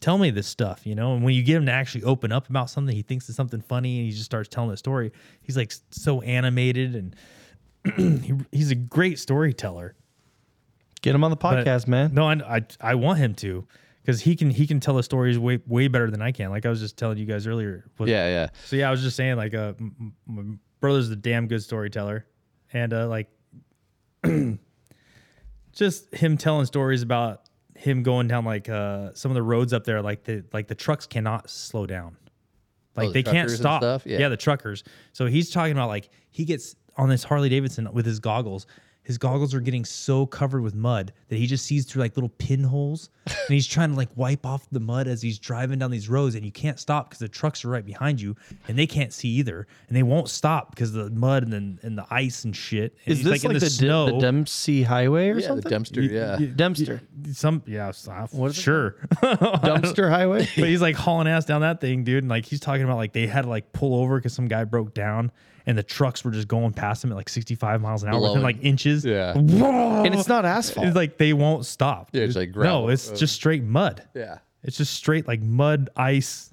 Speaker 3: tell me this stuff, you know. And when you get him to actually open up about something, he thinks it's something funny and he just starts telling the story. He's like so animated and he, he's a great storyteller.
Speaker 2: Get him on the
Speaker 3: But-
Speaker 2: podcast, man.
Speaker 3: No, I, I I want him to because he can he can tell the stories way way better than I can. Like I was just telling you guys earlier. With-
Speaker 1: Yeah. Yeah.
Speaker 3: So yeah, I was just saying like uh, m- m- my brother's a damn good storyteller, and uh, like just him telling stories about him going down like uh some of the roads up there like the like the trucks cannot slow down like
Speaker 1: Oh, the
Speaker 3: they can't
Speaker 1: truckers and
Speaker 3: stop
Speaker 1: stuff? Yeah.
Speaker 3: the truckers so he's talking about like he gets on this harley davidson with his goggles his goggles are getting so covered with mud that he just sees through like little pinholes and he's trying to like wipe off the mud as he's driving down these roads and you can't stop because the trucks are right behind you and they can't see either and they won't stop because the mud and the, and the ice and shit and
Speaker 2: Is
Speaker 3: he's,
Speaker 2: this like,
Speaker 3: in
Speaker 2: the, D- the
Speaker 3: snow.
Speaker 2: Dempsey Highway or
Speaker 1: yeah,
Speaker 2: something?
Speaker 1: the dumpster. Yeah.
Speaker 2: Dempster.
Speaker 3: some yeah s- uh,
Speaker 2: is it
Speaker 3: sure
Speaker 2: Dumpster Highway?
Speaker 3: but he's like hauling ass down that thing, dude. And like he's talking about like they had to like pull over because some guy broke down and the trucks were just going past him at like 65 miles an hour within
Speaker 1: Blowing.
Speaker 3: like inches.
Speaker 1: Yeah.
Speaker 2: And it's not asphalt.
Speaker 3: It's like they won't stop.
Speaker 1: Yeah, it's
Speaker 3: dude.
Speaker 1: like gravel. Uh.
Speaker 3: No, it's just straight mud.
Speaker 1: Yeah.
Speaker 3: It's just straight like mud, ice,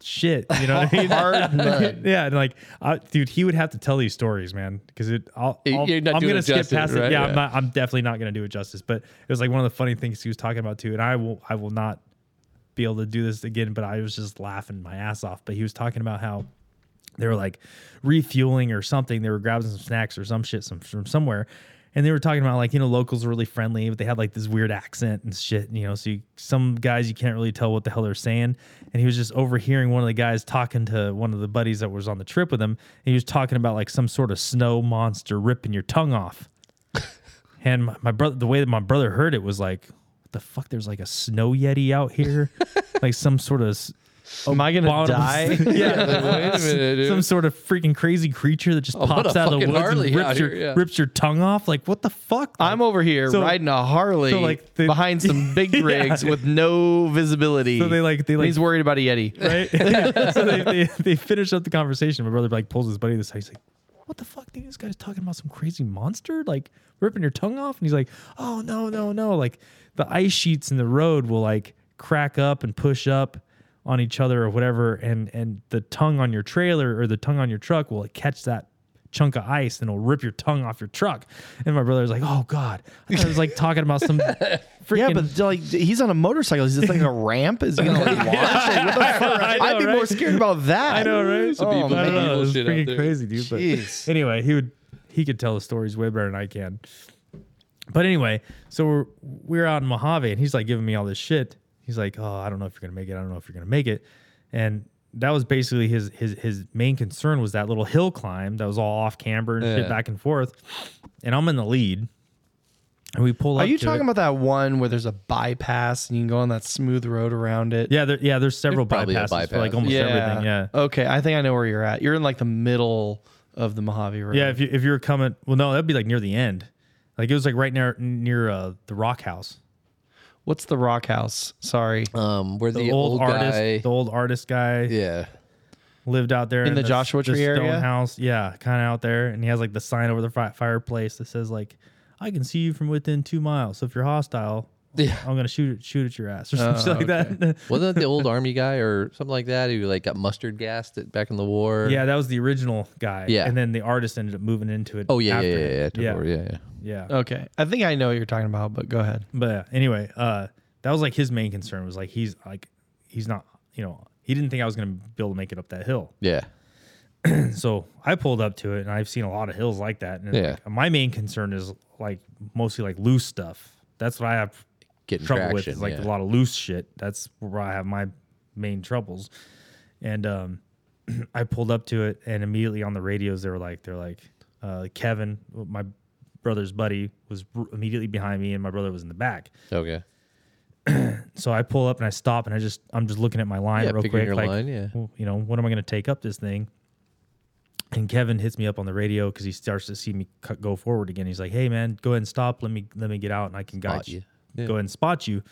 Speaker 3: shit. You know what I mean?
Speaker 1: Hard mud.
Speaker 3: Yeah, and like, I, dude, he would have to tell these stories, man, because it. I'll,
Speaker 1: You-
Speaker 3: I'll,
Speaker 1: you're not
Speaker 3: I'm
Speaker 1: doing
Speaker 3: gonna
Speaker 1: it
Speaker 3: skip
Speaker 1: justice,
Speaker 3: past it.
Speaker 1: right?
Speaker 3: Yeah,
Speaker 1: Yeah.
Speaker 3: I'm not. I'm definitely not gonna do it justice. But it was like one of the funny things he was talking about too, and I will. I will not be able to do this again. But I was just laughing my ass off. But he was talking about how they were like refueling or something. They were grabbing some snacks or some shit some, from somewhere. And they were talking about like, you know, locals are really friendly, but they had like this weird accent and shit, you know. So you, some guys you can't really tell what the hell they're saying. And he was just overhearing one of the guys talking to one of the buddies that was on the trip with him. And he was talking about like some sort of snow monster ripping your tongue off. and my, my brother, the way that my brother heard it was like, what the fuck? There's like a snow yeti out here, like some sort of s-
Speaker 2: Oh, Am I going to
Speaker 3: bottom-
Speaker 2: die?
Speaker 1: Like, wait a minute, dude. Oh,
Speaker 3: some sort of freaking crazy creature that just pops
Speaker 1: a
Speaker 3: out of the
Speaker 1: fucking
Speaker 3: woods
Speaker 1: Harley
Speaker 3: and
Speaker 1: out
Speaker 3: rips your,
Speaker 1: here, yeah.
Speaker 3: rips your tongue off. Like, what the fuck?
Speaker 2: I'm over here
Speaker 3: So-
Speaker 2: riding a Harley
Speaker 3: so, like, the-
Speaker 2: behind some big
Speaker 3: Yeah.
Speaker 2: rigs with no visibility.
Speaker 3: So they, like- they,
Speaker 2: And
Speaker 3: like-
Speaker 2: he's worried about a Yeti.
Speaker 3: right? so they, they, they finish up the conversation. My brother like pulls his buddy to the side. He's like, "What the fuck? Dude, this guy's talking about some crazy monster like ripping your tongue off." And he's like, "Oh no, no, no! Like the ice sheets in the road will like crack up and push up." on each other or whatever and and the tongue on your trailer or the tongue on your truck will like, catch that chunk of ice and it'll rip your tongue off your truck and my brother's like oh god i thought it was like talking about some freaking
Speaker 2: Yeah, but like he's on a motorcycle. Is this like a ramp? Is he gonna like launch? Like, what the fuck?
Speaker 3: I know,
Speaker 2: I'd be more
Speaker 3: right?
Speaker 2: scared about that. Oh,
Speaker 3: I know, right?
Speaker 1: Some people
Speaker 3: Oh, I
Speaker 1: make
Speaker 3: don't know.
Speaker 1: evil
Speaker 3: It was
Speaker 1: shit out
Speaker 3: freaking
Speaker 1: there.
Speaker 3: crazy, dude. But
Speaker 2: Jeez.
Speaker 3: anyway, he would he could tell the stories way better than I can. But anyway, so we're we're out in Mojave, and he's like giving me all this shit. He's like, "Oh, I don't know if you're gonna make it. I don't know if you're gonna make it." And that was basically his his his main concern was that little hill climb that was all off camber and shit
Speaker 1: Yeah.
Speaker 3: back and forth. And I'm in the lead, and we pull up.
Speaker 2: Are you
Speaker 3: to
Speaker 2: talking
Speaker 3: it.
Speaker 2: about that one where there's a bypass and you can go on that smooth road around it?
Speaker 3: Yeah, there, yeah. There's several
Speaker 1: probably a
Speaker 3: bypasses for
Speaker 1: bypass.
Speaker 3: like almost everything. Yeah.
Speaker 2: Okay, I think I know where you're at. You're in like the middle of the Mojave Road.
Speaker 3: Yeah, if you if you were coming, well, no, that'd be like near the end. Like it was like right near near uh, the Rock House,
Speaker 2: What's the Rock House? Sorry.
Speaker 1: Um, where the,
Speaker 3: the, old, artist,
Speaker 1: guy-
Speaker 3: the old artist guy
Speaker 1: yeah.
Speaker 3: lived out there
Speaker 2: In the Joshua Tree
Speaker 3: stone
Speaker 2: area?
Speaker 3: house. Yeah, kind of out there, and he has like the sign over the fi- fireplace that says like, "I can see you from within two miles. So if you're hostile,
Speaker 1: Yeah.
Speaker 3: I'm gonna shoot shoot at your ass or
Speaker 1: Oh,
Speaker 3: something like that."
Speaker 1: Wasn't that the old army guy or something like that who like got mustard gassed at, back in the war?
Speaker 3: yeah, that was the original guy.
Speaker 1: Yeah.
Speaker 3: and then the artist ended up moving into it.
Speaker 1: Oh yeah,
Speaker 3: after
Speaker 1: yeah, yeah,
Speaker 3: him.
Speaker 1: yeah, yeah, yeah, yeah, yeah.
Speaker 3: yeah.
Speaker 2: Okay, I think I know what you're talking about, but go ahead.
Speaker 3: But anyway, uh, that was like his main concern was like he's like he's not you know he didn't think I was gonna be able to make it up that hill.
Speaker 1: Yeah.
Speaker 3: So I pulled up to it, and I've seen a lot of hills like that. And
Speaker 1: Mm-hmm. Yeah.
Speaker 3: like, my main concern is like mostly like loose stuff. That's what I have
Speaker 1: Getting
Speaker 3: trouble with
Speaker 1: traction.
Speaker 3: is like
Speaker 1: yeah.
Speaker 3: a lot of loose shit. That's where I have my main troubles. And um, I pulled up to it, and immediately on the radios, they were like, they're like, uh, Kevin, my brother's buddy, was r- immediately behind me, and my brother was in the back.
Speaker 1: Okay.
Speaker 3: so I pull up and I stop and I just I'm just looking at my line
Speaker 1: Yeah,
Speaker 3: real
Speaker 1: figuring
Speaker 3: quick,
Speaker 1: your
Speaker 3: like
Speaker 1: line, yeah.
Speaker 3: well, you know what am I going to take up this thing? And Kevin hits me up on the radio because he starts to see me cut, go forward again. He's like, "Hey man, go ahead and stop. Let me let me get out and I can guide
Speaker 1: Spot
Speaker 3: you.
Speaker 1: you. Yeah.
Speaker 3: Go ahead and spot you."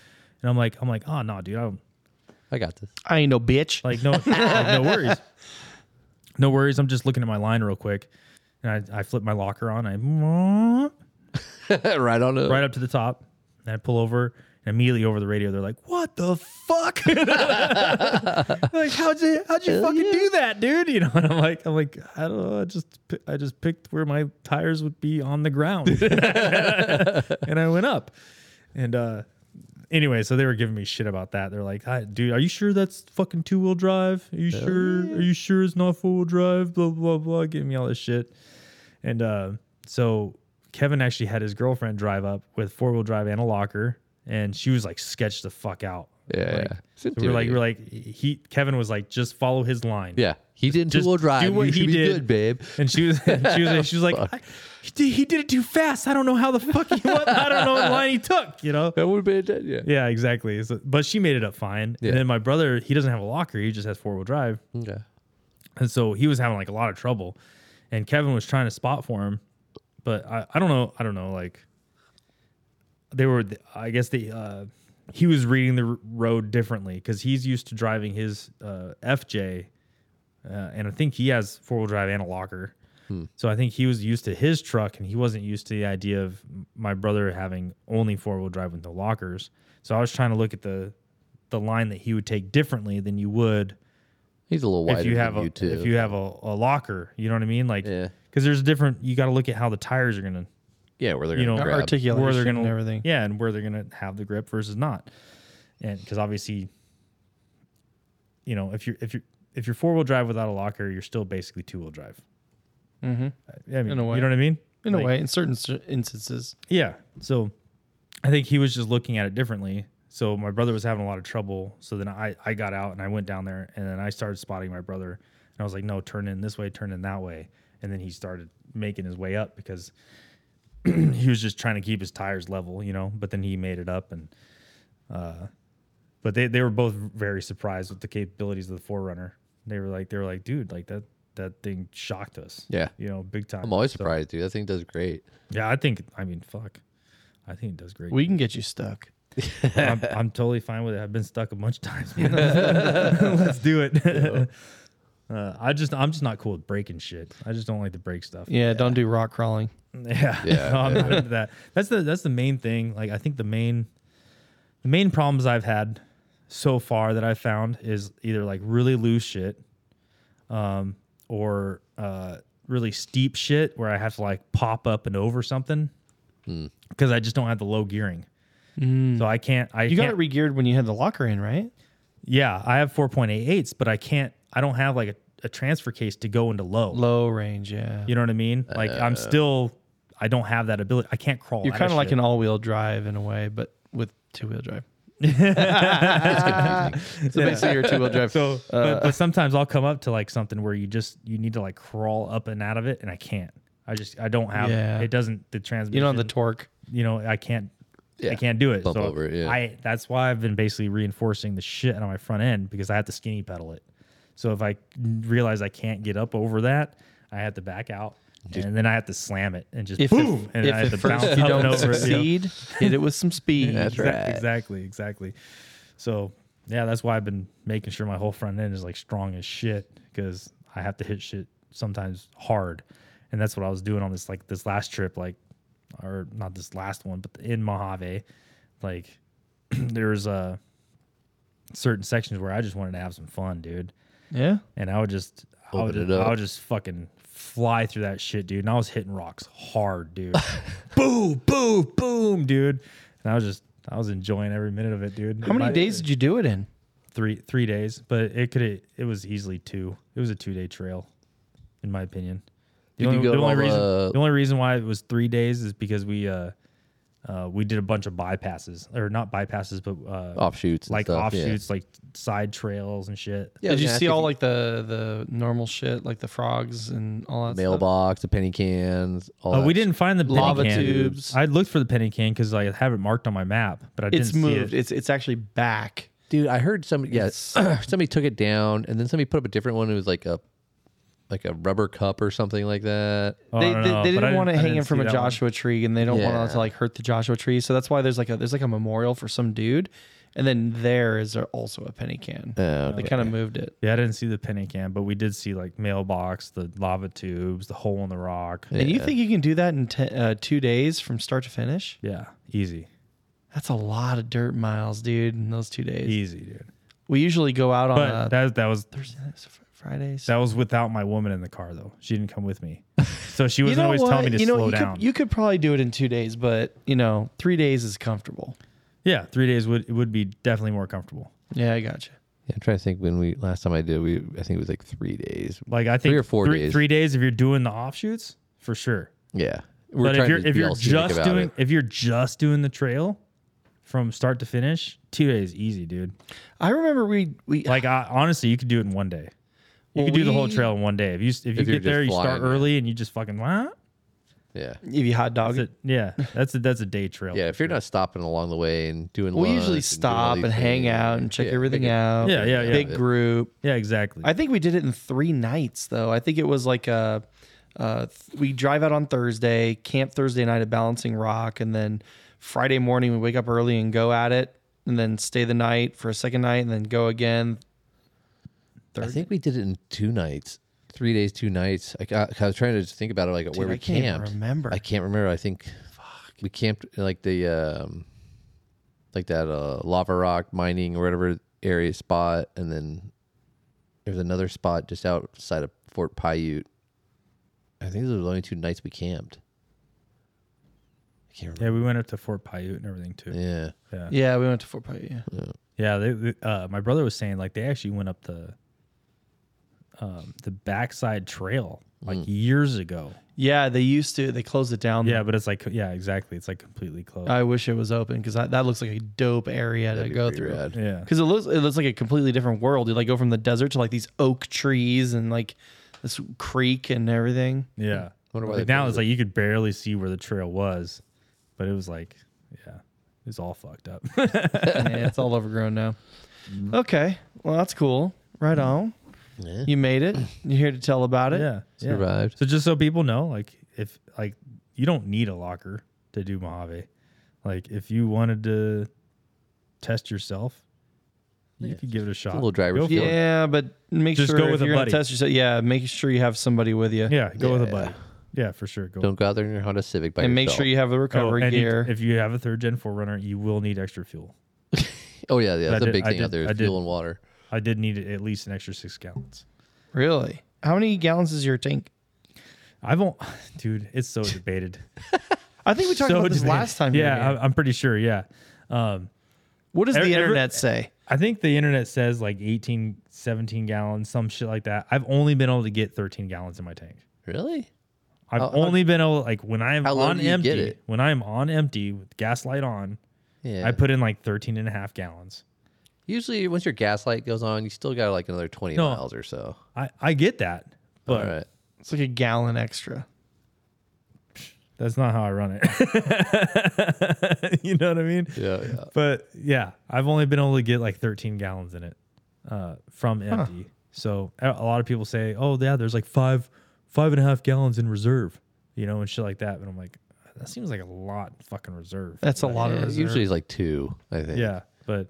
Speaker 3: And I'm like, I'm like, oh no, dude, I don't
Speaker 1: I got this.
Speaker 2: I ain't no bitch.
Speaker 3: like no like, no worries, no worries. I'm just looking at my line real quick, and I, I flip my locker on. I
Speaker 1: right on it.
Speaker 3: right up to the top. And I pull over, and immediately over the radio, they're like, "What the fuck? like, how'd you how'd you fucking do that, dude? You know?" And I'm like, I'm like, I don't know. I just pi- I just picked where my tires would be on the ground, and I went up. And uh anyway, so they were giving me shit about that. They're like, "Hi, "Dude, are you sure that's fucking two wheel drive? Are you sure? Are you sure it's not four wheel drive? Blah blah blah." Giving me all this shit. And uh, so Kevin actually had his girlfriend drive up with four wheel drive and a locker, and she was like sketched the fuck out.
Speaker 1: Yeah,
Speaker 3: Like,
Speaker 1: yeah. It's
Speaker 3: so we're like
Speaker 1: intimidating.
Speaker 3: we're like he Kevin was like just follow his line.
Speaker 1: Yeah, he didn't
Speaker 3: Just
Speaker 1: dual drive.
Speaker 3: do what
Speaker 1: you
Speaker 3: he
Speaker 1: should be
Speaker 3: did.
Speaker 1: good, babe.
Speaker 3: And she was, and she was, like- she was like, I, he, did, he did it too fast. I don't know how the fuck he, what, I don't know what line he took. You know?
Speaker 1: That would have been yeah.
Speaker 3: Yeah, exactly. So- but she made it up fine.
Speaker 1: Yeah.
Speaker 3: And then my brother, he doesn't have a locker. He just has four wheel drive,
Speaker 1: Okay.
Speaker 3: and so he was having like a lot of trouble. And Kevin was trying to spot for him, but I, I don't know. I don't know. Like they were, I guess they. Uh, he was reading the r- road differently because he's used to driving his uh, FJ, uh, and I think he has four wheel drive and a locker. So I think he was used to his truck, and he wasn't used to the idea of m- my brother having only four wheel drive with no lockers. So I was trying to look at the the line that he would take differently than you would
Speaker 1: He's a little wider
Speaker 3: if you have
Speaker 1: than
Speaker 3: a
Speaker 1: you too.
Speaker 3: if you have a, a locker. You know what I mean? Like,
Speaker 1: Yeah.
Speaker 3: because there's different. You got to look at how the tires are gonna
Speaker 1: yeah, where they're
Speaker 3: you
Speaker 1: gonna
Speaker 3: know,
Speaker 1: grab.
Speaker 2: articulation
Speaker 3: where they're gonna
Speaker 2: and everything.
Speaker 3: Yeah, and where they're gonna have the grip versus not, and because obviously, you know, if you're if you're if you're four wheel drive without a locker, you're still basically two wheel drive. Mm-hmm. I mean,
Speaker 2: In a way.
Speaker 3: you know what I mean?
Speaker 2: in
Speaker 3: Like,
Speaker 2: a way, in certain cer- instances.
Speaker 3: yeah. So I think he was just looking at it differently. So my brother was having a lot of trouble. So then I, I got out and I went down there and then I started spotting my brother. And I was like, no, turn in this way, turn in that way. And then he started making his way up because he was just trying to keep his tires level, you know. But then he made it up and uh but they, they were both very surprised with the capabilities of the forerunner. They were like they were like, dude, like that that thing shocked us.
Speaker 1: Yeah.
Speaker 3: You know, big time.
Speaker 1: I'm always
Speaker 3: So-
Speaker 1: surprised, dude. That thing does great.
Speaker 3: yeah, I think. I mean, fuck. I think it does great.
Speaker 2: We can get you stuck.
Speaker 3: I'm, I'm totally fine with it. I've been stuck a bunch of times. Let's do it. Uh, I just, I'm just not cool with breaking shit. I just don't like to break stuff.
Speaker 2: Yeah, don't do rock crawling.
Speaker 3: Yeah,
Speaker 1: Yeah,
Speaker 3: No, I'm not into that. That's the that's the main thing. Like I think the main the main problems I've had so far that I've found is either like really loose shit, um, or uh, really steep shit where I have to like pop up and over something
Speaker 1: Hmm.
Speaker 3: because I just don't have the low gearing. So I can't. I
Speaker 2: Hmm. You got
Speaker 3: can't,
Speaker 2: it regeared when you had the locker in, right?
Speaker 3: yeah. I have 4.88s, but I can't. I don't have like a, a transfer case to go into low.
Speaker 2: Low range, yeah.
Speaker 3: You know what I mean? Like
Speaker 1: Uh.
Speaker 3: I'm still. I don't have that ability. I can't crawl.
Speaker 2: You're
Speaker 3: out
Speaker 2: kind of like
Speaker 3: shit.
Speaker 2: an all-wheel drive in a way, but with two-wheel drive. so basically, you're a two-wheel drive.
Speaker 3: So,
Speaker 2: Uh,
Speaker 3: but, but sometimes I'll come up to like something where you just you need to like crawl up and out of it, and I can't. I just I don't have
Speaker 2: Yeah.
Speaker 3: it. doesn't the transmission.
Speaker 2: you don't have the torque.
Speaker 3: you know I can't.
Speaker 1: Yeah.
Speaker 3: I can't do it.
Speaker 1: Bump
Speaker 3: so
Speaker 1: over it, yeah.
Speaker 3: I that's why I've been basically reinforcing the shit out of my front end because I have to skinny pedal it. So if I realize I can't get up over that, I have to back out. and then I have to slam it and just
Speaker 2: If
Speaker 3: boom,
Speaker 2: it-
Speaker 3: and
Speaker 2: if
Speaker 3: I have
Speaker 2: at
Speaker 3: to
Speaker 2: first
Speaker 3: bounce
Speaker 2: you
Speaker 3: up and
Speaker 2: don't
Speaker 3: over it, you know?
Speaker 2: succeed, hit it with some speed.
Speaker 1: That's
Speaker 3: Exac-
Speaker 1: right.
Speaker 3: Exactly, exactly. So yeah, that's why I've been making sure my whole front end is like strong as shit because I have to hit shit sometimes hard, and that's what I was doing on this like this last trip, like or not this last one, but in Mojave, like there's uh, certain sections where I just wanted to have some fun, dude,
Speaker 2: Yeah,
Speaker 3: and I would just I would
Speaker 1: Open it
Speaker 3: just, I
Speaker 1: up.
Speaker 3: would just fucking fly through that shit, dude, and I was hitting rocks hard, dude. boom, boom, boom, dude. And I was just I was enjoying every minute of it, dude.
Speaker 2: how many
Speaker 3: My-
Speaker 2: days did you do it in?
Speaker 3: Three three days, but it could it was easily two. It was a two day trail, in my opinion.
Speaker 1: Did
Speaker 3: The
Speaker 1: you
Speaker 3: only,
Speaker 1: go
Speaker 3: the
Speaker 1: to
Speaker 3: only
Speaker 1: all uh,
Speaker 3: reason
Speaker 1: the-
Speaker 3: the only reason why it was three days is because we uh, uh we did a bunch of bypasses or not bypasses but uh
Speaker 1: Offshoots, and
Speaker 3: like
Speaker 1: stuff, yeah.
Speaker 3: offshoots like side trails and shit.
Speaker 1: Yeah, I
Speaker 2: did
Speaker 1: was
Speaker 2: you
Speaker 1: gonna
Speaker 2: see
Speaker 1: ask if
Speaker 2: all like the the normal shit, like the frogs and all that? stuff?
Speaker 1: mailbox, the penny cans? All
Speaker 3: Uh,
Speaker 1: that
Speaker 3: we didn't find the penny
Speaker 2: Lava
Speaker 3: can.
Speaker 2: tubes.
Speaker 3: I looked for the penny can because I have it marked on my map, but I
Speaker 2: It's
Speaker 3: didn't
Speaker 2: moved.
Speaker 3: see it.
Speaker 2: It's it's actually back.
Speaker 1: dude i heard some yes somebody took it down and then somebody put up a different one it was like a like a rubber cup or something like that
Speaker 3: Oh, I
Speaker 2: they,
Speaker 3: don't
Speaker 2: they,
Speaker 3: know,
Speaker 2: they
Speaker 3: but I
Speaker 2: didn't want it
Speaker 3: I
Speaker 2: hanging
Speaker 3: didn't
Speaker 2: from
Speaker 3: see
Speaker 2: a
Speaker 3: that one.
Speaker 2: Joshua tree, and they don't want it to
Speaker 1: Yeah.
Speaker 2: like hurt the Joshua tree. So that's why there's like a there's like a memorial for some dude, and then there is a- also a penny can.
Speaker 1: Oh,
Speaker 2: They kind of moved it.
Speaker 3: Yeah, I didn't see the penny can, but we did see like mailbox, the lava tubes, the hole in the rock.
Speaker 2: And you think you can do that in te- uh, two days from start to finish?
Speaker 3: Yeah, easy,
Speaker 2: That's a lot of dirt miles, dude. In those two days,
Speaker 3: easy, dude.
Speaker 2: we usually go out on
Speaker 3: But
Speaker 2: a
Speaker 3: that that was
Speaker 2: Thursday, nights, Fr- Fridays.
Speaker 3: that was without my woman in the car though. She didn't come with me, so she was
Speaker 2: know
Speaker 3: always telling me to
Speaker 2: you know,
Speaker 3: slow
Speaker 2: you
Speaker 3: down.
Speaker 2: Could, you could probably do it in two days, but you know, three days is comfortable.
Speaker 3: yeah, three days would it would be definitely more comfortable.
Speaker 2: Yeah, I gotcha.
Speaker 1: yeah, i'm trying to think when we last time i did we i think it was like three days
Speaker 3: Like I think
Speaker 1: Three or four
Speaker 3: three,
Speaker 1: days.
Speaker 3: Three days if you're doing the offshoots for sure.
Speaker 1: yeah we're
Speaker 3: but if you're
Speaker 1: to
Speaker 3: if
Speaker 1: be
Speaker 3: you're
Speaker 1: all scenic
Speaker 3: just
Speaker 1: about
Speaker 3: doing
Speaker 1: it.
Speaker 3: if you're just doing the trail, from start to finish, two days easy, dude.
Speaker 2: I remember we we
Speaker 3: Like I, honestly, you could do it in one day. You
Speaker 2: Well,
Speaker 3: could do the whole
Speaker 2: we-
Speaker 3: trail in one day. If you s- if you
Speaker 1: If you're
Speaker 3: get there,
Speaker 1: just
Speaker 3: you start
Speaker 1: flying, yeah.
Speaker 3: early and you just fucking wow.
Speaker 1: Yeah.
Speaker 2: if you hot dog it.
Speaker 3: yeah, that's a that's a day trail.
Speaker 1: Yeah, if you're not stopping along the way and doing
Speaker 2: Oh, We usually
Speaker 1: lunch and doing all
Speaker 2: stop
Speaker 1: these
Speaker 2: and hang
Speaker 1: things,
Speaker 2: out and check
Speaker 1: yeah,
Speaker 2: everything
Speaker 1: pick it-
Speaker 2: out.
Speaker 3: Yeah, yeah, yeah.
Speaker 2: Big group.
Speaker 3: yeah, exactly.
Speaker 2: I think we did it in three nights though. I think it was like a, uh, th- we drive out on Thursday, camp Thursday night at Balancing Rock, and then Friday morning we wake up early and go at it, and then stay the night for a second night, and then go again.
Speaker 1: I think we did it in two nights, three days, two nights. I, ca- I was trying to just think about it, like where
Speaker 2: Dude,
Speaker 1: we
Speaker 2: I can't
Speaker 1: camped.
Speaker 2: remember.
Speaker 1: I can't remember. I think we camped in, like the um, like that uh, lava rock mining or whatever area spot, and then there was another spot just outside of Fort Paiute. I think those were the only two nights we camped. I can't
Speaker 3: yeah,
Speaker 1: remember.
Speaker 3: we went up to Fort Paiute and everything too. Yeah,
Speaker 1: Yeah,
Speaker 3: yeah.
Speaker 2: Yeah, we went to Fort Pike. Yeah.
Speaker 3: they, they- uh, my brother was saying like they actually went up the um, the backside trail like
Speaker 1: Mm.
Speaker 3: years ago.
Speaker 2: Yeah, they used to. They closed it
Speaker 1: Mm-hmm.
Speaker 2: down.
Speaker 3: Yeah, but it's like yeah, exactly. It's like completely closed.
Speaker 2: I wish it was open because that, that looks like a dope area
Speaker 1: That'd
Speaker 2: to
Speaker 1: be
Speaker 2: go
Speaker 1: pretty
Speaker 2: through.
Speaker 1: rad.
Speaker 3: yeah,
Speaker 2: Because it looks it looks like a completely different world. You like go from the desert to like these oak trees and like this creek and everything.
Speaker 3: yeah.
Speaker 1: Wonder why
Speaker 3: Like
Speaker 1: they
Speaker 3: now
Speaker 1: closed
Speaker 3: it's like you could barely see where the trail was, but it was like yeah, it's all fucked up.
Speaker 2: yeah, it's all overgrown now. Okay, well that's cool. Right on.
Speaker 1: Yeah.
Speaker 2: You made it. You're here to tell about it.
Speaker 3: yeah, yeah.
Speaker 1: survived.
Speaker 3: So just so people know, like if like you don't need a locker to do Mojave. Like if you wanted to test yourself, you could give it a shot.
Speaker 1: little driver's
Speaker 3: Go for
Speaker 1: feel.
Speaker 3: it.
Speaker 2: Yeah, but make
Speaker 3: Just
Speaker 2: sure
Speaker 3: go
Speaker 2: if
Speaker 3: with a
Speaker 2: you're gonna
Speaker 3: buddy.
Speaker 2: test yourself. Yeah, make sure you have somebody with you.
Speaker 3: Yeah, go with
Speaker 1: Yeah.
Speaker 3: a buddy. Yeah, for sure. Go
Speaker 1: Don't go out there in your Honda Civic by
Speaker 2: And make
Speaker 1: yourself.
Speaker 2: sure you have the
Speaker 3: Oh,
Speaker 2: recovery
Speaker 3: and you-
Speaker 2: gear.
Speaker 3: if you have a third gen forerunner, you will need extra fuel.
Speaker 1: Oh yeah, yeah.
Speaker 3: I
Speaker 1: That's a
Speaker 3: did-
Speaker 1: big
Speaker 3: I
Speaker 1: thing out
Speaker 3: did-
Speaker 1: there.
Speaker 3: I
Speaker 1: Is
Speaker 3: did.
Speaker 1: fuel and water.
Speaker 3: I did need at least an extra six gallons.
Speaker 2: really? How many gallons is your tank?
Speaker 3: I won't, dude. It's so debated.
Speaker 2: I think we talked
Speaker 3: so
Speaker 2: about this
Speaker 3: debated.
Speaker 2: last time. you were
Speaker 3: Yeah,
Speaker 2: here.
Speaker 3: I, I'm pretty sure. Yeah. Um,
Speaker 2: What does
Speaker 3: Every-
Speaker 2: the
Speaker 3: every-
Speaker 2: internet say?
Speaker 3: I think the internet says like 18, 17 gallons, some shit like that. I've only been able to get 13 gallons in my tank.
Speaker 1: Really?
Speaker 3: I've
Speaker 1: How- how-
Speaker 3: only been able like when I'm
Speaker 1: How low
Speaker 3: on
Speaker 1: do you
Speaker 3: empty,
Speaker 1: get it?
Speaker 3: when I'm on empty with gas light on,
Speaker 1: Yeah.
Speaker 3: I put in like 13 and a half gallons.
Speaker 1: Usually, once your gas light goes on, you still got like another 20
Speaker 3: No.
Speaker 1: miles or so.
Speaker 3: I, I get that,
Speaker 1: All
Speaker 3: but
Speaker 1: right.
Speaker 2: It's like a gallon extra.
Speaker 3: that's not how I run it. you know what I mean?
Speaker 1: Yeah. yeah.
Speaker 3: But yeah, I've only been able to get like 13 gallons in it uh, from empty. So a a lot of people say, "Oh yeah, there's like five, five and a half gallons in reserve," you know, and shit like that. And I'm like, that seems like a lot in fucking reserve.
Speaker 2: That's a lot
Speaker 1: Yeah,
Speaker 2: of reserve.
Speaker 1: usually, it's like two, I think.
Speaker 3: yeah, but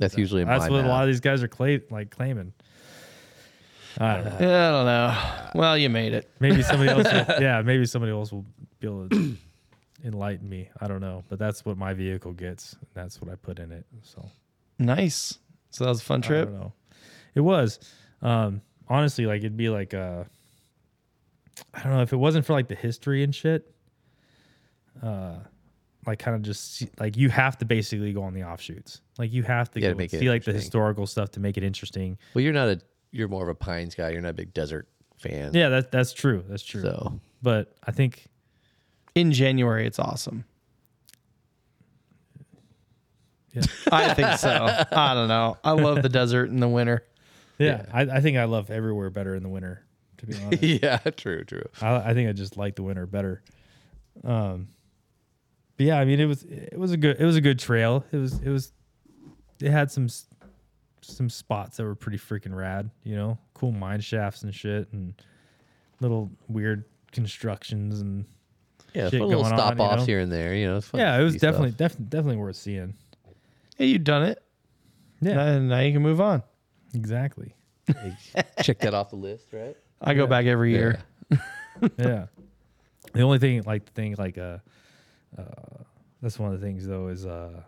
Speaker 1: That's usually
Speaker 3: that's
Speaker 1: my
Speaker 3: what a lot
Speaker 1: math.
Speaker 3: of these guys are cla- like claiming. I don't know.
Speaker 2: Yeah, I don't know. Well, you made it.
Speaker 3: Maybe somebody else. Will, yeah, maybe somebody else will be able to enlighten me. I don't know, but that's what my vehicle gets. And that's what I put in it. So.
Speaker 2: Nice. So that was a fun
Speaker 3: I
Speaker 2: trip.
Speaker 3: don't know. It was. Um, honestly, like it'd be like uh I don't know if it wasn't for like the history and shit. Uh like kind of just see- like you have to basically go on the offshoots. Like you have to
Speaker 1: You gotta
Speaker 3: go
Speaker 1: make it
Speaker 3: see like the
Speaker 1: interesting.
Speaker 3: historical stuff to make it interesting.
Speaker 1: Well, you're not a, you're more of a pines guy. You're not a big desert fan.
Speaker 3: Yeah, that that's true. That's true.
Speaker 1: So,
Speaker 3: But I think
Speaker 2: In January, it's awesome.
Speaker 3: Yeah.
Speaker 2: I think so. I don't know. I love the desert in the winter.
Speaker 3: yeah, I, I think I love everywhere better in the winter, to be honest.
Speaker 1: yeah, true, true.
Speaker 3: I, I think I just like the winter better. Um, but yeah, I mean, it was it was a good it was a good trail. It was it was it had some s- some spots that were pretty freaking rad. You know, cool mine shafts and shit, and little weird constructions and
Speaker 1: Yeah,
Speaker 3: Shit
Speaker 1: put a little
Speaker 3: going on,
Speaker 1: stop
Speaker 3: you
Speaker 1: offs
Speaker 3: know?
Speaker 1: here and there. You know, it's fun
Speaker 3: yeah,
Speaker 1: to
Speaker 3: it was
Speaker 1: see stuff.
Speaker 3: definitely definitely definitely worth seeing.
Speaker 2: Hey, you've done it.
Speaker 3: Yeah.
Speaker 2: Now, now you can move on.
Speaker 3: Exactly.
Speaker 1: check that off the list, right?
Speaker 2: I go back every year.
Speaker 3: yeah. The only thing, like the thing, like uh, uh, that's one of the things though is uh,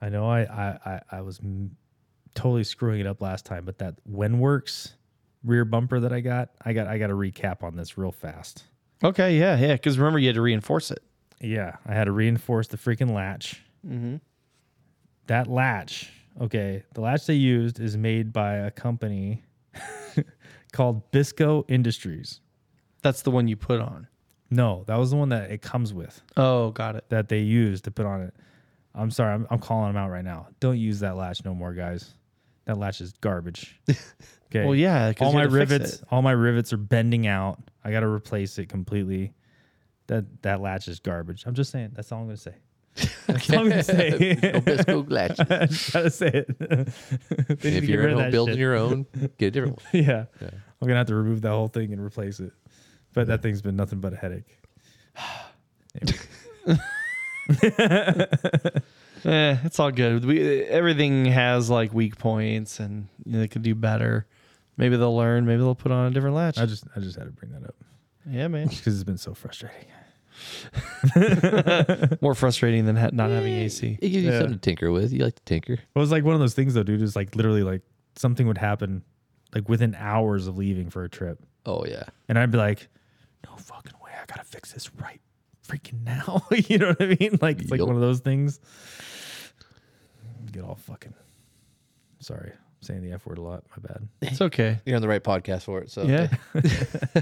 Speaker 3: I know I I I, I was m- totally screwing it up last time, but that WinWorks rear bumper that I got, I got I got a recap on this real fast.
Speaker 2: Okay. Yeah. Yeah. Because remember, you had to reinforce it.
Speaker 3: Yeah, I had to reinforce the freaking latch.
Speaker 2: Mm-hmm.
Speaker 3: That latch, okay, the latch they used is made by a company called Bisco Industries.
Speaker 2: That's the one you put on.
Speaker 3: No, that was the one that it comes with.
Speaker 2: Oh, got it.
Speaker 3: that they used to put on it. I'm sorry, I'm, I'm calling them out right now. Don't use that latch no more, guys. That latch is garbage. Okay.
Speaker 2: Well, yeah, 'cause
Speaker 3: All
Speaker 2: you
Speaker 3: my
Speaker 2: had to fix
Speaker 3: rivets,
Speaker 2: it.
Speaker 3: all my rivets are bending out. I got to replace it completely. That that latch is garbage. I'm just saying. That's all I'm gonna say. That's all I'm gonna say.
Speaker 1: Nabisco latch.
Speaker 3: I just gotta say it. They need to
Speaker 1: if
Speaker 3: get
Speaker 1: you're at
Speaker 3: rid of
Speaker 1: home
Speaker 3: that
Speaker 1: building
Speaker 3: shit.
Speaker 1: your own, get a different one.
Speaker 3: yeah. I'm gonna have to remove that whole thing and replace it. But that thing's been nothing but a headache.
Speaker 2: Eh, it's all good. We everything has like weak points, and you know, they could do better. Maybe they'll learn. Maybe they'll put on a different latch.
Speaker 3: I just I just had to bring that up
Speaker 2: yeah, man.
Speaker 3: because it's been so frustrating.
Speaker 2: More frustrating than ha- not having AC.
Speaker 1: It gives you
Speaker 3: Yeah.
Speaker 1: something to tinker with. You like to tinker.
Speaker 3: It was like one of those things though, dude. Is like literally like something would happen like within hours of leaving for a trip,
Speaker 1: Oh yeah.
Speaker 3: and I'd be like, "No fucking way! I gotta fix this right freaking now." you know what I mean? Like it's like
Speaker 1: Yup.
Speaker 3: one of those things. Get all fucking. Sorry, I'm saying the f word a lot. My bad.
Speaker 2: It's okay.
Speaker 1: You're on the right podcast for it. So
Speaker 2: Yeah.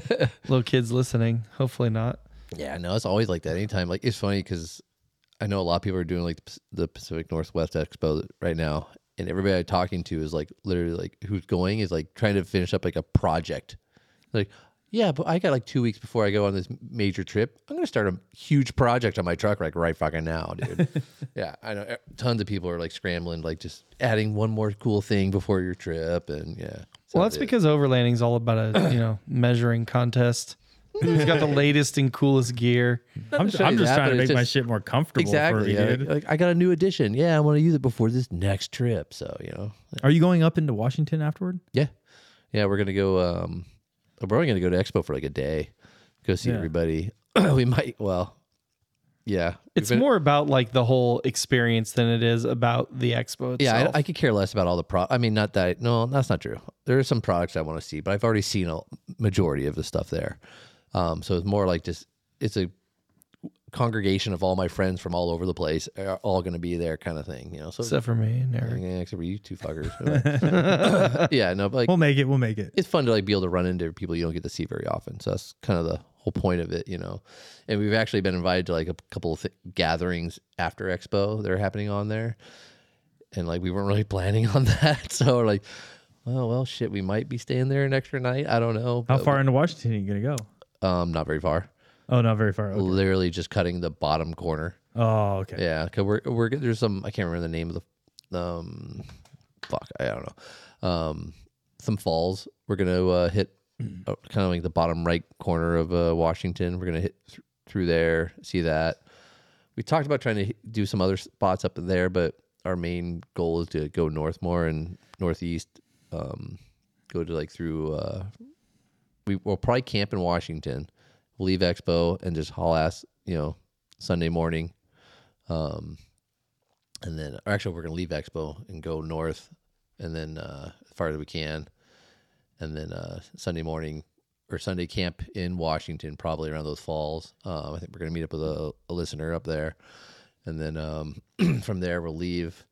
Speaker 2: Little kids listening. Hopefully not.
Speaker 1: Yeah, no, it's always like that. Anytime, like it's funny because I know a lot of people are doing like the Pac- the Pacific Northwest Expo right now, and everybody I'm talking to is like literally like who's going is like trying to finish up like a project. Like, yeah, but I got like two weeks before I go on this major trip. I'm gonna start a huge project on my truck like right fucking now, dude. yeah, I know eh, tons of people are like scrambling, like just adding one more cool thing before your trip, and yeah. So
Speaker 2: Well, that's
Speaker 1: it-
Speaker 2: because overlanding's all about a you know measuring contest. Who's got the latest and coolest gear?
Speaker 3: I'm,
Speaker 1: show
Speaker 3: I'm
Speaker 1: you
Speaker 3: just
Speaker 1: that,
Speaker 3: trying to
Speaker 1: but
Speaker 3: make
Speaker 1: it's
Speaker 3: my
Speaker 1: just-
Speaker 3: shit more comfortable for
Speaker 1: Exactly.
Speaker 3: you,
Speaker 1: yeah.
Speaker 3: dude.
Speaker 1: Like I got a new addition. Yeah, I want to use it before this next trip. So you know,
Speaker 3: Are you going up into Washington afterward?
Speaker 1: Yeah. Yeah, we're gonna go um we're only gonna go to Expo for like a day. Go see
Speaker 3: Yeah.
Speaker 1: everybody. we might well yeah. We've
Speaker 2: It's
Speaker 1: been-
Speaker 2: more about like the whole experience than it is about the expo itself.
Speaker 1: yeah, I, I could care less about all the pro. I mean, not that. I, no, that's not true. There are some products I want to see, but I've already seen a majority of the stuff there. Um, so it's more like just it's a congregation of all my friends from all over the place are all going to be there, kind of thing. You know, so
Speaker 2: except for me and Eric.
Speaker 1: yeah, except for you two fuckers. yeah, no, but like
Speaker 3: We'll make it. We'll make it.
Speaker 1: it's fun to like be able to run into people you don't get to see very often. So that's kind of the whole point of it, you know. And we've actually been invited to like a couple of th- gatherings after Expo that are happening on there, and like we weren't really planning on that. So we're like, well, well, shit, we might be staying there an extra night. I don't know.
Speaker 3: How
Speaker 1: but,
Speaker 3: far into Washington are you gonna go?
Speaker 1: Um, not very far.
Speaker 3: Oh, not very far. Okay.
Speaker 1: Literally just cutting the bottom corner.
Speaker 3: Oh, okay.
Speaker 1: Yeah, cause we're we're there's some I can't remember the name of the um fuck I don't know um some falls we're gonna uh, hit uh, kind of like the bottom right corner of uh, Washington we're gonna hit th- through there see that we talked about trying to hit- do some other spots up in there but our main goal is to go north more and northeast um go to like through uh we will probably camp in Washington leave Expo and just haul ass you know Sunday morning um, and then, or actually, we're going to leave Expo and go north, and then uh, as far as we can, and then uh, Sunday morning or Sunday camp in Washington, probably around those falls. Um, I think we're going to meet up with a, a listener up there, and then um, from there we'll leave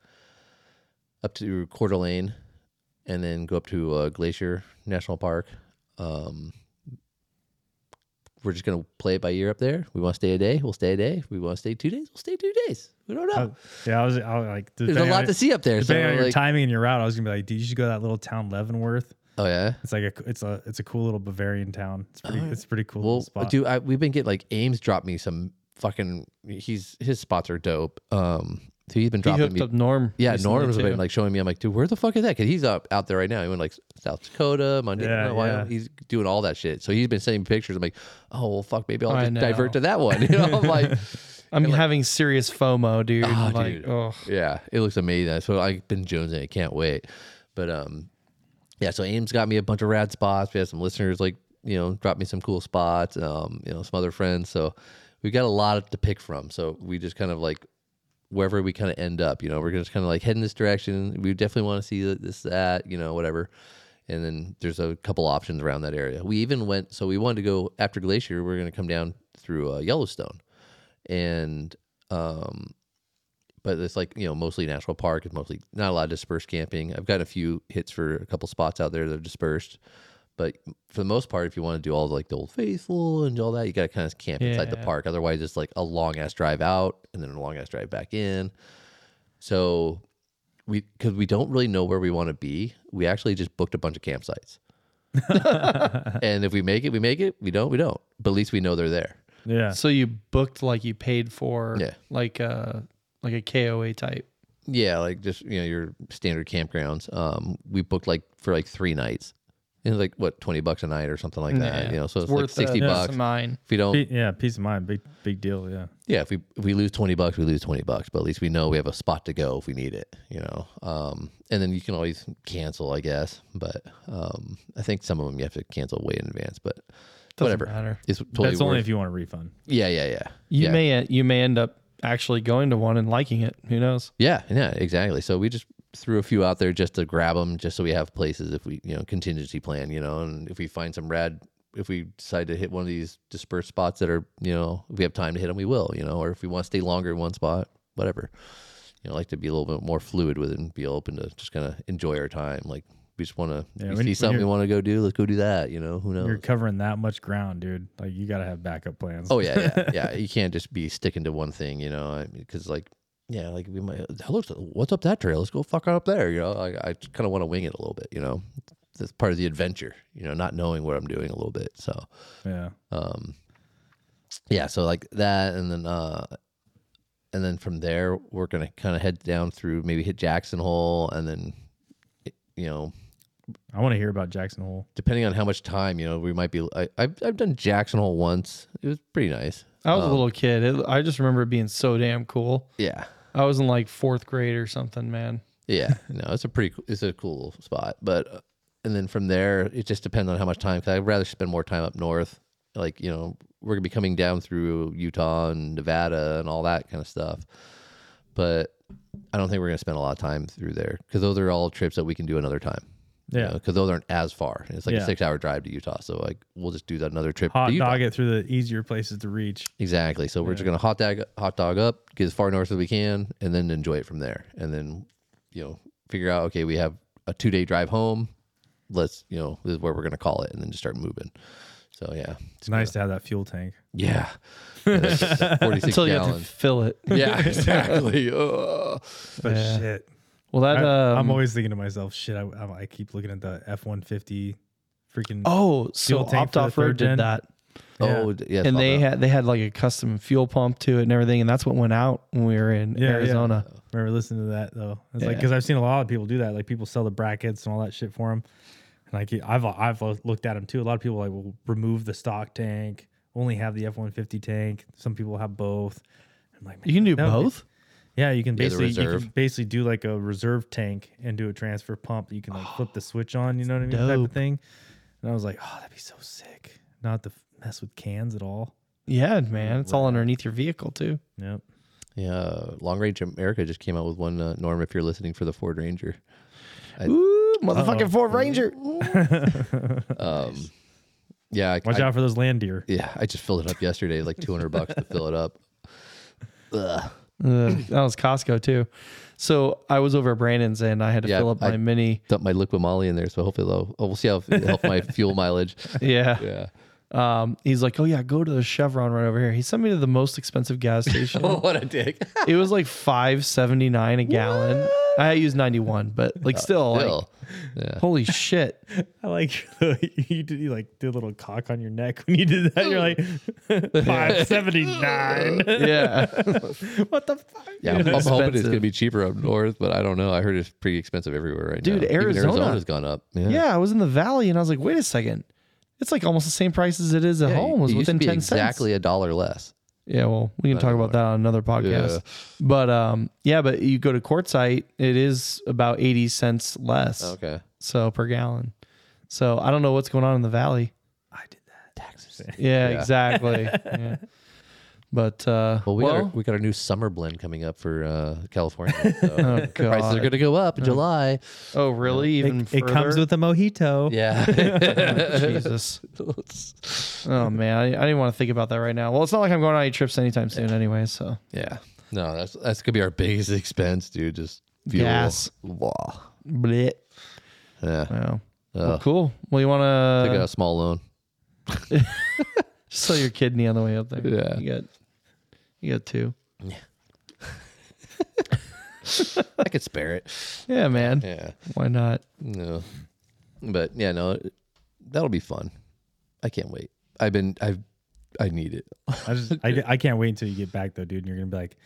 Speaker 1: up to Coeur d'Alene, and then go up to uh, Glacier National Park. Um, we're just gonna play it by ear up there. We want to stay a day, we'll stay a day. We want to stay two days, we'll stay two days. We don't know.
Speaker 3: I- Uh, yeah, I was, I was like,
Speaker 1: There's a
Speaker 3: depending
Speaker 1: lot
Speaker 3: on-
Speaker 1: to see up there. So
Speaker 3: Depending on your
Speaker 1: like,
Speaker 3: timing and your route, I was gonna be like, dude, you should go to that little town Leavenworth.
Speaker 1: oh yeah.
Speaker 3: It's like a, it's a, it's a cool little Bavarian town. It's pretty, it's a pretty cool
Speaker 1: Oh, Well,
Speaker 3: little spot.
Speaker 1: dude, I, we've been getting like Ames dropped me some fucking. He's his spots are dope. Um, so he's been
Speaker 2: He
Speaker 1: dropping
Speaker 2: hooked
Speaker 1: me.
Speaker 2: up Norm.
Speaker 1: yeah,
Speaker 2: recently,
Speaker 1: Norm's
Speaker 2: too.
Speaker 1: been like showing me. I'm like, dude, where the fuck is that? Because he's up out there right now. He went like South Dakota,
Speaker 3: Yeah,
Speaker 1: Montana,
Speaker 3: yeah.
Speaker 1: Wyoming. He's doing all that shit. So he's been sending me pictures. I'm like, oh well, fuck, maybe I'll
Speaker 2: I
Speaker 1: just
Speaker 2: know.
Speaker 1: divert to that one. You know, I'm like,
Speaker 2: I'm having serious FOMO, dude.
Speaker 1: Oh,
Speaker 2: like,
Speaker 1: dude.
Speaker 2: oh.
Speaker 1: Yeah, it looks amazing. So I've been jonesing. I can't wait. But um, yeah. So Ames got me a bunch of rad spots. We had some listeners like you know drop me some cool spots. Um, you know some other friends. So we got a lot to pick from. So we just kind of like wherever we kind of end up. You know, we're just kind of like heading this direction. We definitely want to see this, that, you know, whatever. And then there's a couple options around that area. We even went. So we wanted to go after Glacier. We're going to come down through uh, Yellowstone, and um, but it's like you know mostly national park it's mostly not a lot of dispersed camping i've got a few hits for a couple spots out there that are dispersed but for the most part if you want to do all the, like the old faithful and all that you got to kind of camp inside the
Speaker 2: Yeah.
Speaker 1: park otherwise it's like a long ass drive out and then a long ass drive back in So we because we don't really know where we want to be. We actually just booked a bunch of campsites. and if we make it, we make it. We don't, we don't. But at least we know they're there.
Speaker 3: Yeah.
Speaker 2: So you booked like you paid for
Speaker 1: Yeah.
Speaker 2: like a like a KOA type.
Speaker 1: Yeah, like just you know your standard campgrounds. Um, we booked like for like three nights, and like what twenty bucks a night or something like that. You know, so it's, like
Speaker 2: the
Speaker 1: sixty
Speaker 2: peace of
Speaker 1: bucks.
Speaker 2: mind.
Speaker 1: If we don't,
Speaker 3: Pe- yeah. Peace of mind. Big big deal. Yeah.
Speaker 1: yeah, if we if we lose twenty bucks, we lose twenty bucks. But at least we know we have a spot to go if we need it. You know, um, and then you can always cancel, I guess. But um, I think some of them you have to cancel way in advance. But
Speaker 2: Doesn't
Speaker 1: whatever,
Speaker 2: matter.
Speaker 1: it's totally
Speaker 3: That's only
Speaker 1: worth-
Speaker 3: if you want a refund.
Speaker 1: yeah, yeah, yeah.
Speaker 2: You
Speaker 1: yeah.
Speaker 2: may uh, you may end up actually going to one and liking it. Who knows?
Speaker 1: Yeah, yeah, exactly. So we just threw a few out there just to grab them, just so we have places if we, you know, contingency plan, you know, and if we find some rad, if we decide to hit one of these dispersed spots that are, you know, if we have time to hit them, we will, you know, or if we want to stay longer in one spot, whatever. You know, I like to be a little bit more fluid with it and be open to just kind of enjoy our time. Like we just want to
Speaker 3: Yeah,
Speaker 1: we
Speaker 3: when-
Speaker 1: see
Speaker 3: when
Speaker 1: something we
Speaker 3: you're-
Speaker 1: want to go do, let's go do that. You know, who knows?
Speaker 3: You're covering that much ground, dude. Like you gotta have backup plans.
Speaker 1: Oh yeah, yeah, yeah. You can't just be sticking to one thing, you know, because like, yeah, like we might. That looks. What's up that trail? Let's go fuck up there. You know, I, I kind of want to wing it a little bit. You know, that's part of the adventure. You know, not knowing what I'm doing a little bit. So,
Speaker 3: yeah.
Speaker 1: um, yeah. So like that, and then uh, and then from there we're gonna kind of head down through maybe hit Jackson Hole, and then you know
Speaker 3: I want to hear about Jackson Hole.
Speaker 1: depending on how much time you know we might be. I, I've I've done Jackson Hole once. It was pretty nice.
Speaker 2: I was
Speaker 1: Um,
Speaker 2: a little kid. It, I just remember it being so damn cool.
Speaker 1: Yeah.
Speaker 2: I was in like fourth grade or something, man.
Speaker 1: Yeah, no, it's a pretty, coo- it's a cool spot. But uh, and then from there, it just depends on how much time. Because I'd rather spend more time up north. Like you know, we're gonna be coming down through Utah and Nevada and all that kind of stuff. But I don't think we're gonna spend a lot of time through there because those are all trips that we can do another time.
Speaker 3: Yeah.
Speaker 1: because those aren't as far. It's like
Speaker 3: Yeah.
Speaker 1: a six-hour drive to Utah, so like we'll just do that another trip.
Speaker 3: Hot
Speaker 1: to Utah.
Speaker 3: dog it through the easier places to reach.
Speaker 1: Exactly. So we're just gonna hot dog hot dog up, get as far north as we can, and then enjoy it from there. And then, you know, figure out okay, we have a two day drive home. Let's you know this is where we're gonna call it, and then just start moving. So yeah,
Speaker 3: It's nice to have that fuel tank.
Speaker 1: yeah, forty six
Speaker 2: Until you have to
Speaker 1: gallons.
Speaker 2: fill it.
Speaker 1: yeah, exactly. Oh, Ugh.
Speaker 3: But
Speaker 2: Yeah.
Speaker 3: shit,
Speaker 2: Well, that
Speaker 3: I,
Speaker 2: um,
Speaker 3: am always thinking to mywaself, shit. I, I, I keep looking at the F-150 freaking.
Speaker 2: oh, so
Speaker 3: Fuel tank
Speaker 2: Opt
Speaker 3: for the
Speaker 2: Off Road
Speaker 3: third
Speaker 2: did
Speaker 3: gen.
Speaker 2: that,
Speaker 1: Oh d- yeah,
Speaker 2: and
Speaker 1: thought
Speaker 2: they
Speaker 1: about-
Speaker 2: had they had like a custom fuel pump to it and everything, and that's what went out when we were in
Speaker 3: Yeah, yeah.
Speaker 2: Arizona.
Speaker 3: Remember listening to that though. It's like
Speaker 2: Yeah.
Speaker 3: because I've seen a lot of people do that. Like people sell the brackets and all that shit for them. And like I've I've looked at them too. A lot of people like will remove the stock tank, only have the F one fifty tank. Some people have both. I'm like,
Speaker 2: You can do
Speaker 3: that would be-
Speaker 2: both.
Speaker 3: yeah, you can
Speaker 1: Yeah, the
Speaker 3: basically you can
Speaker 1: reserve.
Speaker 3: basically do like a reserve tank and do a transfer pump. You can like flip the switch on. You know what I mean? Type
Speaker 2: Dope.
Speaker 3: of thing. And I was like, oh, that'd be so sick. Not to f- mess with cans at all.
Speaker 2: Yeah, man, it's all underneath your vehicle too.
Speaker 3: Yep.
Speaker 1: yeah. Long Range America just came out with one. Uh, Norm, if you're listening for the Ford Ranger,
Speaker 2: Ooh, motherfucking Ford Ranger.
Speaker 1: um, yeah, I,
Speaker 3: Watch
Speaker 1: I-
Speaker 3: out for those land deer.
Speaker 1: Yeah, I just filled it up yesterday, like two hundred bucks to fill it up. Ugh.
Speaker 2: Ugh, that was Costco too. So I was over at Brandon's and I had to
Speaker 1: Yeah,
Speaker 2: fill up my
Speaker 1: I-
Speaker 2: mini.
Speaker 1: dump my liquid molly in there. So hopefully they'll, oh, we'll see how it'll help my fuel mileage.
Speaker 2: Yeah.
Speaker 1: Yeah.
Speaker 2: Um, he's like, oh yeah, go to the Chevron right over here. He sent me to the most expensive gas station.
Speaker 1: what a dick.
Speaker 2: it was like five seventy nine a gallon. I used ninety one, but like still, like,
Speaker 1: Still. Yeah.
Speaker 2: holy shit.
Speaker 3: I like you did you like did a little cock on your neck when you did that. You're like five seventy nine.
Speaker 2: Yeah,
Speaker 3: What the fuck?
Speaker 1: Yeah, I'm, I'm hoping it's
Speaker 2: Expensive.
Speaker 1: gonna be cheaper up north, but I don't know. I heard it's pretty expensive everywhere right
Speaker 2: Dude,
Speaker 1: now. Even
Speaker 2: Arizona.
Speaker 1: Arizona's gone up. Yeah,
Speaker 2: yeah. I was in the valley and I was like, wait a second, it's like almost the same price as it is at
Speaker 1: Yeah,
Speaker 2: home. It was
Speaker 1: used to
Speaker 2: within
Speaker 1: be
Speaker 2: ten
Speaker 1: exactly
Speaker 2: cents.
Speaker 1: a dollar less.
Speaker 2: Yeah, well, we can talk about that on another podcast.
Speaker 1: Yeah.
Speaker 2: But um, yeah, but you go to quartzite, it is about eighty cents less.
Speaker 1: Okay,
Speaker 2: so per gallon. So I don't know what's going on in the valley.
Speaker 3: I did that. Taxes.
Speaker 1: Yeah.
Speaker 2: Yeah, exactly. yeah. But uh,
Speaker 1: well we got our,
Speaker 2: well,
Speaker 1: we got our new summer blend coming up for uh, California. So prices are
Speaker 2: oh, God.
Speaker 1: gonna go up in July.
Speaker 2: oh really? Even
Speaker 3: It, it comes
Speaker 2: further?
Speaker 3: with a mojito.
Speaker 1: Yeah,
Speaker 2: Jesus. Oh man, I, I didn't want to think about that right now. Well, it's not like I'm going on any trips anytime soon, anyway. So
Speaker 1: yeah. No, that's that's gonna be our biggest expense, dude. Just fuel.
Speaker 2: Gas.
Speaker 1: Wow.
Speaker 2: Bleh.
Speaker 1: Yeah.
Speaker 2: Wow. Well,
Speaker 1: Ugh.
Speaker 2: cool. Well, you want
Speaker 1: They got
Speaker 2: to
Speaker 1: Uh, a small loan.
Speaker 2: sell your kidney on the way up there?
Speaker 1: Yeah.
Speaker 2: you got you got two.
Speaker 1: I could spare it.
Speaker 2: Yeah, man.
Speaker 1: Yeah.
Speaker 2: Why not?
Speaker 1: No. But yeah, no, that'll be fun. I can't wait. I've been I've I need it.
Speaker 3: I just I, I can't wait until you get back though, dude. And you're gonna be like,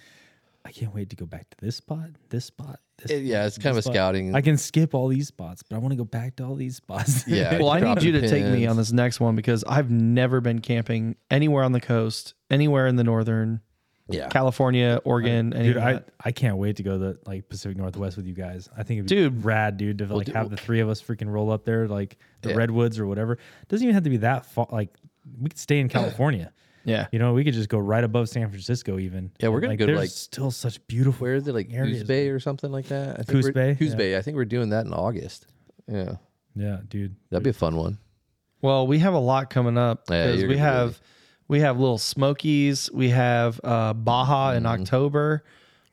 Speaker 3: I can't wait to go back to this spot, this spot, this.
Speaker 1: It- yeah, it's kind of a
Speaker 3: spot.
Speaker 1: scouting.
Speaker 3: I can skip all these spots, but I want to go back to all these spots.
Speaker 1: Yeah.
Speaker 2: Well, I
Speaker 1: Dropping
Speaker 2: need you to take me
Speaker 1: pins.
Speaker 2: on this next one because I've never been camping anywhere on the coast, anywhere in the northern
Speaker 1: yeah.
Speaker 2: California, Oregon, any
Speaker 3: dude,
Speaker 2: of
Speaker 3: I,
Speaker 2: that.
Speaker 3: I can't wait to go to like Pacific Northwest with you guys. I think it'd be
Speaker 2: Dude.
Speaker 3: rad, dude, to like
Speaker 1: do-
Speaker 3: have the three of us freaking roll up there, like the
Speaker 1: Yeah.
Speaker 3: redwoods or whatever. Doesn't even have to be that far. Like we could stay in California.
Speaker 2: yeah.
Speaker 3: You know, we could just go right above San Francisco. Even
Speaker 1: Yeah, we're gonna
Speaker 3: like,
Speaker 1: go to,
Speaker 3: there's
Speaker 1: like-
Speaker 3: still such beautiful.
Speaker 1: Where is it like
Speaker 3: Areas.
Speaker 1: Coos Bay or something like that? I think
Speaker 3: Coos
Speaker 1: we're-
Speaker 3: Bay?
Speaker 1: Coos
Speaker 3: Yeah.
Speaker 1: Bay. I think we're doing that in August. Yeah.
Speaker 3: Yeah, dude.
Speaker 1: That'd be a fun one.
Speaker 2: Well, we have a lot coming up
Speaker 1: Yeah,
Speaker 2: because
Speaker 1: you're
Speaker 2: we
Speaker 1: gonna be
Speaker 2: have we have little Smokies, we have uh, Baja in
Speaker 1: Mm-hmm.
Speaker 2: October.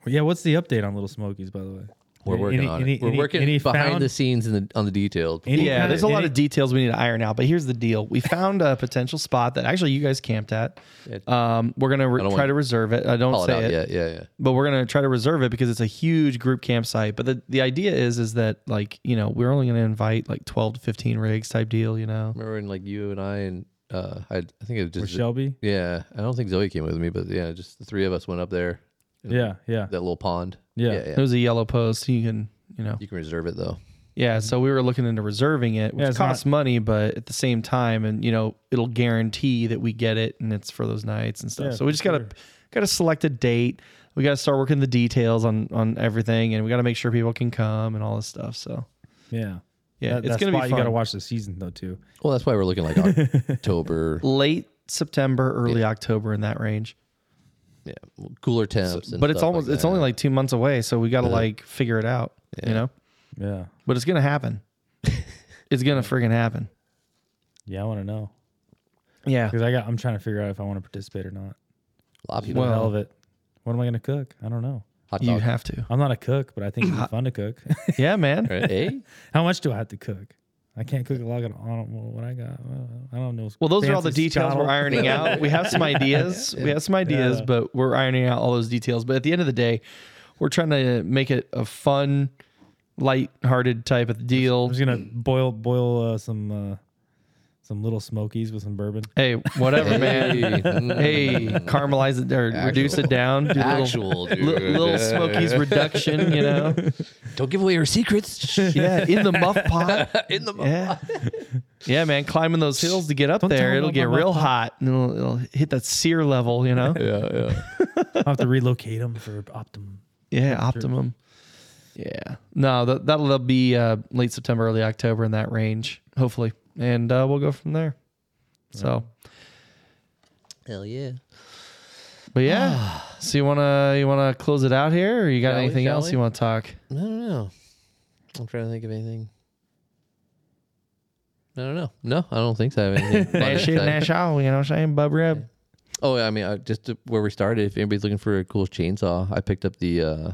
Speaker 3: Yeah, what's the update on Little Smokies, by the way?
Speaker 1: We're
Speaker 3: Any-
Speaker 1: working
Speaker 3: any-
Speaker 1: on
Speaker 3: any-
Speaker 1: it. We're
Speaker 3: any-
Speaker 1: working
Speaker 3: any
Speaker 1: behind
Speaker 3: found-
Speaker 1: the scenes in the on the detail.
Speaker 3: Any-
Speaker 2: Yeah,
Speaker 3: kinda-
Speaker 2: there's a lot
Speaker 3: any-
Speaker 2: of details we need to iron out, but here's the deal: we found a potential spot that actually you guys camped at. Um, we're gonna re-
Speaker 1: don't
Speaker 2: try
Speaker 1: wanna
Speaker 2: to reserve it. I don't
Speaker 1: Call it
Speaker 2: say
Speaker 1: out.
Speaker 2: it.
Speaker 1: Yeah, yeah, yeah.
Speaker 2: but we're gonna try to reserve it because it's a huge group campsite. But the, the idea is is that like you know we're only gonna invite like twelve to fifteen rigs type deal. You know,
Speaker 1: Remember when like you and I and uh, I, I think it was just
Speaker 3: Or Shelby.
Speaker 1: yeah. I don't think Zoe came with me, but yeah, just the three of us went up there.
Speaker 3: Yeah, yeah.
Speaker 1: That little pond.
Speaker 3: Yeah.
Speaker 1: yeah.
Speaker 2: it was a yellow post. You can you know
Speaker 1: You can reserve it though.
Speaker 2: yeah. So we were looking into reserving it, which
Speaker 3: Yeah, it's
Speaker 2: costs money, but at the same time, and you know it'll guarantee that we get it and it's for those nights and stuff.
Speaker 3: Yeah,
Speaker 2: so we
Speaker 3: for
Speaker 2: just gotta gotta select a date. We gotta start working the details on on everything, and we gotta make sure people can come and all this stuff. So
Speaker 3: Yeah.
Speaker 2: yeah,
Speaker 3: That-
Speaker 2: it's
Speaker 3: that
Speaker 2: gonna be
Speaker 3: spot,
Speaker 2: fun.
Speaker 3: You got to watch the season though too.
Speaker 1: Well, that's why we're looking like October.
Speaker 2: late September, early October in that range.
Speaker 1: yeah, cooler temps. and
Speaker 2: but it's
Speaker 1: stuff
Speaker 2: almost it's
Speaker 1: that.
Speaker 2: only like two months away, so we got to like figure it out, you know.
Speaker 3: Yeah.
Speaker 2: But it's gonna happen. it's gonna friggin' happen.
Speaker 3: Yeah, I want to know
Speaker 2: Yeah.
Speaker 3: because I got. I'm trying to figure out if I want to participate or not.
Speaker 1: a lot of people.
Speaker 3: Well,
Speaker 2: Well-
Speaker 3: hell of it. What am I gonna cook? I don't know.
Speaker 1: hot
Speaker 2: You
Speaker 1: dog.
Speaker 2: have to.
Speaker 3: I'm not a cook, but I think it'd be fun to cook.
Speaker 2: Yeah, man.
Speaker 1: right? Eh?
Speaker 3: How much do I have to cook? I can't cook a lot of I don't know what I got. I don't know.
Speaker 2: Well, those are all the
Speaker 3: Fancy
Speaker 2: details
Speaker 3: scuttle.
Speaker 2: we're ironing out. We have some ideas. We have some ideas,
Speaker 3: Yeah.
Speaker 2: but we're ironing out all those details. But at the end of the day, we're trying to make it a fun, light-hearted type of
Speaker 3: I'm
Speaker 2: deal.
Speaker 3: just gonna boil boil uh, some uh, some little smokies with some bourbon.
Speaker 2: Hey, whatever, man.
Speaker 1: Mm.
Speaker 2: Hey, caramelize it or reduce it
Speaker 1: Actual.
Speaker 2: down. Do a little,
Speaker 1: Actual dude.
Speaker 2: li- little Smokies reduction, you know?
Speaker 1: Don't give away your secrets.
Speaker 2: Yeah, in the muff pot.
Speaker 1: in the
Speaker 2: Yeah. Yeah, man, climbing those hills to get up
Speaker 3: tell
Speaker 2: there,
Speaker 3: them
Speaker 2: it'll
Speaker 3: about
Speaker 2: get
Speaker 3: my
Speaker 2: real hot and it'll, it'll hit that sear level, you know?
Speaker 1: yeah, yeah.
Speaker 3: I'll have to relocate them for optimum.
Speaker 2: Yeah, optimum. Yeah. No, that, that'll that'll be uh, late September, early October in that range, hopefully. And uh, we'll go from there.
Speaker 3: Uh,
Speaker 2: So,
Speaker 1: Hell yeah.
Speaker 2: but yeah. so you wanna you wanna close it out here, or you got
Speaker 1: Shall we,
Speaker 2: anything
Speaker 1: shall
Speaker 2: else
Speaker 1: we?
Speaker 2: you want to talk?
Speaker 1: I don't know. I'm trying to think of anything. I don't know. No, I don't think so. I have anything. fun
Speaker 2: Nash it,
Speaker 1: exciting.
Speaker 2: Nash out. You know what I'm saying? Bub Reb.
Speaker 1: Oh, yeah, I mean, I, just to, where we started. If anybody's looking for a cool chainsaw, I picked up the uh,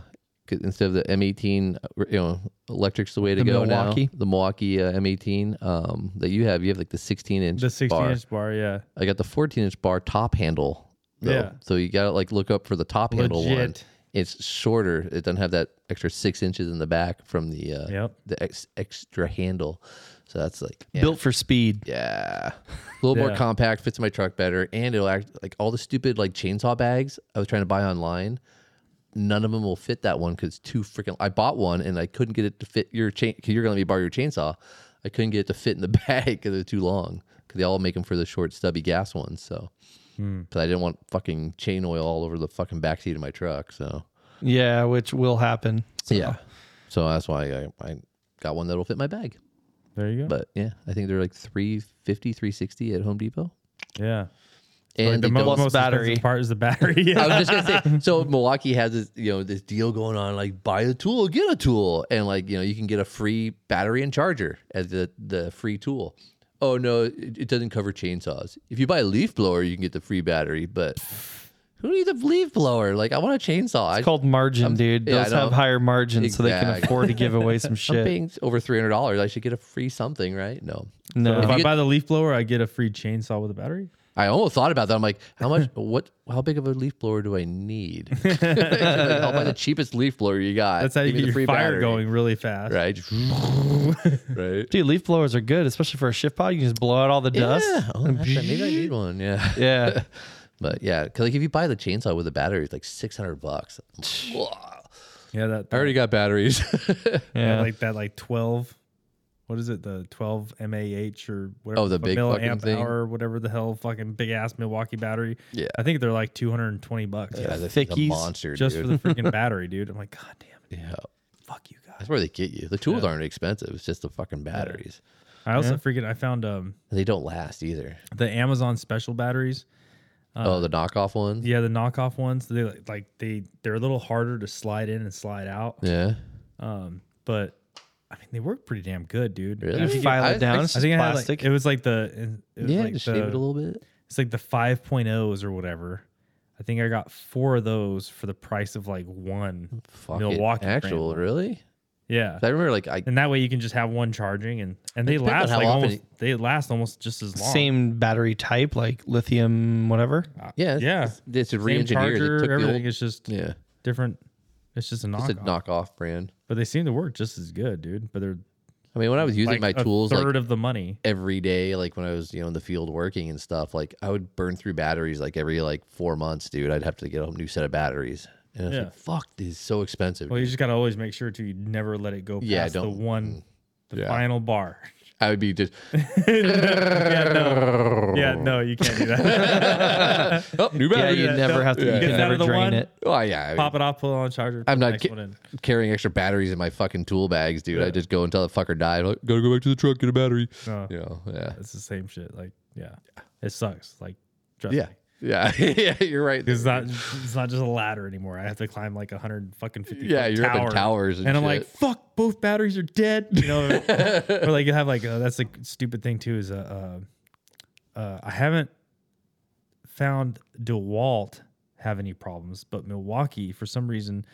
Speaker 1: 'cause instead of the M18. uh, You know, electric's the way to
Speaker 2: The
Speaker 1: go
Speaker 2: Milwaukee?
Speaker 1: now. The Milwaukee uh, M18 um, that you have, you have like the 16 inch.
Speaker 3: The 16
Speaker 1: bar.
Speaker 3: inch bar, yeah,
Speaker 1: I got the 14 inch bar top handle. Though.
Speaker 3: Yeah.
Speaker 1: So you gotta like look up for the top handle one.
Speaker 3: Legit.
Speaker 1: It's shorter. It doesn't have that extra six inches in the back from the uh,
Speaker 3: Yep.
Speaker 1: the ex- extra handle. So that's like yeah.
Speaker 2: Built for speed.
Speaker 1: Yeah, a little more
Speaker 3: Yeah.
Speaker 1: compact, fits in my truck better, and it'll act like all the stupid like chainsaw bags I was trying to buy online. None of them will fit that one because too freaking. I bought one and I couldn't get it to fit your chain. Cause you're gonna let me borrow your chainsaw. I couldn't get it to fit in the bag because they're too long. Because they all make them for the short, stubby gas ones. So, but I didn't want fucking chain oil all over the fucking backseat of my truck. So
Speaker 2: Yeah, which will happen. So.
Speaker 1: yeah, so that's why I, I got one that'll fit my bag.
Speaker 3: there you go.
Speaker 1: But yeah, I think they're like 350, 360 at Home Depot.
Speaker 3: yeah,
Speaker 1: And
Speaker 3: Like the
Speaker 1: they
Speaker 3: mo-
Speaker 1: don't-
Speaker 2: Plus
Speaker 3: most expensive
Speaker 2: battery.
Speaker 3: part is the battery. Yeah,
Speaker 1: I was just gonna say. So Milwaukee has this, you know, this deal going on, like buy a tool, get a tool, and like you know, you can get a free battery and charger as the the free tool. Oh no, it, it doesn't cover chainsaws. If you buy a leaf blower, you can get the free battery, but who needs a leaf blower? Like I want a chainsaw. I,
Speaker 2: It's called margin, dude.
Speaker 1: yeah, I
Speaker 2: Those have
Speaker 1: know.
Speaker 2: higher margins, so they can
Speaker 1: Exactly.
Speaker 2: afford to give away some
Speaker 1: I'm
Speaker 2: shit.
Speaker 1: paying over three hundred dollars. I should get a free something, right? No,
Speaker 3: So
Speaker 2: No,
Speaker 3: if I
Speaker 1: get-
Speaker 3: buy the leaf blower, I get a free chainsaw with a battery.
Speaker 1: I I almost thought about that. I'm like, how much, what, how big of a leaf blower do I need? Like, I'll buy the cheapest leaf blower you got.
Speaker 3: That's how you
Speaker 1: Give me
Speaker 3: get
Speaker 1: the
Speaker 3: your
Speaker 1: free
Speaker 3: fire
Speaker 1: battery.
Speaker 3: going really fast.
Speaker 1: right? right.
Speaker 2: Dude, leaf blowers are good, especially for a shift pod. You can just blow out all the dust.
Speaker 1: Yeah. Oh, that's it. maybe I need one. Yeah.
Speaker 2: Yeah.
Speaker 1: But yeah, 'cause, like if you buy the chainsaw with a battery, it's like six hundred bucks. Whoa.
Speaker 3: Yeah, that
Speaker 1: I already got batteries.
Speaker 3: yeah,
Speaker 2: Yeah.
Speaker 3: like that like twelve. What is it? The twelve mAh or whatever.
Speaker 1: Oh, the
Speaker 3: fuck,
Speaker 1: big fucking
Speaker 3: milliamp
Speaker 1: thing.
Speaker 3: hour, whatever the hell, fucking big ass Milwaukee battery.
Speaker 1: Yeah.
Speaker 3: I think they're like two hundred and twenty bucks.
Speaker 1: yeah, that thing's a
Speaker 2: thickies,
Speaker 1: monster,
Speaker 3: just
Speaker 1: dude.
Speaker 3: for the freaking battery, dude. I'm like, God damn it,
Speaker 1: yeah.
Speaker 3: fuck you guys.
Speaker 1: That's where they get you. The tools aren't expensive. It's just the fucking batteries.
Speaker 3: I also freaking I found um
Speaker 1: And They don't last either.
Speaker 3: the Amazon special batteries.
Speaker 1: oh, the knockoff ones.
Speaker 3: Uh, Yeah, the knockoff ones. They like- like they they're a little harder to slide in and slide out.
Speaker 1: Yeah.
Speaker 3: Um, but I mean they work pretty damn good, dude.
Speaker 1: Really?
Speaker 3: I
Speaker 2: You
Speaker 3: think
Speaker 2: file
Speaker 1: I-
Speaker 2: it down.
Speaker 1: I-
Speaker 2: it's
Speaker 3: I
Speaker 2: just
Speaker 3: think I had
Speaker 2: plastic.
Speaker 3: like, it was like the it was
Speaker 1: yeah.
Speaker 3: like
Speaker 1: just
Speaker 3: the,
Speaker 1: shave it a little bit.
Speaker 3: it's like the 5.0s or whatever. I think I got four of those for the price of like one.
Speaker 1: Fuck
Speaker 3: Milwaukee
Speaker 1: it.
Speaker 3: brand
Speaker 1: Actual,
Speaker 3: one.
Speaker 1: really?
Speaker 3: Yeah.
Speaker 1: 'Cause I remember like I
Speaker 3: and that way you can just have one charging and and they
Speaker 1: It depends on
Speaker 3: last
Speaker 1: how
Speaker 3: like
Speaker 1: often
Speaker 3: almost
Speaker 1: it-
Speaker 3: they last almost just as long.
Speaker 2: Same battery type, like lithium, whatever.
Speaker 1: yeah it's-
Speaker 3: Yeah.
Speaker 1: it's, it's
Speaker 3: Same
Speaker 1: re-engineered. They took
Speaker 3: charger,
Speaker 1: the
Speaker 3: everything
Speaker 1: old-
Speaker 3: is just
Speaker 1: yeah.
Speaker 3: different. It's just a knockoff.
Speaker 1: It's a knockoff brand.
Speaker 3: but they seem to work just as good, dude. But they're
Speaker 1: I mean, when I was using
Speaker 3: like
Speaker 1: my
Speaker 3: a
Speaker 1: tools, like
Speaker 3: third of the money.
Speaker 1: every day like when i was you know in the field working and stuff like i would burn through batteries like every like four months dude i'd have to get a new set of batteries and it's
Speaker 3: Yeah.
Speaker 1: like fuck this is so expensive
Speaker 3: Well, you just gotta always make sure to you never let it go past
Speaker 1: Yeah,
Speaker 3: the
Speaker 1: don't- Mm.
Speaker 3: one, the
Speaker 1: Yeah.
Speaker 3: final bar.
Speaker 1: i would be just
Speaker 3: yeah, no, yeah, no, you can't do that.
Speaker 1: oh new
Speaker 2: Yeah,
Speaker 1: battery
Speaker 2: you
Speaker 3: that.
Speaker 2: never
Speaker 3: Don't-
Speaker 2: have to.
Speaker 3: yeah.
Speaker 2: You
Speaker 3: Get
Speaker 2: can
Speaker 3: out
Speaker 2: never
Speaker 3: of the
Speaker 2: drain
Speaker 3: one.
Speaker 2: it.
Speaker 1: oh yeah I mean,
Speaker 3: Pop it off, pull it on the charger. put
Speaker 1: i'm
Speaker 3: the
Speaker 1: not
Speaker 3: next
Speaker 1: ki-
Speaker 3: one in.
Speaker 1: carrying extra batteries in my fucking tool bags dude i just go until the fucker died like, gotta go back to the truck get a battery
Speaker 3: No.
Speaker 1: you know yeah
Speaker 3: It's the same shit. Like, yeah, it sucks. Like, trust
Speaker 1: yeah
Speaker 3: me.
Speaker 1: yeah yeah you're right
Speaker 3: It's not. It's not just a ladder anymore. I have to climb like a hundred fucking fifty.
Speaker 1: Yeah,
Speaker 3: foot
Speaker 1: you're up in
Speaker 3: tower.
Speaker 1: towers and
Speaker 3: I'm like,
Speaker 1: shit.
Speaker 3: fuck, both batteries are dead. You know, or like you have like uh, that's a stupid thing too. Is uh, uh, uh, I haven't found Dewalt have any problems, but Milwaukee for some reason.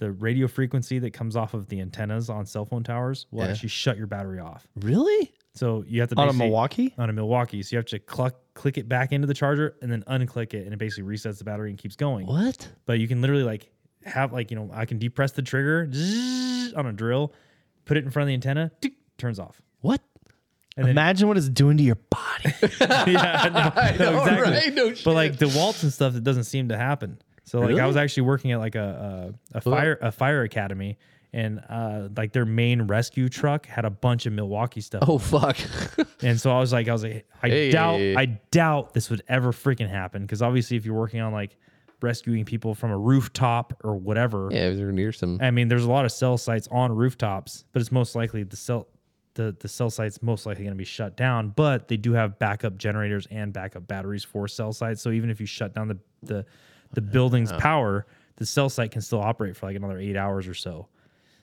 Speaker 3: The radio frequency that comes off of the antennas on cell phone towers will
Speaker 1: Yeah.
Speaker 3: actually shut your battery off.
Speaker 1: really
Speaker 3: So you have to
Speaker 2: On a
Speaker 3: basically-
Speaker 2: Milwaukee?
Speaker 3: on a Milwaukee. So you have to cluck, click it back into the charger and then unclick it, and it basically resets the battery and keeps going.
Speaker 1: what
Speaker 3: But you can literally like have like you know I can depress the trigger zzz, on a drill, put it in front of the antenna, tick, turns off.
Speaker 1: what
Speaker 3: then-
Speaker 2: Imagine what it's doing to your body.
Speaker 3: yeah, I know, I know,
Speaker 1: know, right? No
Speaker 3: but like the waltz and stuff, it doesn't seem to happen. So like I
Speaker 1: Really?
Speaker 3: was actually working at like a a, a fire a fire academy. And uh, like their main rescue truck had a bunch of Milwaukee stuff.
Speaker 1: oh fuck
Speaker 3: And so I was like, I was like, I
Speaker 1: Hey.
Speaker 3: doubt, I doubt this would ever freaking happen. Because obviously, if you're working on like rescuing people from a rooftop or whatever,
Speaker 1: yeah they're near some
Speaker 3: I mean, there's a lot of cell sites on rooftops, but it's most likely the cell, the the cell site's most likely going to be shut down. But they do have backup generators and backup batteries for cell sites. So even if you shut down the the the building's power, the cell site can still operate for like another eight hours or so.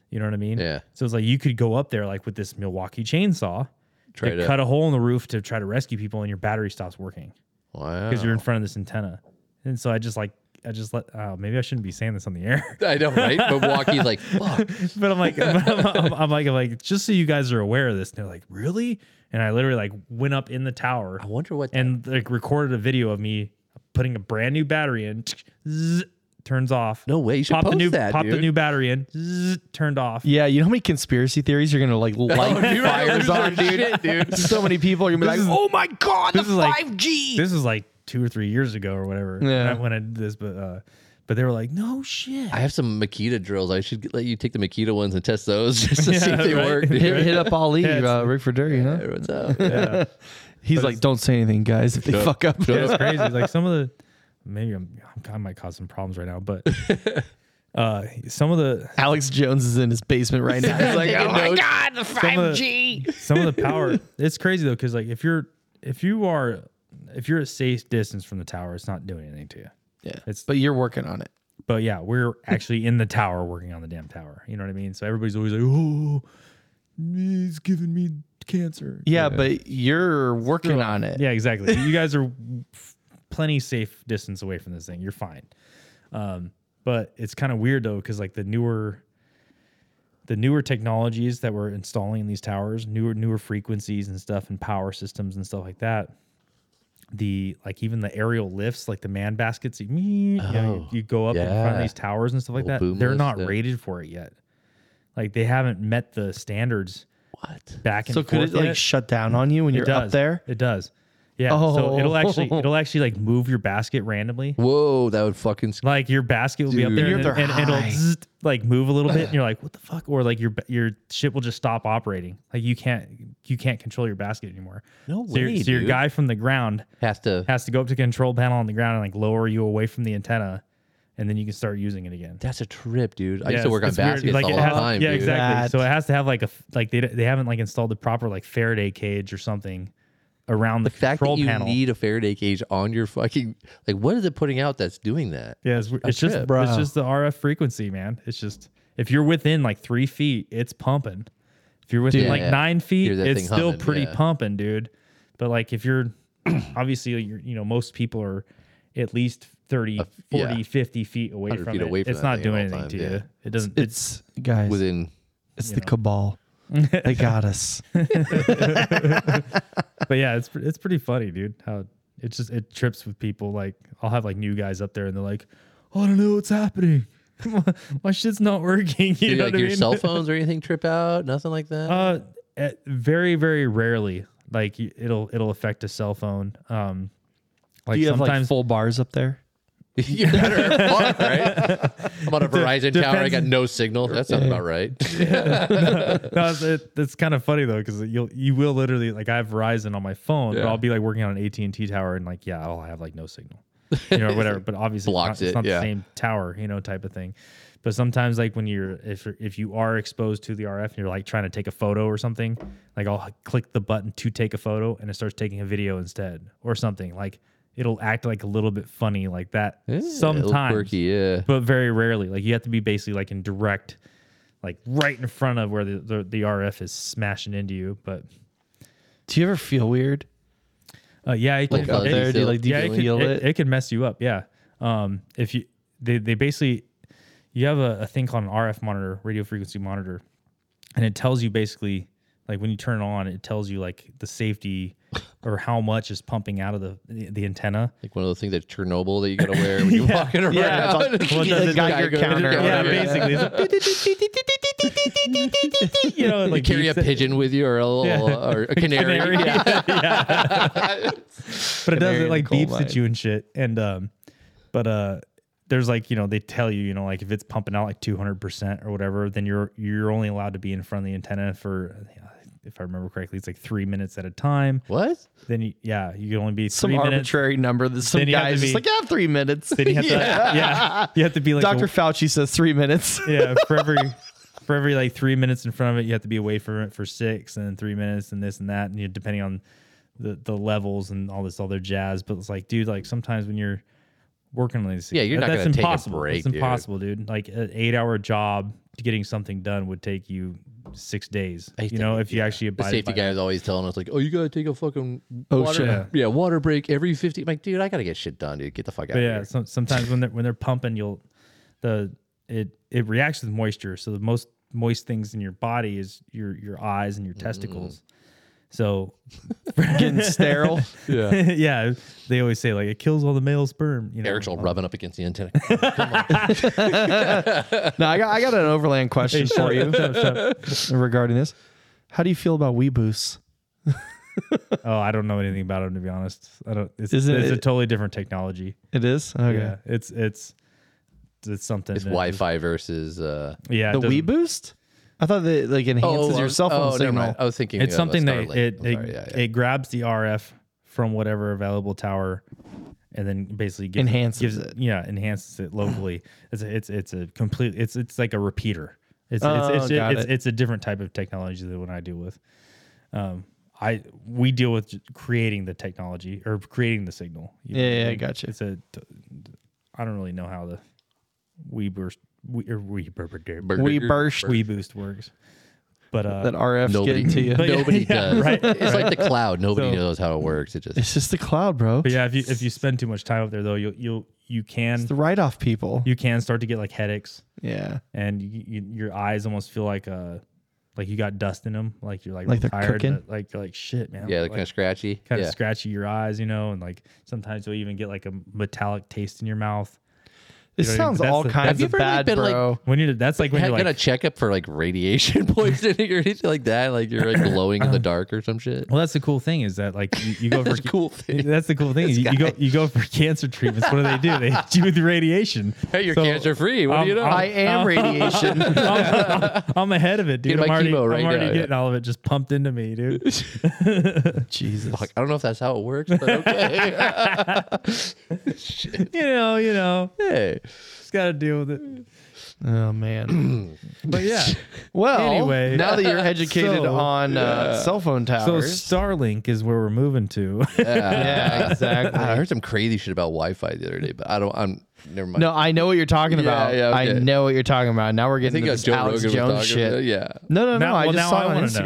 Speaker 3: You know what I mean?
Speaker 1: Yeah.
Speaker 3: So it's like you could go up there like with this Milwaukee chainsaw
Speaker 1: Try
Speaker 3: to
Speaker 1: to-
Speaker 3: cut a hole in the roof to try to rescue people, and your battery stops working
Speaker 1: wow
Speaker 3: because you're in front of this antenna. And so I just like I just let uh, maybe I shouldn't be saying this on the air.
Speaker 1: I know, right? Milwaukee's like, fuck.
Speaker 3: but I'm like, I'm, I'm- I'm like, I'm like, just so you guys are aware of this. And they're like, really? And I literally like went up in the tower
Speaker 1: I wonder what.
Speaker 3: and like recorded a video of me putting a brand new battery in. zzz, turns off.
Speaker 1: no way. You should
Speaker 3: Pop
Speaker 1: post
Speaker 3: the new
Speaker 1: that,
Speaker 3: pop
Speaker 1: dude.
Speaker 3: the new battery in. zzz, turned off.
Speaker 2: Yeah, you know how many conspiracy theories you're gonna like
Speaker 3: Oh,
Speaker 2: light
Speaker 1: dude,
Speaker 2: fires
Speaker 1: there's
Speaker 2: on,
Speaker 1: their
Speaker 2: dude.
Speaker 1: shit, dude.
Speaker 2: So many people are gonna be like, "Oh my god, the
Speaker 3: is like-
Speaker 2: five G."
Speaker 3: This is like two or three years ago or whatever.
Speaker 2: Yeah.
Speaker 3: When I did this, but uh, but they were like, no shit.
Speaker 1: I have some Makita drills. I should get- let you take the Makita ones and test those just to see if they
Speaker 3: right.
Speaker 1: work. dude.
Speaker 2: "Oh, hit, hit up Ali,
Speaker 3: it's-
Speaker 2: uh, Rick for you know.
Speaker 1: Everyone's out. Yeah.
Speaker 2: He's like, "Don't say anything, guys. If they fuck up,
Speaker 3: Yeah, it's crazy. Like some of the maybe I'm, I'm I might cause some problems right now, but uh, some of the
Speaker 2: Alex Jones is in his basement right now. He's like,
Speaker 1: Taking
Speaker 2: "Oh my
Speaker 1: notes.
Speaker 2: god, the five G."
Speaker 3: some of the power it's crazy though because like if you're if you are if you're a safe distance from the tower it's not doing anything to you
Speaker 2: Yeah,
Speaker 3: It's-
Speaker 2: but you're working on it.
Speaker 3: but yeah we're actually in the tower working on the damn tower you know what i mean so everybody's always like oh he's giving me cancer
Speaker 2: Yeah, but you're working on it.
Speaker 3: yeah exactly you guys are plenty safe distance away from this thing you're fine um but it's kind of weird though because like the newer the newer technologies that we're installing in these towers newer newer frequencies and stuff and power systems and stuff like that the like even the aerial lifts, like the man baskets, you, you, know, you-
Speaker 1: Oh,
Speaker 3: you go up in front
Speaker 1: yeah.
Speaker 3: of these towers and stuff like
Speaker 1: Little
Speaker 3: that.
Speaker 1: boom
Speaker 3: They're
Speaker 1: lifts,
Speaker 3: not
Speaker 1: yeah.
Speaker 3: rated for it yet. Like they haven't met the standards
Speaker 1: What?
Speaker 3: back and
Speaker 2: So could
Speaker 3: forth
Speaker 2: it
Speaker 3: yet.
Speaker 2: like shut down on you when
Speaker 3: It
Speaker 2: you're
Speaker 3: does.
Speaker 2: up there?
Speaker 3: It does. Yeah. So it'll actually
Speaker 2: Oh.
Speaker 3: it'll actually like move your basket randomly.
Speaker 1: Whoa, that would fucking. sc-
Speaker 3: Like your basket will be up
Speaker 1: Dude.
Speaker 3: there,
Speaker 2: You're
Speaker 3: and,
Speaker 2: up there
Speaker 3: and- and it'll
Speaker 2: high.
Speaker 3: zzzt, like move a little bit, and you're like, "What the fuck?" Or like your your shit will just stop operating. Like you can't you can't control your basket anymore.
Speaker 1: No
Speaker 3: So, your,
Speaker 1: way,
Speaker 3: so your
Speaker 1: dude.
Speaker 3: guy from the ground
Speaker 1: Has to.
Speaker 3: has to go up to control panel on the ground and like lower you away from the antenna, and then you can start using it again.
Speaker 1: That's a trip, dude. I used
Speaker 3: Yeah,
Speaker 1: to
Speaker 3: it's-
Speaker 1: work on
Speaker 3: it's weird.
Speaker 1: baskets
Speaker 3: Like,
Speaker 1: all
Speaker 3: it
Speaker 1: the
Speaker 3: has-
Speaker 1: time.
Speaker 3: Yeah,
Speaker 1: dude.
Speaker 3: exactly.
Speaker 2: That-
Speaker 3: So it has to have like a f- like they they haven't like installed the proper like Faraday cage or something around the,
Speaker 1: The fact
Speaker 3: control
Speaker 1: that you
Speaker 3: panel.
Speaker 1: need a Faraday cage on your fucking like, what is it putting out that's doing that?
Speaker 3: Yeah, it's, it's just
Speaker 1: trip.
Speaker 2: Bro.
Speaker 3: it's just the RF frequency, man. It's just if you're within like three feet, it's pumping. If you're within
Speaker 1: Yeah,
Speaker 3: like
Speaker 1: yeah.
Speaker 3: nine feet,
Speaker 1: Hear that
Speaker 3: it's
Speaker 1: thing
Speaker 3: still
Speaker 1: humming,
Speaker 3: pretty
Speaker 1: yeah.
Speaker 3: pumping, dude. But like if you're obviously you're you know most people are at least 30
Speaker 1: yeah.
Speaker 3: 40 50 feet away
Speaker 1: 100
Speaker 3: from
Speaker 1: feet
Speaker 3: it
Speaker 1: away from
Speaker 3: it's
Speaker 1: that thing
Speaker 3: not
Speaker 1: at
Speaker 3: doing
Speaker 1: all
Speaker 3: anything
Speaker 1: times,
Speaker 3: to
Speaker 1: yeah.
Speaker 3: you it doesn't it's
Speaker 2: It's guys.
Speaker 1: Within
Speaker 2: it's the cabal. they got us.
Speaker 3: but yeah it's pre- it's pretty funny dude how it just it trips with people like i'll have like new guys up there and they're like i don't know what's happening my shit's not working you
Speaker 1: Did,
Speaker 3: know
Speaker 1: like
Speaker 3: what I
Speaker 1: your
Speaker 3: mean?
Speaker 1: cell phones or anything trip out? Nothing like that.
Speaker 3: Uh, eh, very very rarely. Like y- it'll it'll affect a cell phone. Um, like
Speaker 2: Do you have like
Speaker 3: sometimes
Speaker 2: full bars up there?
Speaker 1: you better fuck, right? I'm on a Verizon tower. I got no signal. That sounds about right.
Speaker 3: no, it's, it, it's kind of funny though because you'll you will literally like I have Verizon on my phone, but
Speaker 1: Yeah.
Speaker 3: I'll be like working on an AT and T tower and like yeah I'll have like no signal, you know or whatever. But obviously
Speaker 1: Blocks
Speaker 3: it's
Speaker 1: it,
Speaker 3: not, it's not
Speaker 1: yeah.
Speaker 3: the same tower, you know type of thing. But sometimes like when you're if you're- if you are exposed to the RF and you're like trying to take a photo or something, like I'll click the button to take a photo and it starts taking a video instead or something like. It'll act like a little bit funny like that
Speaker 1: Yeah, a little
Speaker 3: sometimes.
Speaker 1: quirky, yeah.
Speaker 3: but very rarely. Like you have to be basically like in direct, like right in front of where the, the, the RF is smashing into you. But
Speaker 2: Do you ever feel weird
Speaker 3: uh, yeah, it
Speaker 1: Like
Speaker 3: can,
Speaker 1: out
Speaker 2: up
Speaker 1: Yeah, you
Speaker 2: there? Do you
Speaker 1: feel-
Speaker 2: like do you
Speaker 3: yeah, it,
Speaker 2: feel
Speaker 3: can,
Speaker 2: it?
Speaker 3: it, it can mess you up. Yeah. Um, if you they they basically you have a, a thing called an RF monitor, radio frequency monitor, and it tells you basically like when you turn it on, it tells you like the safety or how much is pumping out of the the, the antenna.
Speaker 1: Like one of those things at Chernobyl that you gotta wear when you're walking around.
Speaker 2: Yeah, it's
Speaker 1: It's
Speaker 3: Well, it does-
Speaker 1: like
Speaker 2: got
Speaker 1: guy
Speaker 2: your
Speaker 1: goes-
Speaker 2: counter or
Speaker 1: Oh, Yeah,
Speaker 3: Yeah,
Speaker 2: whatever.
Speaker 3: basically, it's a, you know,
Speaker 1: You
Speaker 3: like
Speaker 1: carry a
Speaker 3: beeps it.
Speaker 1: pigeon with you or a, little,
Speaker 3: Yeah.
Speaker 1: or a canary.
Speaker 3: Canary.
Speaker 1: Yeah.
Speaker 3: but it does
Speaker 2: Canary
Speaker 3: it
Speaker 2: in
Speaker 3: like
Speaker 2: the coal
Speaker 3: beeps
Speaker 2: mine.
Speaker 3: at you and shit and um but uh there's like you know they tell you you know like if it's pumping out like 200% or whatever then you're you're only allowed to be in front of the antenna for if i remember correctly it's like three minutes at a time
Speaker 1: What?
Speaker 3: then you, yeah you can only be
Speaker 2: Some
Speaker 3: three minutes
Speaker 2: arbitrary number that some
Speaker 3: Then you have
Speaker 2: guys
Speaker 3: to
Speaker 2: just
Speaker 3: be-
Speaker 2: like, yeah, three minutes.
Speaker 3: then you have to yeah. you have to be like
Speaker 2: Dr.
Speaker 3: a-
Speaker 2: Fauci says three minutes.
Speaker 3: yeah for every for every like three minutes in front of it you have to be away from it for six and then three minutes and this and that and you depending on the the levels and all this other jazz but it's like dude like sometimes when you're working on these
Speaker 1: Yeah, you're not
Speaker 3: that's
Speaker 1: gonna take a
Speaker 3: impossible
Speaker 1: break,
Speaker 3: it's
Speaker 1: dude.
Speaker 3: impossible dude. like an eight hour job to getting something done would take you six days
Speaker 1: I
Speaker 3: you
Speaker 1: think-
Speaker 3: know if you actually
Speaker 1: The
Speaker 3: abide
Speaker 1: safety
Speaker 3: by
Speaker 1: guy is always telling us like, "Oh, you gotta take a fucking
Speaker 2: Oh,
Speaker 1: water,
Speaker 2: shit.
Speaker 1: yeah, water break every 50. I'm like, dude, I gotta get shit done, dude. Get the fuck out
Speaker 3: But
Speaker 1: of
Speaker 3: yeah,
Speaker 1: here.
Speaker 3: some, sometimes when they're when they're pumping, you'll the it it reacts with moisture. So the most moist things in your body is your your eyes and your
Speaker 2: Mm.
Speaker 3: testicles. So
Speaker 2: Getting sterile.
Speaker 1: Yeah,
Speaker 3: yeah, they always say like it kills all the male sperm. You know,
Speaker 1: Eric's all
Speaker 3: I'll-
Speaker 1: rubbing up against the antenna.
Speaker 2: No, I got I got an overland
Speaker 3: Hey,
Speaker 2: question
Speaker 3: shut
Speaker 2: for you
Speaker 3: up, shut up, shut
Speaker 2: regarding this. How do you feel about Weeboos?
Speaker 3: up. oh, I don't know anything about them to be honest. I don't. It's,
Speaker 2: Isn't
Speaker 3: it's a
Speaker 2: it-
Speaker 3: totally different technology.
Speaker 2: It is? Okay.
Speaker 3: Yeah, it's it's it's something.
Speaker 1: It's
Speaker 3: that-
Speaker 1: Wi-Fi versus uh,
Speaker 3: Yeah, it
Speaker 2: The
Speaker 3: doesn't-
Speaker 2: Wii Boost? I thought that like enhances your cell phone
Speaker 1: oh, never
Speaker 2: signal.
Speaker 1: mind. I was thinking
Speaker 3: It's
Speaker 1: of a
Speaker 3: something that
Speaker 1: Starlink.
Speaker 3: it
Speaker 1: I'm
Speaker 3: it,
Speaker 1: sorry, yeah, yeah.
Speaker 3: it grabs the RF from whatever available tower, and then basically gives
Speaker 2: Enhances
Speaker 3: gives,
Speaker 2: it.
Speaker 3: Yeah, enhances it locally. it's a, it's it's a complete. It's it's like a repeater. It's
Speaker 2: Oh,
Speaker 3: it's it's,
Speaker 2: got
Speaker 3: it's,
Speaker 2: it.
Speaker 3: it's a different type of technology than what I deal with. Um, I we deal with j- creating the technology or creating the signal. you know
Speaker 2: Yeah,
Speaker 3: what I
Speaker 2: yeah,
Speaker 3: mean?
Speaker 2: gotcha.
Speaker 3: It's a t- I don't really know how the we burst we or we bur- bur- bur-
Speaker 1: Burger-
Speaker 2: Wii Burst.
Speaker 3: we boost works, but uh,
Speaker 2: that RF's
Speaker 1: Nobody,
Speaker 2: getting to you.
Speaker 3: But yeah,
Speaker 1: nobody
Speaker 3: yeah,
Speaker 1: does.
Speaker 3: right,
Speaker 1: It's like the cloud. Nobody
Speaker 3: So-
Speaker 1: knows how it works. It just
Speaker 2: It's just the cloud, bro.
Speaker 3: But yeah, if you if you spend too much time up there though, you'll you'll you can
Speaker 2: It's the write off people.
Speaker 3: you can start to get like headaches,
Speaker 2: yeah.
Speaker 3: and you, you, your eyes almost feel like uh like you got dust in them, like you're like,
Speaker 2: Like they're
Speaker 3: tired,
Speaker 2: cooking?
Speaker 3: but, like you're like shit, man.
Speaker 1: Yeah, they're
Speaker 3: like,
Speaker 1: kind of scratchy.
Speaker 3: kind
Speaker 1: yeah.
Speaker 3: of scratchy your eyes, you know, and like sometimes you'll even get like a metallic taste in your mouth.
Speaker 2: This
Speaker 3: You know,
Speaker 2: sounds
Speaker 3: that's
Speaker 2: all
Speaker 3: the-
Speaker 1: Have
Speaker 2: kinds
Speaker 1: you
Speaker 2: of
Speaker 1: ever, like,
Speaker 2: bad,
Speaker 1: been, like-
Speaker 2: bro.
Speaker 3: When you that's like when
Speaker 1: Had-
Speaker 3: you're
Speaker 1: got a
Speaker 3: like
Speaker 1: checkup for like radiation poisoning or anything like that. Like you're like glowing in the dark or some shit.
Speaker 3: well, that's the cool thing is that like you, you go for
Speaker 1: That's a cool thing.
Speaker 3: That's the cool thing. You, you go you go for cancer treatments. What do they do? They hit you with radiation.
Speaker 1: Hey, you're
Speaker 3: So,
Speaker 1: cancer free. What
Speaker 3: um,
Speaker 1: do you know?
Speaker 3: um,
Speaker 1: I,
Speaker 2: I am radiation.
Speaker 3: I'm, I'm ahead of it, dude.
Speaker 1: Get my
Speaker 3: I'm already,
Speaker 1: chemo right
Speaker 3: I'm already
Speaker 1: now, yeah.
Speaker 3: getting all of it just pumped into me, dude.
Speaker 2: Jesus.
Speaker 1: I don't know if that's how it works, but okay.
Speaker 3: you know, you know,
Speaker 1: hey.
Speaker 3: just got to deal with it.
Speaker 2: Oh man.
Speaker 3: But yeah,
Speaker 2: Well,
Speaker 3: Anyway.
Speaker 2: now that you're educated
Speaker 3: So-
Speaker 2: on uh, cell phone
Speaker 3: so
Speaker 2: towers, Uh,
Speaker 3: Starlink is where we're moving to.
Speaker 2: yeah, exactly.
Speaker 1: I heard some crazy shit about Wi-Fi the other day, but I don't. I'm never mind.
Speaker 2: No, I know what you're talking
Speaker 1: Yeah,
Speaker 2: about.
Speaker 1: yeah,
Speaker 2: I
Speaker 1: okay.
Speaker 2: know what you're talking about. Now we're
Speaker 1: I
Speaker 2: getting
Speaker 1: think
Speaker 2: into
Speaker 1: uh,
Speaker 2: this
Speaker 1: Joe
Speaker 2: Alex
Speaker 1: Rogan
Speaker 2: Jones
Speaker 1: was talking.
Speaker 2: shit.
Speaker 1: About, it. yeah,
Speaker 2: No, no, no.
Speaker 3: Now-
Speaker 2: I
Speaker 3: well,
Speaker 2: just
Speaker 3: now
Speaker 2: saw
Speaker 3: I
Speaker 2: it on
Speaker 3: wanna
Speaker 2: Instagram.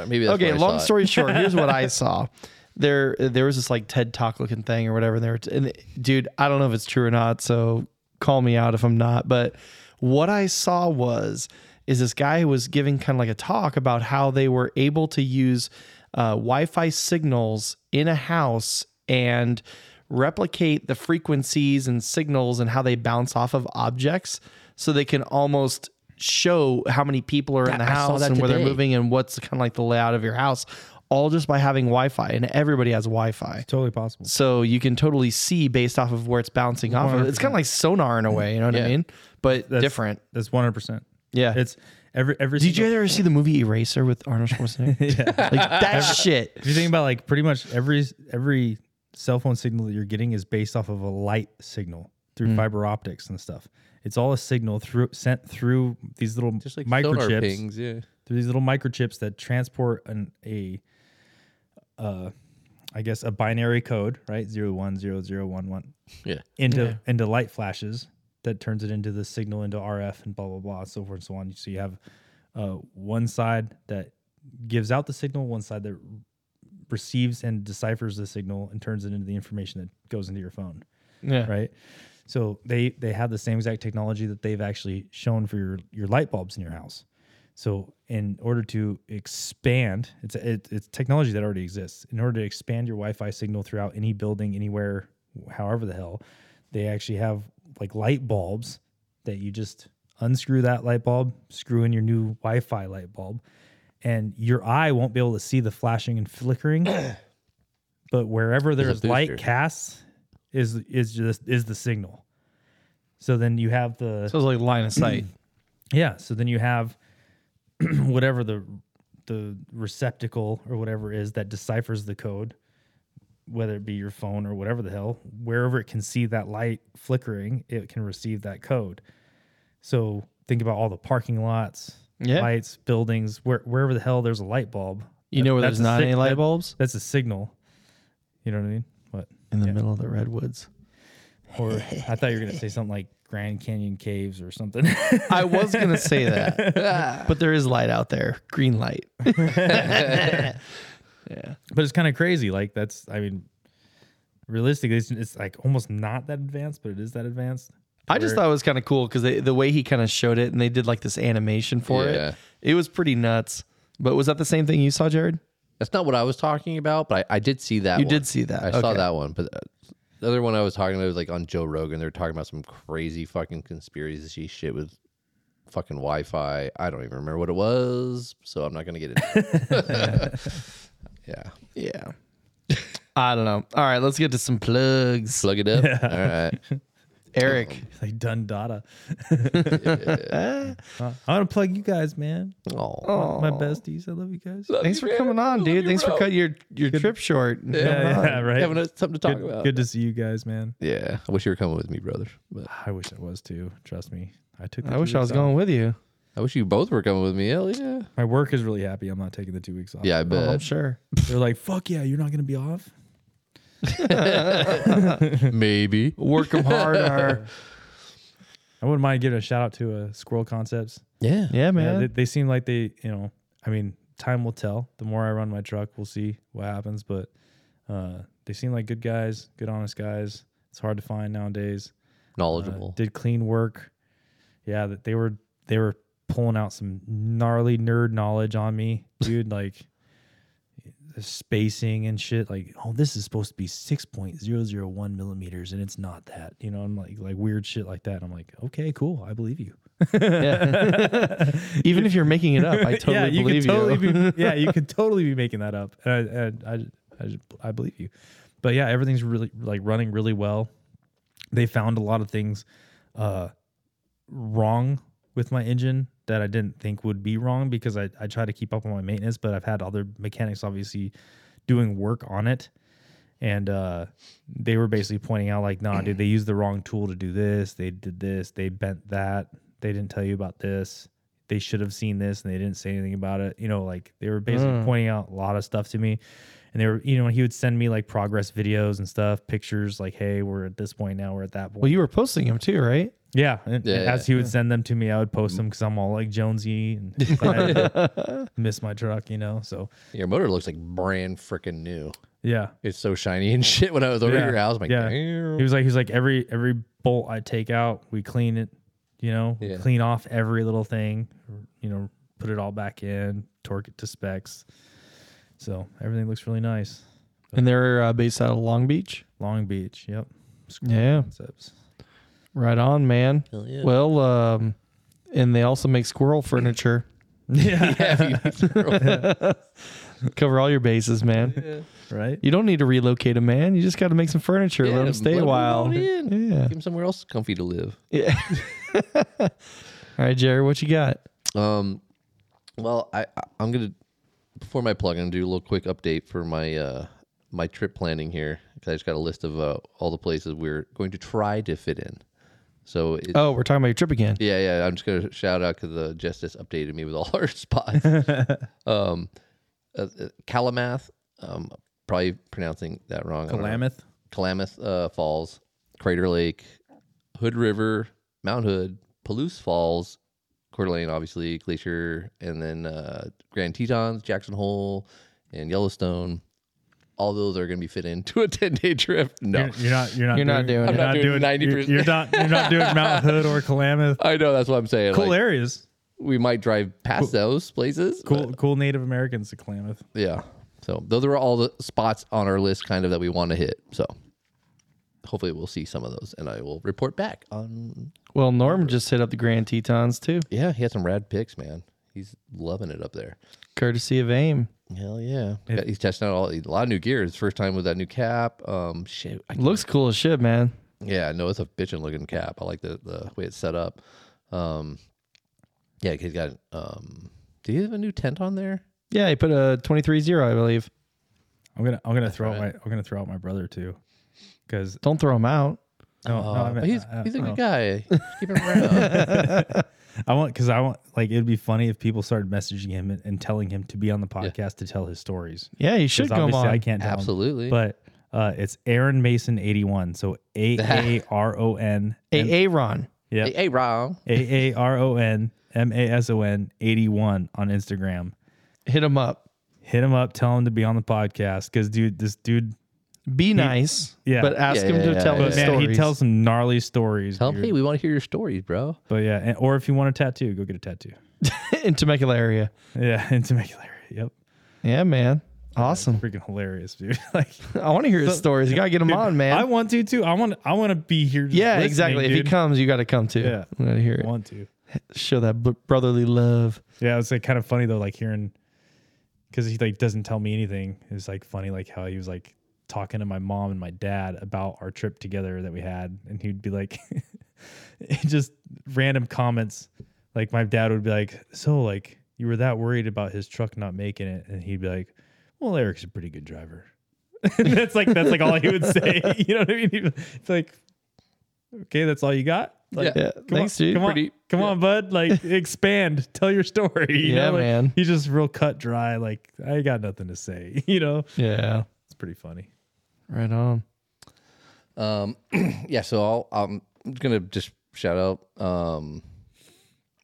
Speaker 3: know.
Speaker 1: maybe that's
Speaker 2: okay,
Speaker 1: where I
Speaker 2: long
Speaker 1: saw it.
Speaker 2: story short, here's what I saw. There, there was this like TED Talk looking thing or whatever. And they were, t- and dude, I don't know if it's true or not. So call me out if I'm not. But what I saw was, is this guy who was giving kind of like a talk about how they were able to use uh, Wi-Fi signals in a house and replicate the frequencies and signals and how they bounce off of objects, so they can almost show how many people are in the
Speaker 1: I saw
Speaker 2: house
Speaker 1: that
Speaker 2: and where they're
Speaker 1: today.
Speaker 2: moving moving and what's kind of like the layout of your house, all just by having Wi Fi. And everybody has Wi Fi.
Speaker 3: totally possible.
Speaker 2: So you can totally see based off of where it's bouncing off of. It's kind of like sonar in a way, you know what I
Speaker 1: Yeah.
Speaker 2: mean? But different.
Speaker 3: That's one hundred percent.
Speaker 2: Yeah.
Speaker 3: It's every every.
Speaker 2: Did you
Speaker 3: single-
Speaker 2: ever see the movie Eraser with Arnold Schwarzenegger?
Speaker 3: Yeah.
Speaker 2: Like that shit.
Speaker 3: if you think about like pretty much every every cell phone signal that you're getting is based off of a light signal
Speaker 1: Hmm.
Speaker 3: through fiber optics and stuff. It's all a signal through sent through these little
Speaker 1: Just like sonar
Speaker 3: microchips.
Speaker 1: pings. Yeah.
Speaker 3: through these little microchips that transport an a uh I guess a binary code, right? Zero one zero zero one one
Speaker 1: Yeah.
Speaker 3: into into light flashes that turns it into the signal into RF and blah blah blah so forth and so on. So you have uh, one side that gives out the signal, one side that receives and deciphers the signal and turns it into the information that goes into your phone
Speaker 2: Yeah.
Speaker 3: right? So they they have the same exact technology that they've actually shown for your your light bulbs in your house. So in order to expand, it's it, it's technology that already exists. In order to expand your Wi-Fi signal throughout any building, anywhere, however the hell, they actually have like light bulbs that you just unscrew that light bulb, screw in your new Wi-Fi light bulb, and your eye won't be able to see the flashing and flickering. but wherever there's light
Speaker 1: booster.
Speaker 3: casts is is just is the signal. So then you have the
Speaker 2: So it's like line of sight.
Speaker 3: yeah. So then you have whatever the the receptacle or whatever is that deciphers the code, whether it be your phone or whatever the hell, wherever it can see that light flickering, it can receive that code. So think about all the parking lots,
Speaker 2: Yeah.
Speaker 3: lights, buildings, where, wherever the hell there's a light bulb.
Speaker 2: You know where
Speaker 3: That's
Speaker 2: there's
Speaker 3: a
Speaker 2: not
Speaker 3: sig-
Speaker 2: any light
Speaker 3: that-
Speaker 2: bulbs?
Speaker 3: That's a signal. You know what I mean? What?
Speaker 2: In the
Speaker 3: Yeah.
Speaker 2: middle of the redwoods.
Speaker 3: Or I thought you were gonna say something like Grand Canyon caves or something.
Speaker 2: I was going to say that. but there is light out there. Green light. yeah.
Speaker 3: but it's kind of crazy. Like that's, I mean, realistically, it's, it's like almost not that advanced, but it is that advanced.
Speaker 2: I just
Speaker 3: where-
Speaker 2: thought it was kind of cool because the way he kind of showed it and they did like this animation for
Speaker 1: Yeah.
Speaker 2: it. It was pretty nuts. But was that the same thing you saw, Jared?
Speaker 1: That's not what I was talking about, but I, I did see that.
Speaker 2: You
Speaker 1: one.
Speaker 2: did see that.
Speaker 1: I saw
Speaker 2: Okay.
Speaker 1: that one, but uh, the other one I was talking about was like on Joe Rogan. They were talking about some crazy fucking conspiracy shit with fucking Wi-Fi. I don't even remember what it was, so I'm not gonna get it. yeah,
Speaker 2: Yeah. I don't know. All right, let's get to some plugs.
Speaker 1: plug it up. All right.
Speaker 2: Eric,
Speaker 3: It's like Dundada. Uh, I want to plug you guys, man.
Speaker 1: Oh,
Speaker 3: My besties. I love you guys.
Speaker 2: thanks for coming on, dude. Thanks for cutting your your trip short. and coming
Speaker 3: yeah,
Speaker 2: on.
Speaker 3: yeah, right.
Speaker 1: having us something to talk
Speaker 3: good,
Speaker 1: about.
Speaker 3: good to see you guys, man.
Speaker 1: Yeah, I wish you were coming with me, brother. But
Speaker 3: I wish I was too. Trust me. I took. The
Speaker 2: I
Speaker 3: two
Speaker 2: wish I was
Speaker 3: weeks off.
Speaker 2: going with you.
Speaker 1: I wish you both were coming with me. Hell yeah.
Speaker 3: My work is really happy. I'm not taking the two weeks off.
Speaker 1: Yeah, I bet.
Speaker 2: Oh, I'm sure.
Speaker 3: They're like, fuck yeah, you're not gonna be off.
Speaker 1: Maybe.
Speaker 2: Work 'em harder.
Speaker 3: I wouldn't mind giving a shout out to uh, Squirrel Concepts.
Speaker 1: Yeah.
Speaker 2: Yeah,
Speaker 3: Yeah,
Speaker 2: man.
Speaker 3: they, they seem like they, you know, I mean, time will tell. The more I run my truck, we'll see what happens. But uh, they seem like good guys, good honest guys. It's hard to find nowadays. Uh,
Speaker 1: Knowledgeable.
Speaker 3: did clean work. Yeah, that they were they were pulling out some gnarly nerd knowledge on me, dude. like the spacing and shit. Like, oh, this is supposed to be six point zero zero one millimeters, and it's not that. You know, I'm like like weird shit like that. I'm like, okay, cool, I believe you.
Speaker 2: Even if you're making it up, I totally
Speaker 3: yeah, you
Speaker 2: believe
Speaker 3: could totally
Speaker 2: you.
Speaker 3: be, yeah, you could totally be making that up. And I, I, I, I, just- I believe you. But yeah, everything's really like running really well. They found a lot of things uh, wrong with my engine that I didn't think would be wrong because I, I try to keep up on my maintenance, but I've had other mechanics obviously doing work on it. And uh, they were basically pointing out, like, nah, dude, they used the wrong tool to do this. They did this. They bent that. They didn't tell you about this. They should have seen this and they didn't say anything about it. You know, like they were basically
Speaker 2: Mm.
Speaker 3: pointing out a lot of stuff to me. And they were, you know, he would send me like progress videos and stuff, pictures like, hey, we're at this point now, we're at that point.
Speaker 2: well, you were posting them too, right?
Speaker 3: Yeah, and
Speaker 1: Yeah,
Speaker 3: as he would send them to me, I would post them because I'm all like Jonesy and excited to miss my truck, you know. So
Speaker 1: Your motor looks like brand freaking new.
Speaker 3: yeah,
Speaker 1: It's so shiny and shit. When I was over
Speaker 3: Yeah.
Speaker 1: at your house, I'm like,
Speaker 3: Yeah.
Speaker 1: damn.
Speaker 3: he was like, he was like every every bolt I take out, we clean it, you know, we
Speaker 1: Yeah.
Speaker 3: clean off every little thing, you know, put it all back in, torque it to specs. So everything looks really nice.
Speaker 2: And they're uh, based out of Long Beach.
Speaker 3: Long Beach, yep. Screw
Speaker 2: Yeah.
Speaker 3: Concepts.
Speaker 2: Right on, man.
Speaker 1: Hell yeah.
Speaker 2: Well, um, and they also make squirrel furniture.
Speaker 3: Yeah,
Speaker 1: Yeah, if you-
Speaker 2: Cover all your bases, man.
Speaker 3: right.
Speaker 2: You don't need to relocate a man. You just got to make some furniture.
Speaker 1: Yeah,
Speaker 2: let him stay
Speaker 1: let
Speaker 2: a
Speaker 1: 'em
Speaker 2: while.
Speaker 1: on in.
Speaker 2: Yeah.
Speaker 1: Give him somewhere else comfy to live.
Speaker 2: Yeah. all right, Jerry, what you got?
Speaker 1: Um, well, I I- I'm gonna before my plug, I'm gonna do a little quick update for my uh my trip planning here 'cause I just got a list of uh, all the places we're going to try to fit in. So it,
Speaker 2: Oh, we're talking about your trip again.
Speaker 1: yeah, yeah, I'm just gonna shout out because the Justice updated me with all our spots. um, uh, uh, Kalamath, um, probably pronouncing that wrong. I don't know.
Speaker 3: Klamath.
Speaker 1: Klamath uh, Falls, Crater Lake, Hood River, Mount Hood, Palouse Falls, Coeur d'Alene, obviously, Glacier, and then uh, Grand Tetons, Jackson Hole, and Yellowstone. All those are going to be fit into a 10 day trip. No.
Speaker 3: You're, you're not. You're not.
Speaker 2: You're not doing it. I'm
Speaker 3: you're
Speaker 1: not doing 90%.
Speaker 3: You're, you're not. You're not doing Mount Hood or Klamath.
Speaker 1: I know that's what I'm saying.
Speaker 3: Cool
Speaker 1: like,
Speaker 3: areas.
Speaker 1: we might drive past those places.
Speaker 3: Cool. cool Native Americans to Klamath.
Speaker 1: but yeah. So those are all the spots on our list, kind of that we want to hit. So hopefully we'll see some of those, and I will report back on.
Speaker 2: Well, Norm just hit up the Grand Tetons too,
Speaker 1: Yeah, he had some rad picks, man. He's loving it up there.
Speaker 2: courtesy of AIM.
Speaker 1: Hell yeah! Got- he's testing out all a lot of new gear. His first time with that new cap. Um, shit. I,
Speaker 2: Looks cool as shit, man.
Speaker 1: yeah, no, it's a bitchin' looking cap. I like the the way it's set up. Um, yeah, he's got. Um, do you have a new tent on there?
Speaker 2: Yeah, he put a 23-0, I believe.
Speaker 3: I'm gonna. I'm gonna throw out my. I'm gonna throw out my brother too, because
Speaker 2: Don't throw him out.
Speaker 3: no, no, I
Speaker 1: Uh,
Speaker 3: meant-
Speaker 1: but he's
Speaker 3: I-
Speaker 1: he's a
Speaker 3: oh.
Speaker 1: good guy. Just Keep him around.
Speaker 3: I want because I want like it'd be funny if people started messaging him and, and telling him to be on the podcast to tell his stories.
Speaker 2: Yeah, he
Speaker 3: 'Cause
Speaker 2: should come
Speaker 3: obviously
Speaker 2: on.
Speaker 3: I can't tell him.
Speaker 1: Absolutely.
Speaker 3: But uh, it's Aaron Mason eighty one. So A A R O N. M-
Speaker 2: A- Aaron.
Speaker 1: hey,
Speaker 3: Yep.
Speaker 1: hey, Ron.
Speaker 3: A A R O N M A S O N eighty one on Instagram.
Speaker 2: Hit him up.
Speaker 3: Hit him up. Tell him to be on the podcast because dude, this dude.
Speaker 2: Be nice.
Speaker 3: yeah.
Speaker 2: But ask
Speaker 1: Yeah,
Speaker 2: him
Speaker 1: yeah,
Speaker 2: to
Speaker 1: yeah,
Speaker 2: tell
Speaker 1: yeah.
Speaker 2: his
Speaker 3: But man,
Speaker 2: stories.
Speaker 3: he tells some gnarly stories.
Speaker 1: Tell him,
Speaker 3: dude.
Speaker 1: hey, we want to hear your stories, bro.
Speaker 3: But yeah, and, or if you want a tattoo, go get a tattoo.
Speaker 2: in Temecula area.
Speaker 3: Yeah, in Temecula. Yep.
Speaker 2: Yeah, man. Awesome.
Speaker 3: Freaking hilarious, dude. like
Speaker 2: I want to hear his stories. You gotta get him on, man.
Speaker 3: I want to too. I want I want to be here. just
Speaker 2: yeah,
Speaker 3: listening,
Speaker 2: exactly. If he
Speaker 3: dude.
Speaker 2: comes, you gotta come too.
Speaker 3: Yeah.
Speaker 2: I gotta hear
Speaker 3: I
Speaker 2: it.
Speaker 3: want to.
Speaker 2: Show that br- brotherly love.
Speaker 3: Yeah, it's like kind of funny though, like hearing because he like doesn't tell me anything. It's like funny, like how he was like talking to my mom and my dad about our trip together that we had, and he'd be like, just random comments. Like my dad would be like, "So like you were that worried about his truck not making it," and he'd be like, "Well, Eric's a pretty good driver." and that's like that's like all he would say. You know what I mean? He'd be- It's like, okay, that's all you got. Like,
Speaker 1: Yeah.
Speaker 2: Yeah.
Speaker 3: Come
Speaker 2: Thanks,
Speaker 3: on,
Speaker 2: dude.
Speaker 3: Come on,
Speaker 1: Pretty-
Speaker 3: come on, bud. Like expand, tell your story. you
Speaker 2: Yeah,
Speaker 3: know? Like,
Speaker 2: man.
Speaker 3: He's just real cut dry. Like I ain't got nothing to say. You know,
Speaker 2: Yeah.
Speaker 3: it's pretty funny.
Speaker 2: Right on.
Speaker 1: Um, yeah, so I'll, I'm gonna just shout out. Um,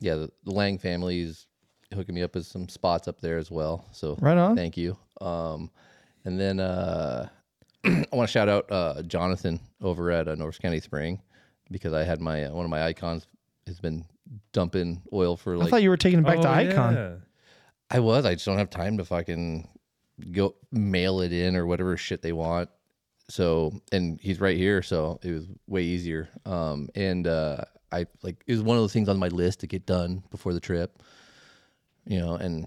Speaker 1: yeah, the, the Lang family is hooking me up with some spots up there as well. So
Speaker 2: Right on.
Speaker 1: thank you. Um, and then uh, I want to shout out uh, Jonathan over at uh, North County Spring because I had my uh, one of my icons has been dumping oil for
Speaker 2: I
Speaker 1: like
Speaker 2: thought you were taking it back to
Speaker 3: Oh,
Speaker 2: Icon.
Speaker 3: yeah.
Speaker 1: I was. I just don't have time to fucking go mail it in or whatever shit they want. So and he's right here, so it was way easier. Um and uh I like it was one of those things on my list to get done before the trip. You know, and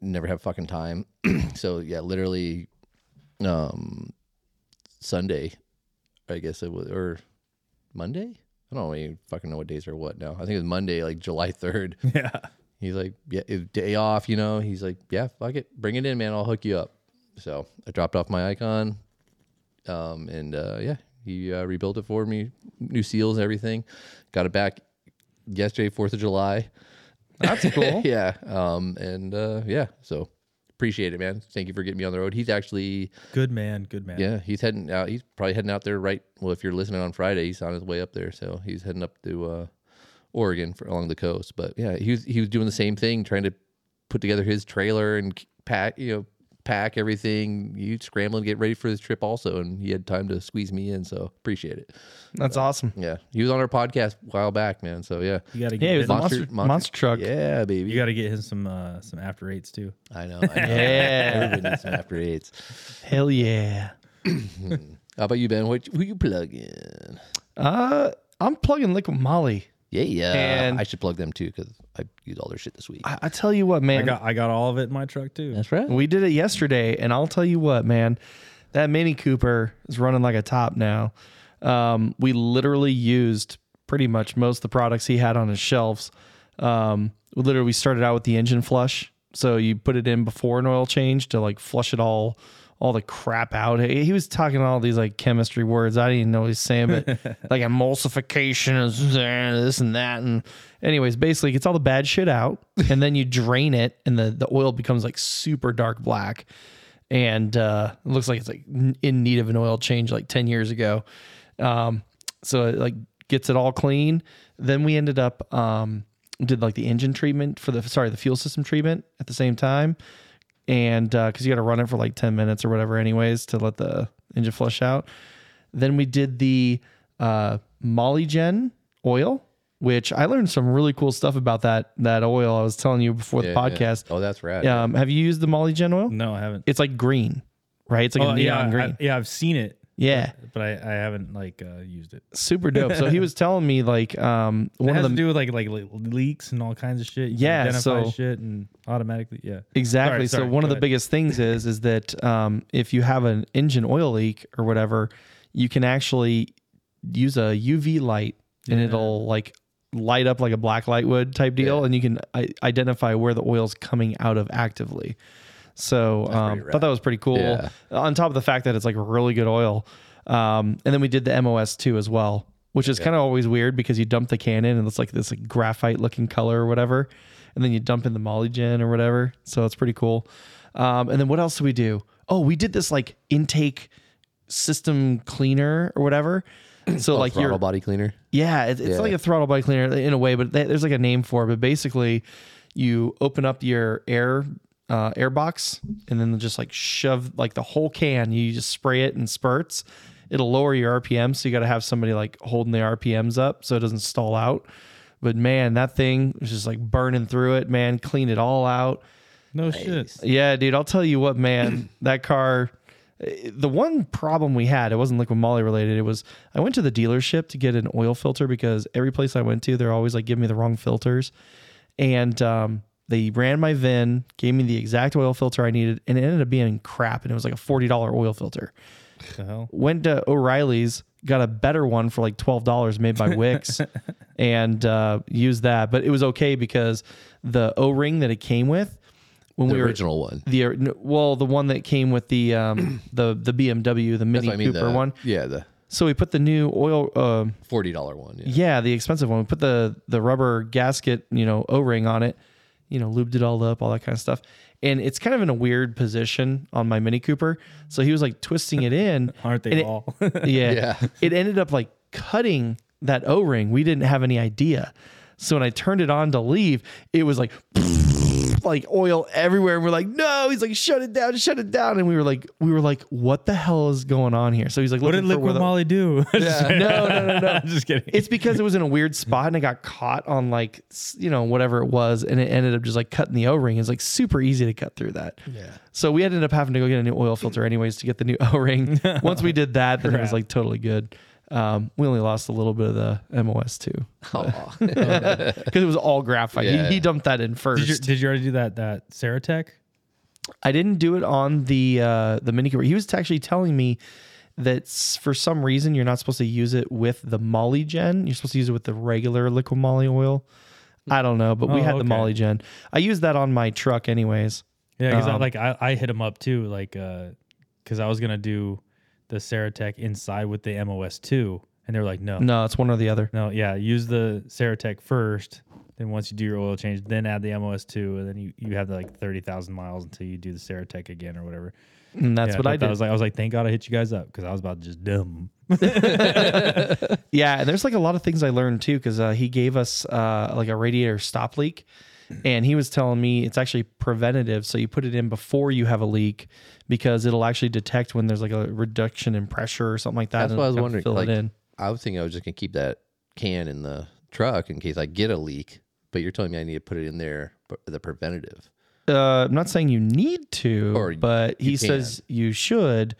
Speaker 1: never have fucking time. so yeah, literally um Sunday, I guess it was or Monday? I don't even fucking know what days are what now. I think it was Monday, like July third.
Speaker 3: Yeah.
Speaker 1: He's like, yeah, it- day off, you know. He's like, yeah, fuck it, bring it in, man. I'll hook you up. So I dropped off my icon, um, and uh, yeah, he uh, rebuilt it for me, new seals, everything. Got it back yesterday, Fourth of July.
Speaker 2: That's cool.
Speaker 1: yeah, um, and uh, yeah, so appreciate it, man. Thank you for getting me on the road. He's actually,
Speaker 3: Good man. Good man.
Speaker 1: yeah, he's heading out. He's probably heading out there right. Well, if you're listening on Friday, he's on his way up there, so he's heading up to uh, Oregon for along the coast. But yeah, he was he was doing the same thing, trying to put together his trailer and k- pack you know pack everything. You scrambling to get ready for this trip also, and he had time to squeeze me in, so appreciate it.
Speaker 2: That's awesome.
Speaker 1: Yeah, he was on our podcast a while back, man. So yeah,
Speaker 3: You gotta
Speaker 2: Yeah,
Speaker 3: get
Speaker 2: it
Speaker 3: him-
Speaker 2: was a monster,
Speaker 1: Monster-
Speaker 2: monster,
Speaker 1: monster-
Speaker 2: truck.
Speaker 1: yeah, baby.
Speaker 3: you gotta get him some uh, some after eights too.
Speaker 1: I know. I know.
Speaker 2: Yeah.
Speaker 1: Everybody needs some after eights.
Speaker 2: Hell yeah.
Speaker 1: How about you, Ben? What who you plug in?
Speaker 2: Uh, I'm plugging Liquid Molly.
Speaker 1: Yeah, yeah.
Speaker 2: And-
Speaker 1: I should plug them too because I used all their shit this week.
Speaker 2: I, I tell you what, man.
Speaker 3: I got I got all of it in my truck too.
Speaker 1: That's right.
Speaker 2: We did it yesterday, and I'll tell you what, man, that Mini Cooper is running like a top now. Um, we literally used pretty much most of the products he had on his shelves. Um, we literally, we started out with the engine flush, so you put it in before an oil change to like flush it all, all the crap out. He he was talking all these like chemistry words. I didn't even know what he was saying, but like emulsification is there, this and that. And anyways, basically it gets all the bad shit out and then you drain it and the, the oil becomes like super dark black and uh, it looks like it's like n- in need of an oil change like 10 years ago. Um, so it like gets it all clean. Then we ended up, um, did like the engine treatment for the, sorry, the fuel system treatment at the same time and uh, because you got to run it for like 10 minutes or whatever, anyways, to let the engine flush out. Then we did the uh, Molygen oil, which I learned some really cool stuff about that that oil. I was telling you before the
Speaker 1: Yeah, yeah.
Speaker 2: podcast.
Speaker 1: Oh, that's rad.
Speaker 2: Um, have you used the Molygen oil?
Speaker 3: No, I haven't.
Speaker 2: It's like green, right? It's like a neon
Speaker 3: Oh, yeah,
Speaker 2: green.
Speaker 3: I, yeah, I've seen it,
Speaker 2: yeah,
Speaker 3: but I, I haven't like uh, used it.
Speaker 2: super dope. So he was telling me like um,
Speaker 3: It
Speaker 2: one
Speaker 3: has
Speaker 2: of
Speaker 3: to
Speaker 2: the
Speaker 3: do with like like le- leaks and all kinds of shit. You can
Speaker 2: Yeah,
Speaker 3: identify
Speaker 2: so-
Speaker 3: shit and automatically yeah.
Speaker 2: Exactly.
Speaker 3: Sorry, sorry,
Speaker 2: so one
Speaker 3: go
Speaker 2: of the
Speaker 3: ahead.
Speaker 2: biggest things is is that um, if you have an engine oil leak or whatever, you can actually use a UV light and it'll like light up like a black light would type deal, and you can I- identify where the oil's coming out of actively. So um,
Speaker 1: pretty
Speaker 2: thought that was pretty cool.
Speaker 1: Yeah.
Speaker 2: On top of the fact that it's like really good oil, um, and then we did the MOS too as well, which is kind of always weird because you dump the can in and it's like this like graphite looking color or whatever, and then you dump in the Molygen or whatever. So it's pretty cool. Um, and then what else do we do? Oh, we did this like intake system cleaner or whatever. So like
Speaker 1: Oh, throttle
Speaker 2: your
Speaker 1: body cleaner.
Speaker 2: yeah, it, it's like a throttle body cleaner in a way, but th- there's like a name for it. But basically, you open up your air uh, air box and then just like shove like the whole can. You just spray it in spurts. It'll lower your RPM, so you got to have somebody like holding the RPMs up so it doesn't stall out. But man, that thing was just like burning through it. Man, clean it all out.
Speaker 3: No shit.
Speaker 2: Yeah, dude, I'll tell you what, man, that car. eh, The one problem we had, it wasn't liquid molly related. It was I went to the dealership to get an oil filter because every place I went to, they're always like giving me the wrong filters, and um, they ran my VIN, gave me the exact oil filter I needed, and it ended up being crap, and it was like a forty dollar oil filter
Speaker 3: The hell?
Speaker 2: went to O'Reilly's, got a better one for like twelve dollars made by Wix, and uh, used that. But it was okay because the O ring that it came with when
Speaker 1: The
Speaker 2: we were
Speaker 1: original one.
Speaker 2: the or- no, well the one that came with the um, the the BMW the
Speaker 1: That's
Speaker 2: Mini
Speaker 1: what I mean.
Speaker 2: Cooper
Speaker 1: the,
Speaker 2: one.
Speaker 1: Yeah, the
Speaker 2: So we put the new oil. um
Speaker 1: forty dollar one. Yeah.
Speaker 2: yeah, the expensive one. We put the the rubber gasket, you know, O ring on it, you know, lubed it all up, all that kind of stuff. And it's kind of in a weird position on my Mini Cooper. So he was like twisting it in.
Speaker 3: Aren't
Speaker 2: and
Speaker 3: they
Speaker 2: it-
Speaker 3: all?
Speaker 2: yeah.
Speaker 1: Yeah.
Speaker 2: It ended up like cutting that O ring. We didn't have any idea. So when I turned it on to leave, it was like like oil everywhere. And we're like, no. He's like, shut it down, shut it down. And we were like, we were like, what the hell is going on here? So he's like,
Speaker 3: What did
Speaker 2: looking for where
Speaker 3: Liquid
Speaker 2: the-
Speaker 3: Molly do?
Speaker 2: Yeah. no, no, no, no.
Speaker 3: I'm just kidding.
Speaker 2: It's because it was in a weird spot and it got caught on like s- you know whatever it was, and it ended up just like cutting the O ring. It's like super easy to cut through that.
Speaker 1: Yeah.
Speaker 2: So we ended up having to go get a new oil filter anyways to get the new O ring. Once we did that, then it was
Speaker 3: Crap.
Speaker 2: like totally good. Um, we only lost a little bit of the MOS too because it was all graphite.
Speaker 1: Yeah.
Speaker 2: He, he dumped that in first.
Speaker 3: did, you, did you already do that that Ceratec?
Speaker 2: I didn't do it on the uh, the Mini Cooper. He was actually telling me that s- for some reason you're not supposed to use it with the Molly Gen. You're supposed to use it with the regular liquid Molly oil. I don't know, but we
Speaker 3: Oh,
Speaker 2: had the
Speaker 3: okay.
Speaker 2: Molly Gen. I used that on my truck, anyways.
Speaker 3: Yeah, because I
Speaker 2: Um,
Speaker 3: like I, I hit him up too, like because I was gonna do the Ceratec inside with the MOS two, and they were like, no, no,
Speaker 2: No, it's one or the other.
Speaker 3: yeah, use the Ceratec first, then once you do your oil change, then add the MOS two, and then you, you have like thirty thousand miles until you do the Ceratec again or whatever.
Speaker 2: And Mm, that's
Speaker 3: Yeah,
Speaker 2: what
Speaker 3: thought
Speaker 2: I
Speaker 3: that
Speaker 2: did.
Speaker 3: was like, I was like, thank God I hit you guys up because I was about to just dumb.
Speaker 2: Yeah, and there's like a lot of things I learned too because uh, he gave us uh, like a radiator stop leak, and he was telling me it's actually preventative. So you put it in before you have a leak because it'll actually detect when there's like a reduction in pressure or something like that.
Speaker 1: That's
Speaker 2: and
Speaker 1: what I was
Speaker 2: it'll
Speaker 1: wondering.
Speaker 2: Fill
Speaker 1: like,
Speaker 2: it in.
Speaker 1: I was thinking I was just gonna keep that can in the truck in case I get a leak. But you're telling me I need to put it in there, but the preventative.
Speaker 2: Uh, I'm not saying you need to,
Speaker 1: Or
Speaker 2: but he
Speaker 1: you can.
Speaker 2: says you should.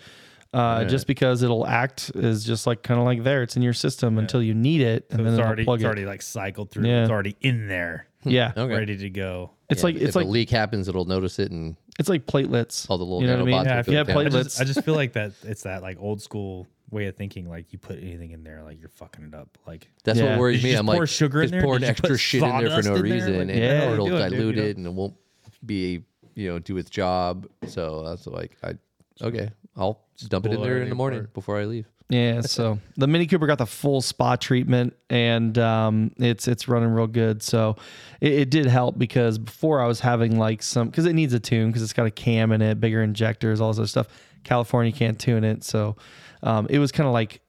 Speaker 2: Uh,
Speaker 1: Yeah.
Speaker 2: Just because it'll act is just like kind of like there, it's in your system until you need it, and
Speaker 3: So
Speaker 2: then
Speaker 3: it's
Speaker 2: it'll
Speaker 3: already
Speaker 2: plug
Speaker 3: it's
Speaker 2: it.
Speaker 3: already like cycled through.
Speaker 2: Yeah.
Speaker 3: It's already in there,
Speaker 2: yeah,
Speaker 1: Okay.
Speaker 3: ready to go.
Speaker 2: it's
Speaker 1: Yeah,
Speaker 2: like
Speaker 1: Hmm. if
Speaker 2: it's like
Speaker 1: a leak happens, it'll notice it and
Speaker 2: it's like platelets.
Speaker 1: all the little
Speaker 2: You know what I mean?
Speaker 1: nanobots.
Speaker 3: Yeah,
Speaker 1: will
Speaker 3: if
Speaker 1: go
Speaker 2: you have
Speaker 1: down.
Speaker 3: I
Speaker 2: platelets-
Speaker 3: just, I just feel like that it's that like old school way of thinking. Like you put anything in there, like you're fucking it up. Like
Speaker 1: That's
Speaker 2: Yeah.
Speaker 1: what worries
Speaker 3: Did you
Speaker 1: me.
Speaker 3: just
Speaker 1: I'm
Speaker 3: pour
Speaker 1: like,
Speaker 3: sugar in
Speaker 1: just
Speaker 3: there?
Speaker 1: pouring
Speaker 3: Did you put
Speaker 1: extra shit in there for
Speaker 3: sawdust
Speaker 1: no
Speaker 3: in there?
Speaker 1: reason,
Speaker 3: Like,
Speaker 1: and
Speaker 3: yeah,
Speaker 2: what are you
Speaker 1: it'll
Speaker 3: doing, dude?
Speaker 1: dilute
Speaker 3: You know?
Speaker 1: it, and it won't be, you know, do its job. So that's like, I okay, I'll dump it in
Speaker 3: blow
Speaker 1: there in the
Speaker 3: everything
Speaker 1: morning
Speaker 3: apart.
Speaker 1: before I leave.
Speaker 2: Yeah, so the Mini Cooper got the full spa treatment, and um, it's it's running real good. So it, it did help because before I was having like some because it needs a tune because it's got a cam in it, bigger injectors, all this other stuff. California can't tune it, so um, it was kind of like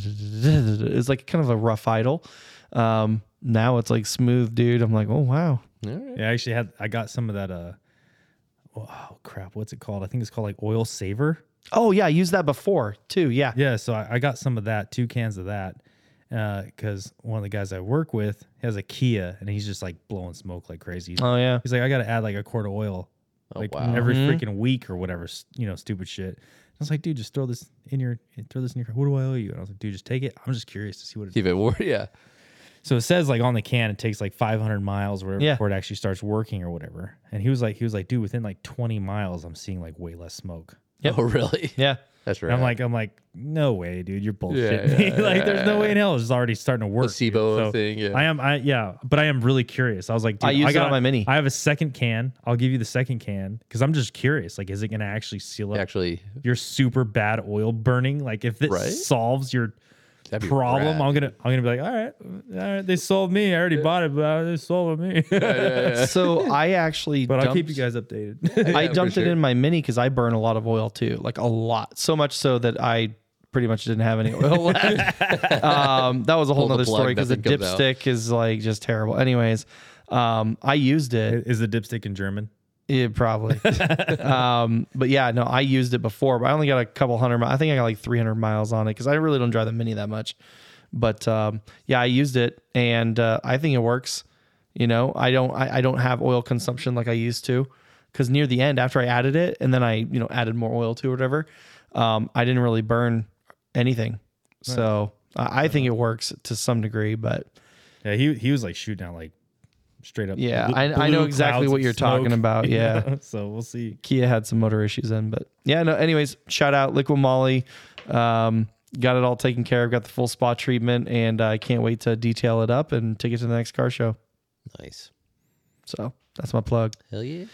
Speaker 2: it's like kind of a rough idle. Um, now it's like smooth, dude. I'm like, oh wow,
Speaker 1: All right.
Speaker 3: Yeah, I actually had I got some of that uh oh crap, what's it called? I think it's called like oil saver.
Speaker 2: oh yeah, I used that before too. Yeah,
Speaker 3: Yeah, so I, I got some of that, two cans of that. because one of the guys I work with has a Kia and he's just like blowing smoke like crazy.
Speaker 2: oh yeah,
Speaker 3: He's like, I gotta add like a quart of
Speaker 1: Uh.
Speaker 3: oil
Speaker 1: Oh,
Speaker 3: like
Speaker 1: wow.
Speaker 3: every
Speaker 2: Mhm.
Speaker 3: freaking week or whatever, s- you know, stupid shit. I was like, dude, just throw this in your throw this in your car. What do I owe you? And I was like, dude, just take it. I'm just curious to see what it
Speaker 1: If it were, yeah,
Speaker 3: so it says like on the can it takes like 500 miles or whatever
Speaker 2: Yeah.
Speaker 3: before it actually starts working or whatever. And he was like, he was like, dude, within like 20 miles, I'm seeing like way less smoke.
Speaker 2: Yep.
Speaker 1: oh really?
Speaker 2: yeah.
Speaker 1: That's right.
Speaker 3: And I'm like, I'm like, no way, dude, you're bullshit.
Speaker 1: Yeah, yeah,
Speaker 3: like, there's no way in hell it's already starting to work. dude.
Speaker 1: placebo
Speaker 3: So
Speaker 1: thing. Yeah,
Speaker 3: I am, I yeah, but I am really curious. I was like, dude,
Speaker 2: I used it
Speaker 3: got
Speaker 2: on my Mini.
Speaker 3: I have a second can. I'll give you the second can because I'm just curious. Like, is it gonna actually seal up
Speaker 1: actually,
Speaker 3: your super bad oil burning? Like, if this
Speaker 1: Right?
Speaker 3: solves your
Speaker 1: that'd be
Speaker 3: problem.
Speaker 1: rad.
Speaker 3: I'm gonna I'm gonna be like, all right, all right, they sold me. I already bought it, but uh, they sold me.
Speaker 2: So I actually,
Speaker 3: but I'll keep
Speaker 2: dumped-
Speaker 3: you guys updated.
Speaker 2: I
Speaker 1: Yeah, for
Speaker 2: dumped it
Speaker 1: sure.
Speaker 2: in my mini because I burn a lot of oil too, like a lot, so much so that I pretty much didn't have any oil left. um, that was a whole
Speaker 1: Pull the
Speaker 2: nother
Speaker 1: plug,
Speaker 2: story because the
Speaker 1: nothing comes out.
Speaker 2: dipstick is like just terrible. Anyways, um, I used it,
Speaker 3: Is the dipstick in German?
Speaker 2: yeah, probably, um, but yeah, no, I used it before, but I only got a couple hundred. Mi- I think I got like three hundred miles on it because I really don't drive the mini that much. But um, yeah, I used it and uh, I think it works. You know, I don't I, I don't have oil consumption like I used to because near the end after I added it and then I you know added more oil to it or whatever, um, I didn't really burn anything. So I, I think it works to some degree, but
Speaker 3: Yeah, he he was like shooting out like straight up.
Speaker 2: Yeah,
Speaker 3: blu-
Speaker 2: I- I know
Speaker 3: blue
Speaker 2: exactly
Speaker 3: clouds
Speaker 2: what
Speaker 3: of
Speaker 2: you're talking
Speaker 3: smoke.
Speaker 2: about, yeah.
Speaker 3: so we'll see.
Speaker 2: Kia had some motor issues then, but yeah, no. Anyways, shout out Liquid Molly. Um, got it all taken care of. Got the full spa treatment, and I can't wait to detail it up and take it to the next car show.
Speaker 1: nice.
Speaker 2: So that's my plug.
Speaker 1: Hell yeah.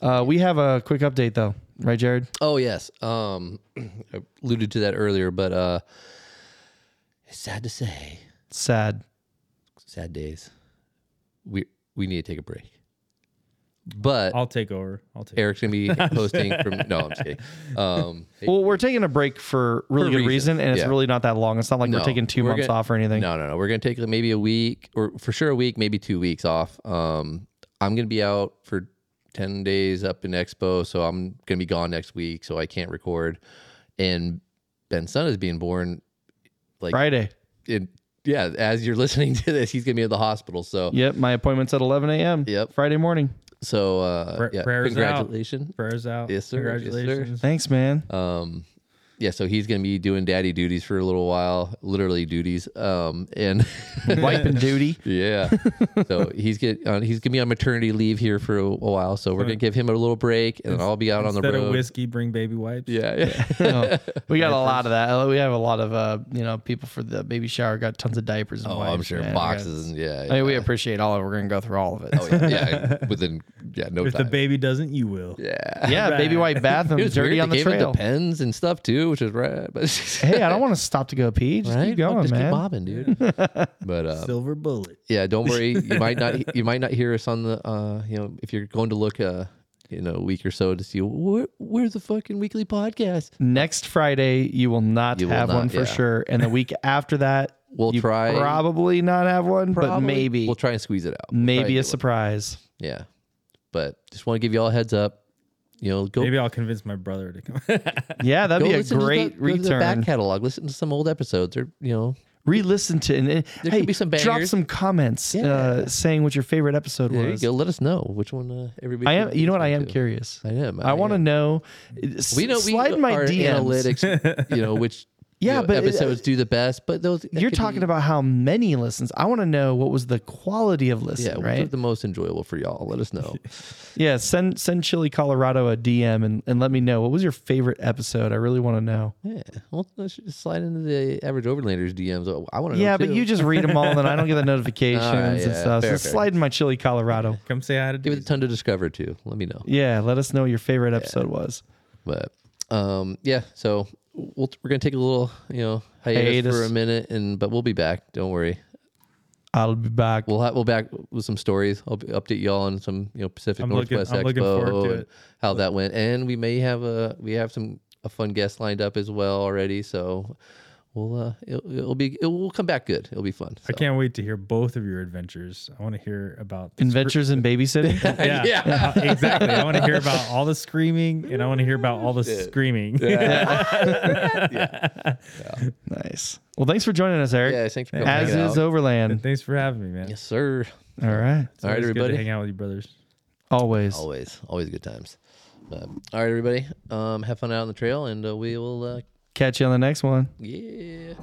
Speaker 2: Uh, we have a quick update though, right, Jared?
Speaker 1: Oh yes. Um, I alluded to that earlier, but uh, it's sad to say,
Speaker 2: Sad.
Speaker 1: sad days. We we need to take a break. But
Speaker 3: I'll take over. I'll take.
Speaker 1: Eric's gonna be
Speaker 3: Oh,
Speaker 1: hosting from. No, I'm just kidding. Um,
Speaker 2: Well, we're taking a break for really
Speaker 1: For
Speaker 2: good reason,
Speaker 1: reasons,
Speaker 2: and it's
Speaker 1: yeah.
Speaker 2: really not that long. It's not like we're
Speaker 1: No,
Speaker 2: taking 2
Speaker 1: we're
Speaker 2: months
Speaker 1: gonna-
Speaker 2: off or anything.
Speaker 1: No, no, no. We're gonna take maybe a week, or for sure a week, maybe two weeks off. Um, I'm gonna be out for 10 days up in Expo, so I'm going to be gone next week, so I can't record. And Ben's son is being born like
Speaker 2: Friday.
Speaker 1: in yeah, as you're listening to this, he's going to be at the hospital. So
Speaker 2: Yep, my appointment's at 11 a.m.
Speaker 1: Yep.
Speaker 2: Friday morning.
Speaker 1: so uh
Speaker 3: Pra-
Speaker 1: yeah,
Speaker 3: prayers out.
Speaker 1: congratulations.
Speaker 3: Prayers out.
Speaker 1: Yes, sir. Yes, sir.
Speaker 3: Congratulations.
Speaker 2: Thanks, man.
Speaker 1: Um, yeah, so he's gonna be doing daddy duties for a little while, literally duties. Um, and
Speaker 2: Wiping duty.
Speaker 1: yeah, so he's get on, he's gonna be on maternity leave here for a, a while. So we're gonna give him a little break, and then I'll be out on the
Speaker 3: Instead of
Speaker 1: road.
Speaker 3: whiskey, bring baby wipes.
Speaker 1: yeah, yeah.
Speaker 2: No, we got a lot of that. We have a lot of uh, you know, people for the baby shower got tons of diapers and
Speaker 1: Oh,
Speaker 2: wipes,
Speaker 1: I'm sure
Speaker 2: man.
Speaker 1: boxes and yeah.
Speaker 2: I mean, we appreciate all of it. We're gonna go through all of it.
Speaker 1: oh, yeah, yeah, within yeah no
Speaker 3: If the
Speaker 1: time.
Speaker 3: baby doesn't, you will.
Speaker 1: yeah,
Speaker 2: yeah, baby white bathroom
Speaker 1: it was
Speaker 2: dirty
Speaker 1: weird.
Speaker 2: on
Speaker 1: they
Speaker 2: the
Speaker 1: gave him
Speaker 2: trail.
Speaker 1: the pens and stuff too, which is rad. But
Speaker 2: hey, I don't want to stop to go pee. Just
Speaker 1: right,
Speaker 2: keep going,
Speaker 1: Fuck, just keep
Speaker 2: man.
Speaker 1: bobbing, dude. but uh,
Speaker 3: Silver bullet.
Speaker 1: yeah don't worry you might not you might not hear us on the uh you know if you're going to look uh in a week or so to see where, where's the fucking weekly podcast
Speaker 2: Next Friday, you will not
Speaker 1: You will
Speaker 2: have
Speaker 1: not,
Speaker 2: one for
Speaker 1: yeah.
Speaker 2: sure, and the week after that,
Speaker 1: We'll
Speaker 2: you
Speaker 1: try-
Speaker 2: Probably not have one, but
Speaker 1: Probably.
Speaker 2: maybe,
Speaker 1: we'll try and squeeze it out We'll try and
Speaker 2: maybe
Speaker 1: get
Speaker 2: a
Speaker 1: one.
Speaker 2: surprise.
Speaker 1: yeah but just want to give you all a heads up you know go
Speaker 3: Maybe I'll convince my brother to come.
Speaker 2: Yeah, that'd
Speaker 1: go
Speaker 2: be a
Speaker 1: listen to the-
Speaker 2: great
Speaker 1: go to the
Speaker 2: return.
Speaker 1: back catalog listen to some old episodes or you know
Speaker 2: Re-listen to and, and
Speaker 1: There
Speaker 2: hey,
Speaker 1: could be some
Speaker 2: drop
Speaker 1: bangers.
Speaker 2: some comments uh, saying what your favorite episode
Speaker 1: there you
Speaker 2: was.
Speaker 1: go let us know which one uh, everybody
Speaker 2: I am.
Speaker 1: should
Speaker 2: You know what? I
Speaker 1: listen
Speaker 2: am
Speaker 1: to.
Speaker 2: curious.
Speaker 1: i am
Speaker 2: I, want to know.
Speaker 1: we know
Speaker 2: Slide
Speaker 1: we,
Speaker 2: in my
Speaker 1: our
Speaker 2: DMs.
Speaker 1: analytics you know which you
Speaker 2: Yeah,
Speaker 1: know,
Speaker 2: but it- uh,
Speaker 1: episodes do the best but those that could
Speaker 2: You're
Speaker 1: be-
Speaker 2: talking about how many listens. I want to know what was the quality of
Speaker 1: yeah
Speaker 2: listen,
Speaker 1: which
Speaker 2: right?
Speaker 1: was the most enjoyable for y'all let us know
Speaker 2: yeah, send send Chili Colorado a DM and, and let me know what was your favorite episode. I really want to know.
Speaker 1: Yeah, well, let's just slide into the average overlanders DMs. Oh, I want to.
Speaker 2: yeah,
Speaker 1: know
Speaker 2: but
Speaker 1: too.
Speaker 2: you just read them all, and then I don't get the notifications
Speaker 1: Alright,
Speaker 2: and
Speaker 1: yeah,
Speaker 2: stuff.
Speaker 1: fair,
Speaker 2: so
Speaker 1: fair.
Speaker 2: slide in my Chili Colorado.
Speaker 3: come say hi to
Speaker 1: give it a
Speaker 3: Daisy.
Speaker 1: ton to discover too. Let me know.
Speaker 2: Yeah, let us know what your favorite episode was.
Speaker 1: But um, yeah, so we'll, we're gonna take a little, you know, hiatus,
Speaker 2: Hiatus.
Speaker 1: for a minute, and but we'll be back. Don't worry.
Speaker 2: I'll be back.
Speaker 1: We'll have, we'll back with some stories. I'll be- update y'all on some you know Pacific
Speaker 3: I'm looking-
Speaker 1: Northwest
Speaker 3: I'm looking forward
Speaker 1: Expo
Speaker 3: to
Speaker 1: and
Speaker 3: it.
Speaker 1: how that went, and we may have a we have some a fun guest lined up as well already. So we'll uh it'll, it'll be it will come back good. It'll be fun.
Speaker 3: I
Speaker 1: So.
Speaker 3: can't wait to hear both of your adventures. I want to hear about the
Speaker 2: Adventures in babysitting.
Speaker 3: scr- Yeah,
Speaker 1: Yeah.
Speaker 3: exactly. I want to hear about all the screaming, and I want to hear about all the screaming.
Speaker 2: nice. Well, thanks for joining us, Eric.
Speaker 1: Yeah, thanks for coming
Speaker 2: As
Speaker 1: out.
Speaker 2: is Overland.
Speaker 3: Thanks for having me, man.
Speaker 1: Yes, sir.
Speaker 2: All right.
Speaker 3: It's always
Speaker 1: All right,
Speaker 3: good to
Speaker 1: everybody.
Speaker 3: hang out with you, brothers.
Speaker 2: Always.
Speaker 1: Always, always good times. Um, all right, everybody. Um, have fun out on the trail, and uh, we will. Uh,
Speaker 2: Catch you on the next one.
Speaker 1: yeah.